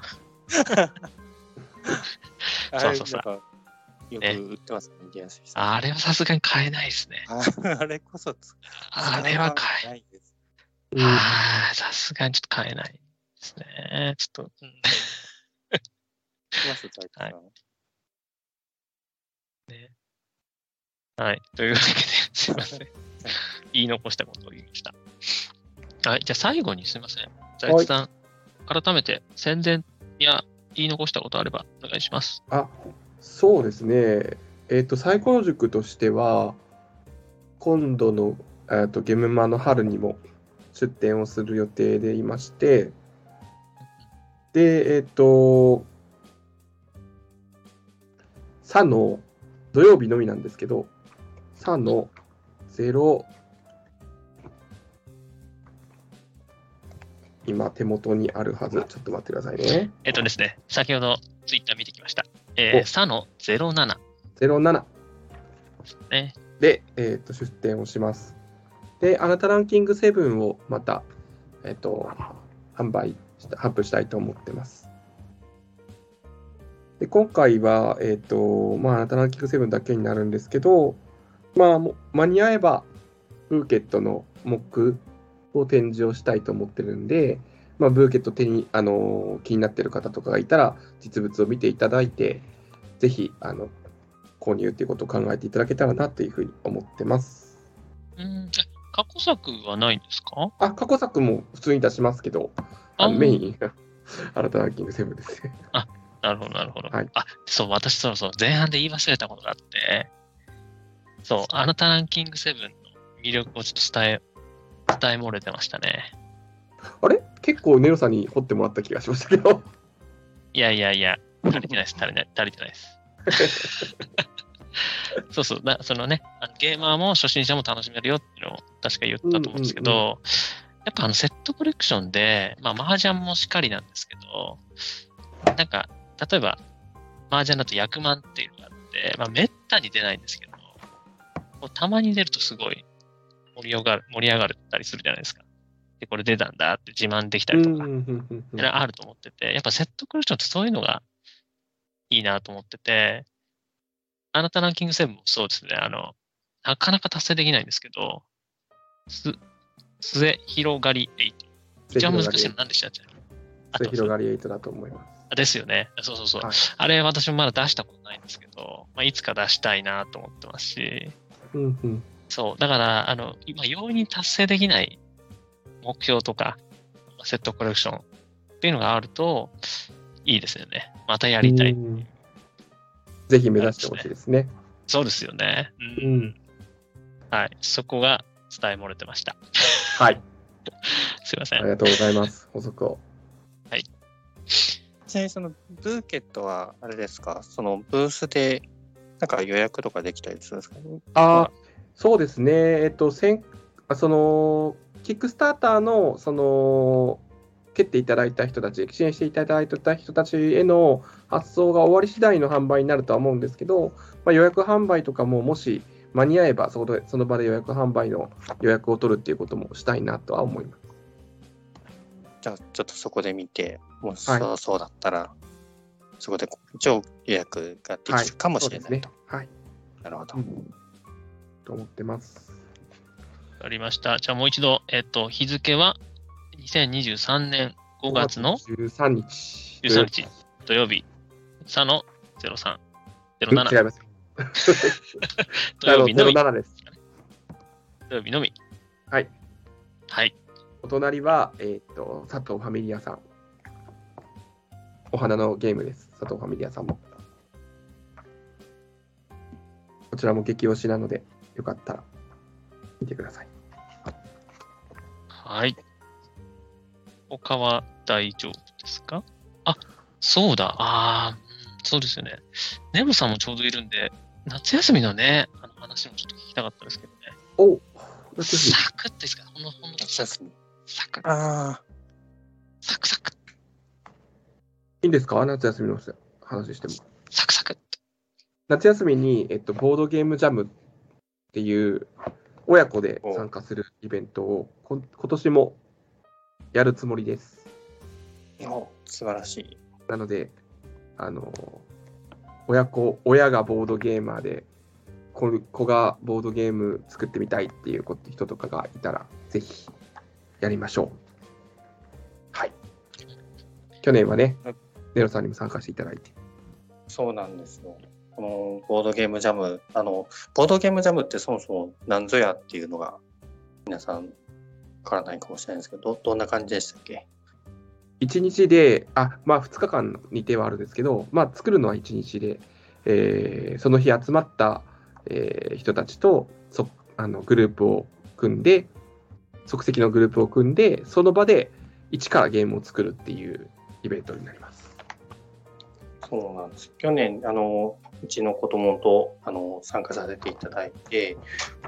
[SPEAKER 3] あ
[SPEAKER 1] そう
[SPEAKER 3] れ
[SPEAKER 1] そうそう
[SPEAKER 3] なんかよく売ってますね、ギアスピさん。
[SPEAKER 1] あれはさすがに買えないです ね。
[SPEAKER 3] ああれこそ使
[SPEAKER 1] あれは買え
[SPEAKER 3] えないです。
[SPEAKER 2] うん。
[SPEAKER 1] あーさすがにちょっと買えないですね。ちょっと、うん
[SPEAKER 3] 知ってます大体
[SPEAKER 1] はい。というわけで、すいません。言い残したことを言いました。はい。じゃあ最後にすいません。財津さん、改めて宣伝や言い残したことあればお願いします。
[SPEAKER 2] あそうですね、えっとサイコロ塾としては今度の、えっとゲムマの春にも出展をする予定でいましてでえっ、と3の土曜日のみなんですけど3の0今手元にあるはずちょっと待ってくださいね
[SPEAKER 1] えっとですね、先ほどツイッター見てきました。えー、
[SPEAKER 2] お
[SPEAKER 1] さの07
[SPEAKER 2] 07
[SPEAKER 1] ね。
[SPEAKER 2] で、えー、と出店をします。で、あなたランキング7をまた、えー、と販売した、発布したいと思ってます。で、今回は、えーとまあ、あなたランキング7だけになるんですけど、まあ、も間に合えば、ブーケットのモックを展示をしたいと思ってるんで、まあ、ブーケット手に、あのー気になってる方とかがいたら、実物を見ていただいて、ぜひ、あの、購入っていうことを考えていただけたらなというふうに思ってます。
[SPEAKER 1] うん過去作はないんですか
[SPEAKER 2] あ、過去作も普通に出しますけど、あのメインが あなたランキング7ですね。
[SPEAKER 1] なるほど、なるほど。
[SPEAKER 2] はい
[SPEAKER 1] あ、そう、私、そうそう、前半で言い忘れたことがあって、そう、あなたランキング7の魅力をちょっと伝え、伝え漏れてましたね。
[SPEAKER 2] あれ結構ネロさんに掘ってもらった気がしましたけど。
[SPEAKER 1] いやいやいや、足りてないです、足りない、足りてないです。 そうそう、なそのね、あのゲーマーも初心者も楽しめるよっていうのを確か言ったと思うんですけど、
[SPEAKER 2] うんう
[SPEAKER 1] やっぱあのセットコレクションで、まあ麻雀もしっかりなんですけど、なんか、例えば、麻雀だと役満っていうのがあって、まあめったに出ないんですけど、こうたまに出るとすごい盛り上がる、盛り上がるったりするじゃないですか。で、これ出たんだって自慢できたりとか、ってのはあると思ってて、やっぱセットクルーションってそういうのがいいなと思ってて、あなたランキング7もそうですね、あの、なかなか達成できないんですけど、す、末広がり8。一番難しいの何でしたっけあ
[SPEAKER 2] 末
[SPEAKER 1] と
[SPEAKER 2] 広がり8だと思います。
[SPEAKER 1] あですよね。そうそうそう。
[SPEAKER 2] はい
[SPEAKER 1] あれ、私もまだ出したことないんですけど、まあ、いつか出したいなと思ってますし、
[SPEAKER 2] うんうん
[SPEAKER 1] そう、だから、あの、今、容易に達成できない目標とか、セットコレクションっていうのがあると、いいですよね。またやりたい。
[SPEAKER 2] うんぜひ目指してほしいですね。
[SPEAKER 1] そうですよね。うん。
[SPEAKER 2] ん。
[SPEAKER 1] はい。そこが伝え漏れてました。
[SPEAKER 2] はい。
[SPEAKER 1] すいませ
[SPEAKER 2] あり
[SPEAKER 1] ん。
[SPEAKER 2] がとうございます。補足を。
[SPEAKER 3] ちなみにそのブーケットはあれですかそのブースでなんか予約とかできたりするんですかね
[SPEAKER 2] あそうですね、えっと、先あそのキックスターターのその蹴っていただいた人たち、支援していただいた人たちへの発送が終わり次第の販売になるとは思うんですけど、まあ、予約販売とかももし間に合えばそこで、その場で予約販売の予約を取るっていうこともしたいなとは思います。
[SPEAKER 3] じゃあちょっとそこで見て、もしそうそうだったら、そこで一応予約ができるかもしれないと。
[SPEAKER 2] そうですね。はい、
[SPEAKER 3] なるほど。
[SPEAKER 2] と思ってます。
[SPEAKER 1] わかりました。じゃあもう一度、えっ、と、日付は2023年5月の
[SPEAKER 2] 13日。
[SPEAKER 1] 13日土曜日、佐野03、
[SPEAKER 2] うん違
[SPEAKER 1] 07、
[SPEAKER 2] います。
[SPEAKER 1] 土曜日のみ、
[SPEAKER 2] 07です。
[SPEAKER 1] 土曜日のみ。
[SPEAKER 2] はい。
[SPEAKER 1] はい。
[SPEAKER 2] お隣は、えー、と佐藤ファミリアさん。お花のゲームです。佐藤ファミリアさんも。こちらも激推しなので、よかったら見てください。
[SPEAKER 1] はい。他は大丈夫ですかあ、そうだ。ああ、うんそうですよね。ネブさんもちょうどいるんで、夏休みのね、あの話もちょっと聞きたかったですけどね。
[SPEAKER 2] おぜひ
[SPEAKER 1] サクッとですかほんの、ほんの、
[SPEAKER 3] 夏休み。
[SPEAKER 1] サクッ、
[SPEAKER 3] ああ。
[SPEAKER 1] サクサク、
[SPEAKER 2] いいんですか夏休みの話しても。
[SPEAKER 1] サクサク。
[SPEAKER 2] 夏休みに、えっと、ボードゲームジャムっていう親子で参加するイベントをこ今年もやるつもりです。
[SPEAKER 3] お素晴らしい。
[SPEAKER 2] なので、あの、親子、親がボードゲーマーで、子子がボードゲーム作ってみたいっていう子人とかがいたら、ぜひやりましょう。はい。去年はね
[SPEAKER 3] はい、
[SPEAKER 2] ネロさんにも参加していただいて。
[SPEAKER 3] そうなんですよ。このボードゲームジャム、あの、ボードゲームジャムってそもそも何ぞやっていうのが、皆さんからないかもしれないですけど、どどんな感じでしたっけ
[SPEAKER 2] 1日で、あ、まあ2日間日程はあるんですけど、まあ作るのは1日で、えーその日集まった、えー人たちとそあのグループを組んで、即席のグループを組んで、その場で一からゲームを作るっていうイベントになります。
[SPEAKER 3] そうなんです。去年、あの、うちの子供と、あの、参加させていただいて、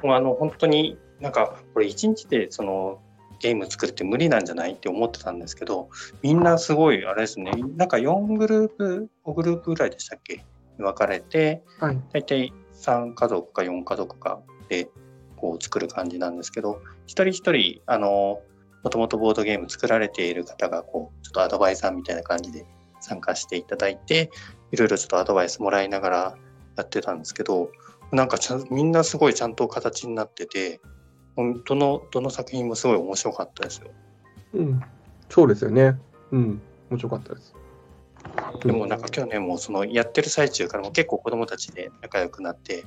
[SPEAKER 3] もうあの、本当になんか、これ一日で、その、ゲーム作るって無理なんじゃないって思ってたんですけど、みんなすごい、あれですね、なんか4グループ、5グループぐらいでしたっけに分かれて、
[SPEAKER 2] はい。
[SPEAKER 3] 大体3家族か4家族かでこう作る感じなんですけど一人一人あのもともとボードゲーム作られている方がこうちょっとアドバイザーみたいな感じで参加していただいていろいろちょっとアドバイスもらいながらやってたんですけどなんかちゃんみんなすごいちゃんと形になっててうんどのどの作品もすごい面白かったですよ。
[SPEAKER 2] うん。そうですよね。うん。面白かったです。
[SPEAKER 3] でもなんか去年もそのやってる最中からも結構子供たちで仲良くなって、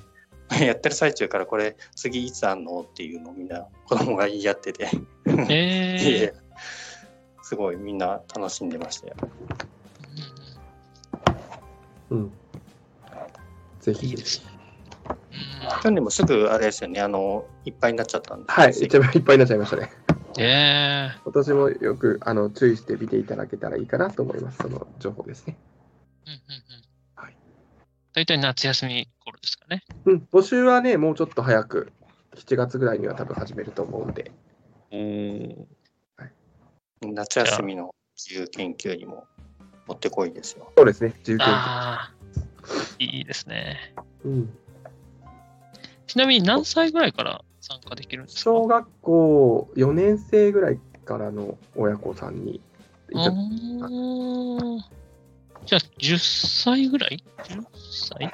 [SPEAKER 3] やってる最中からこれ次いつあんのっていうのをみんな子供が言い合ってて、いえい
[SPEAKER 1] え
[SPEAKER 3] えすごいみんな楽しんでましたよ。
[SPEAKER 2] うん。
[SPEAKER 1] ー、
[SPEAKER 2] ぜ
[SPEAKER 1] い
[SPEAKER 2] ひ
[SPEAKER 1] いで。すね。
[SPEAKER 3] 去年もすぐあれですよね、あの、いっぱいになっちゃったんで。
[SPEAKER 2] はい、一番いっぱいになっちゃいましたね。
[SPEAKER 1] うん、え
[SPEAKER 2] 今年もよくあの注意して見ていただけたらいいかなと思います。その情報ですね。
[SPEAKER 1] ー、うんうんうん
[SPEAKER 2] はい。
[SPEAKER 1] 大体夏休み頃ですかね。
[SPEAKER 2] うん、募集はね、もうちょっと早く、7月ぐらいには多分始めると思うんで。
[SPEAKER 3] 夏休みの自由研究にも持ってこいですよ。
[SPEAKER 2] そうですね、19日。
[SPEAKER 1] ああ、いいですね。
[SPEAKER 2] うん、
[SPEAKER 1] ちなみに何歳ぐらいから参加できるんですか
[SPEAKER 2] 小学校4年生ぐらいからの親子さんに、一
[SPEAKER 1] あ
[SPEAKER 2] 応
[SPEAKER 1] ーじゃあ、10歳ぐらい ?10 歳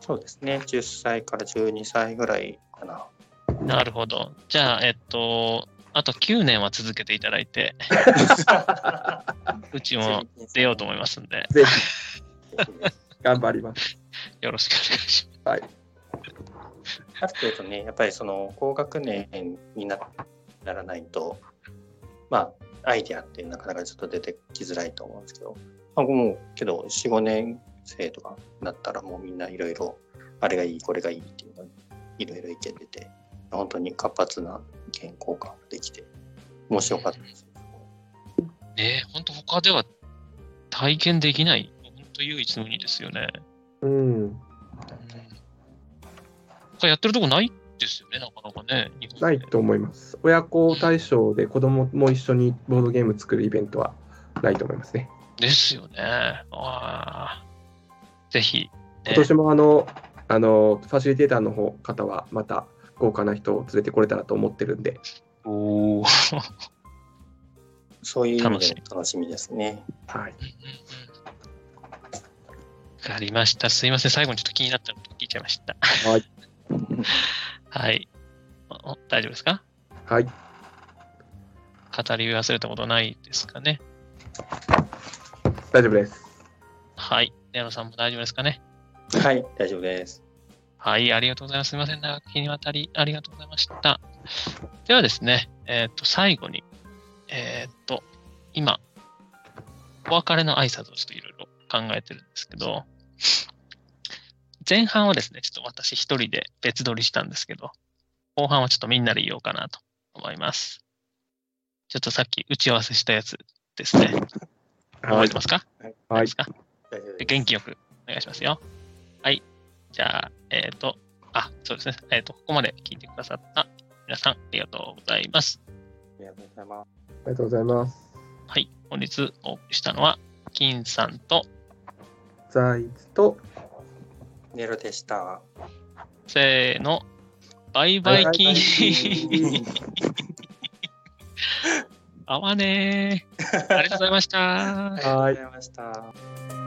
[SPEAKER 3] そうですね、10歳から12歳ぐらいかな。
[SPEAKER 1] なるほど。じゃあ、えっと、あと9年は続けていただいて、うち も出ようと思いますんで、
[SPEAKER 2] ぜひ頑張ります。
[SPEAKER 1] よろしくお願いします。
[SPEAKER 2] はい、
[SPEAKER 3] ある程度ね、やっぱりその高学年になならないと、まあ、アイデアってなかなかちょっと出てきづらいと思うんですけど、まあ、もう、けど、4、5年生とかになったら、もうみんないろいろ、あれがいい、これがいいっていうのに、いろいろ意見出て、本当に活発な意見交換ができて、面白かったです。
[SPEAKER 1] ねえ、本当他では体験できない、本当唯一無二ですよね。
[SPEAKER 2] うん、
[SPEAKER 1] 他やってるとこないですよね、なかなかね。日本で
[SPEAKER 2] ないと思います。親子対象で子供も一緒にボードゲーム作るイベントはないと思いますね。
[SPEAKER 1] ですよね。ああ。ぜひ、ね
[SPEAKER 2] 今年もあの、あの、ファシリテーターの方方はまた豪華な人を連れてこれたらと思ってるんで、
[SPEAKER 1] おー
[SPEAKER 3] そういう意
[SPEAKER 1] 楽
[SPEAKER 3] 味
[SPEAKER 1] し
[SPEAKER 3] でも楽しみですね。
[SPEAKER 2] はい。
[SPEAKER 1] わかりました。すいません。最後にちょっと気になったこと聞いちゃいました。
[SPEAKER 2] はい。
[SPEAKER 1] はい。お大丈夫ですか
[SPEAKER 2] はい。
[SPEAKER 1] 語り忘れたことないですかね
[SPEAKER 2] 大丈夫です。
[SPEAKER 1] はい。矢野さんも大丈夫ですかね
[SPEAKER 3] はい、大丈夫です。
[SPEAKER 1] はい、ありがとうございます。すみません、長きにわたりありがとうございました。ではですね、えーっと、最後に、えーっと、今、お別れの挨拶をちょっといろいろ考えてるんですけど、前半はですね、ちょっと私一人で別撮りしたんですけど、後半はちょっとみんなで言おうかなと思います。ちょっとさっき打ち合わせしたやつですね。覚
[SPEAKER 2] は
[SPEAKER 1] え
[SPEAKER 2] い
[SPEAKER 1] て。ますか
[SPEAKER 2] はい
[SPEAKER 1] ですか
[SPEAKER 3] 大丈夫です
[SPEAKER 1] 元気よくお願いしますよ。はい。じゃあ、えっ、と、あ、そうですね。えっ、と、ここまで聞いてくださった皆さん、ありがとうございます。
[SPEAKER 3] ありがとうございます。
[SPEAKER 2] ありがとうございます。
[SPEAKER 1] はい。本日お送りしたのは、金さんと、
[SPEAKER 2] ザイツと、
[SPEAKER 3] ネロ でした。
[SPEAKER 1] せーの、バイバイ金。 合わねー。ありがとうございました。
[SPEAKER 3] ありがとうございました。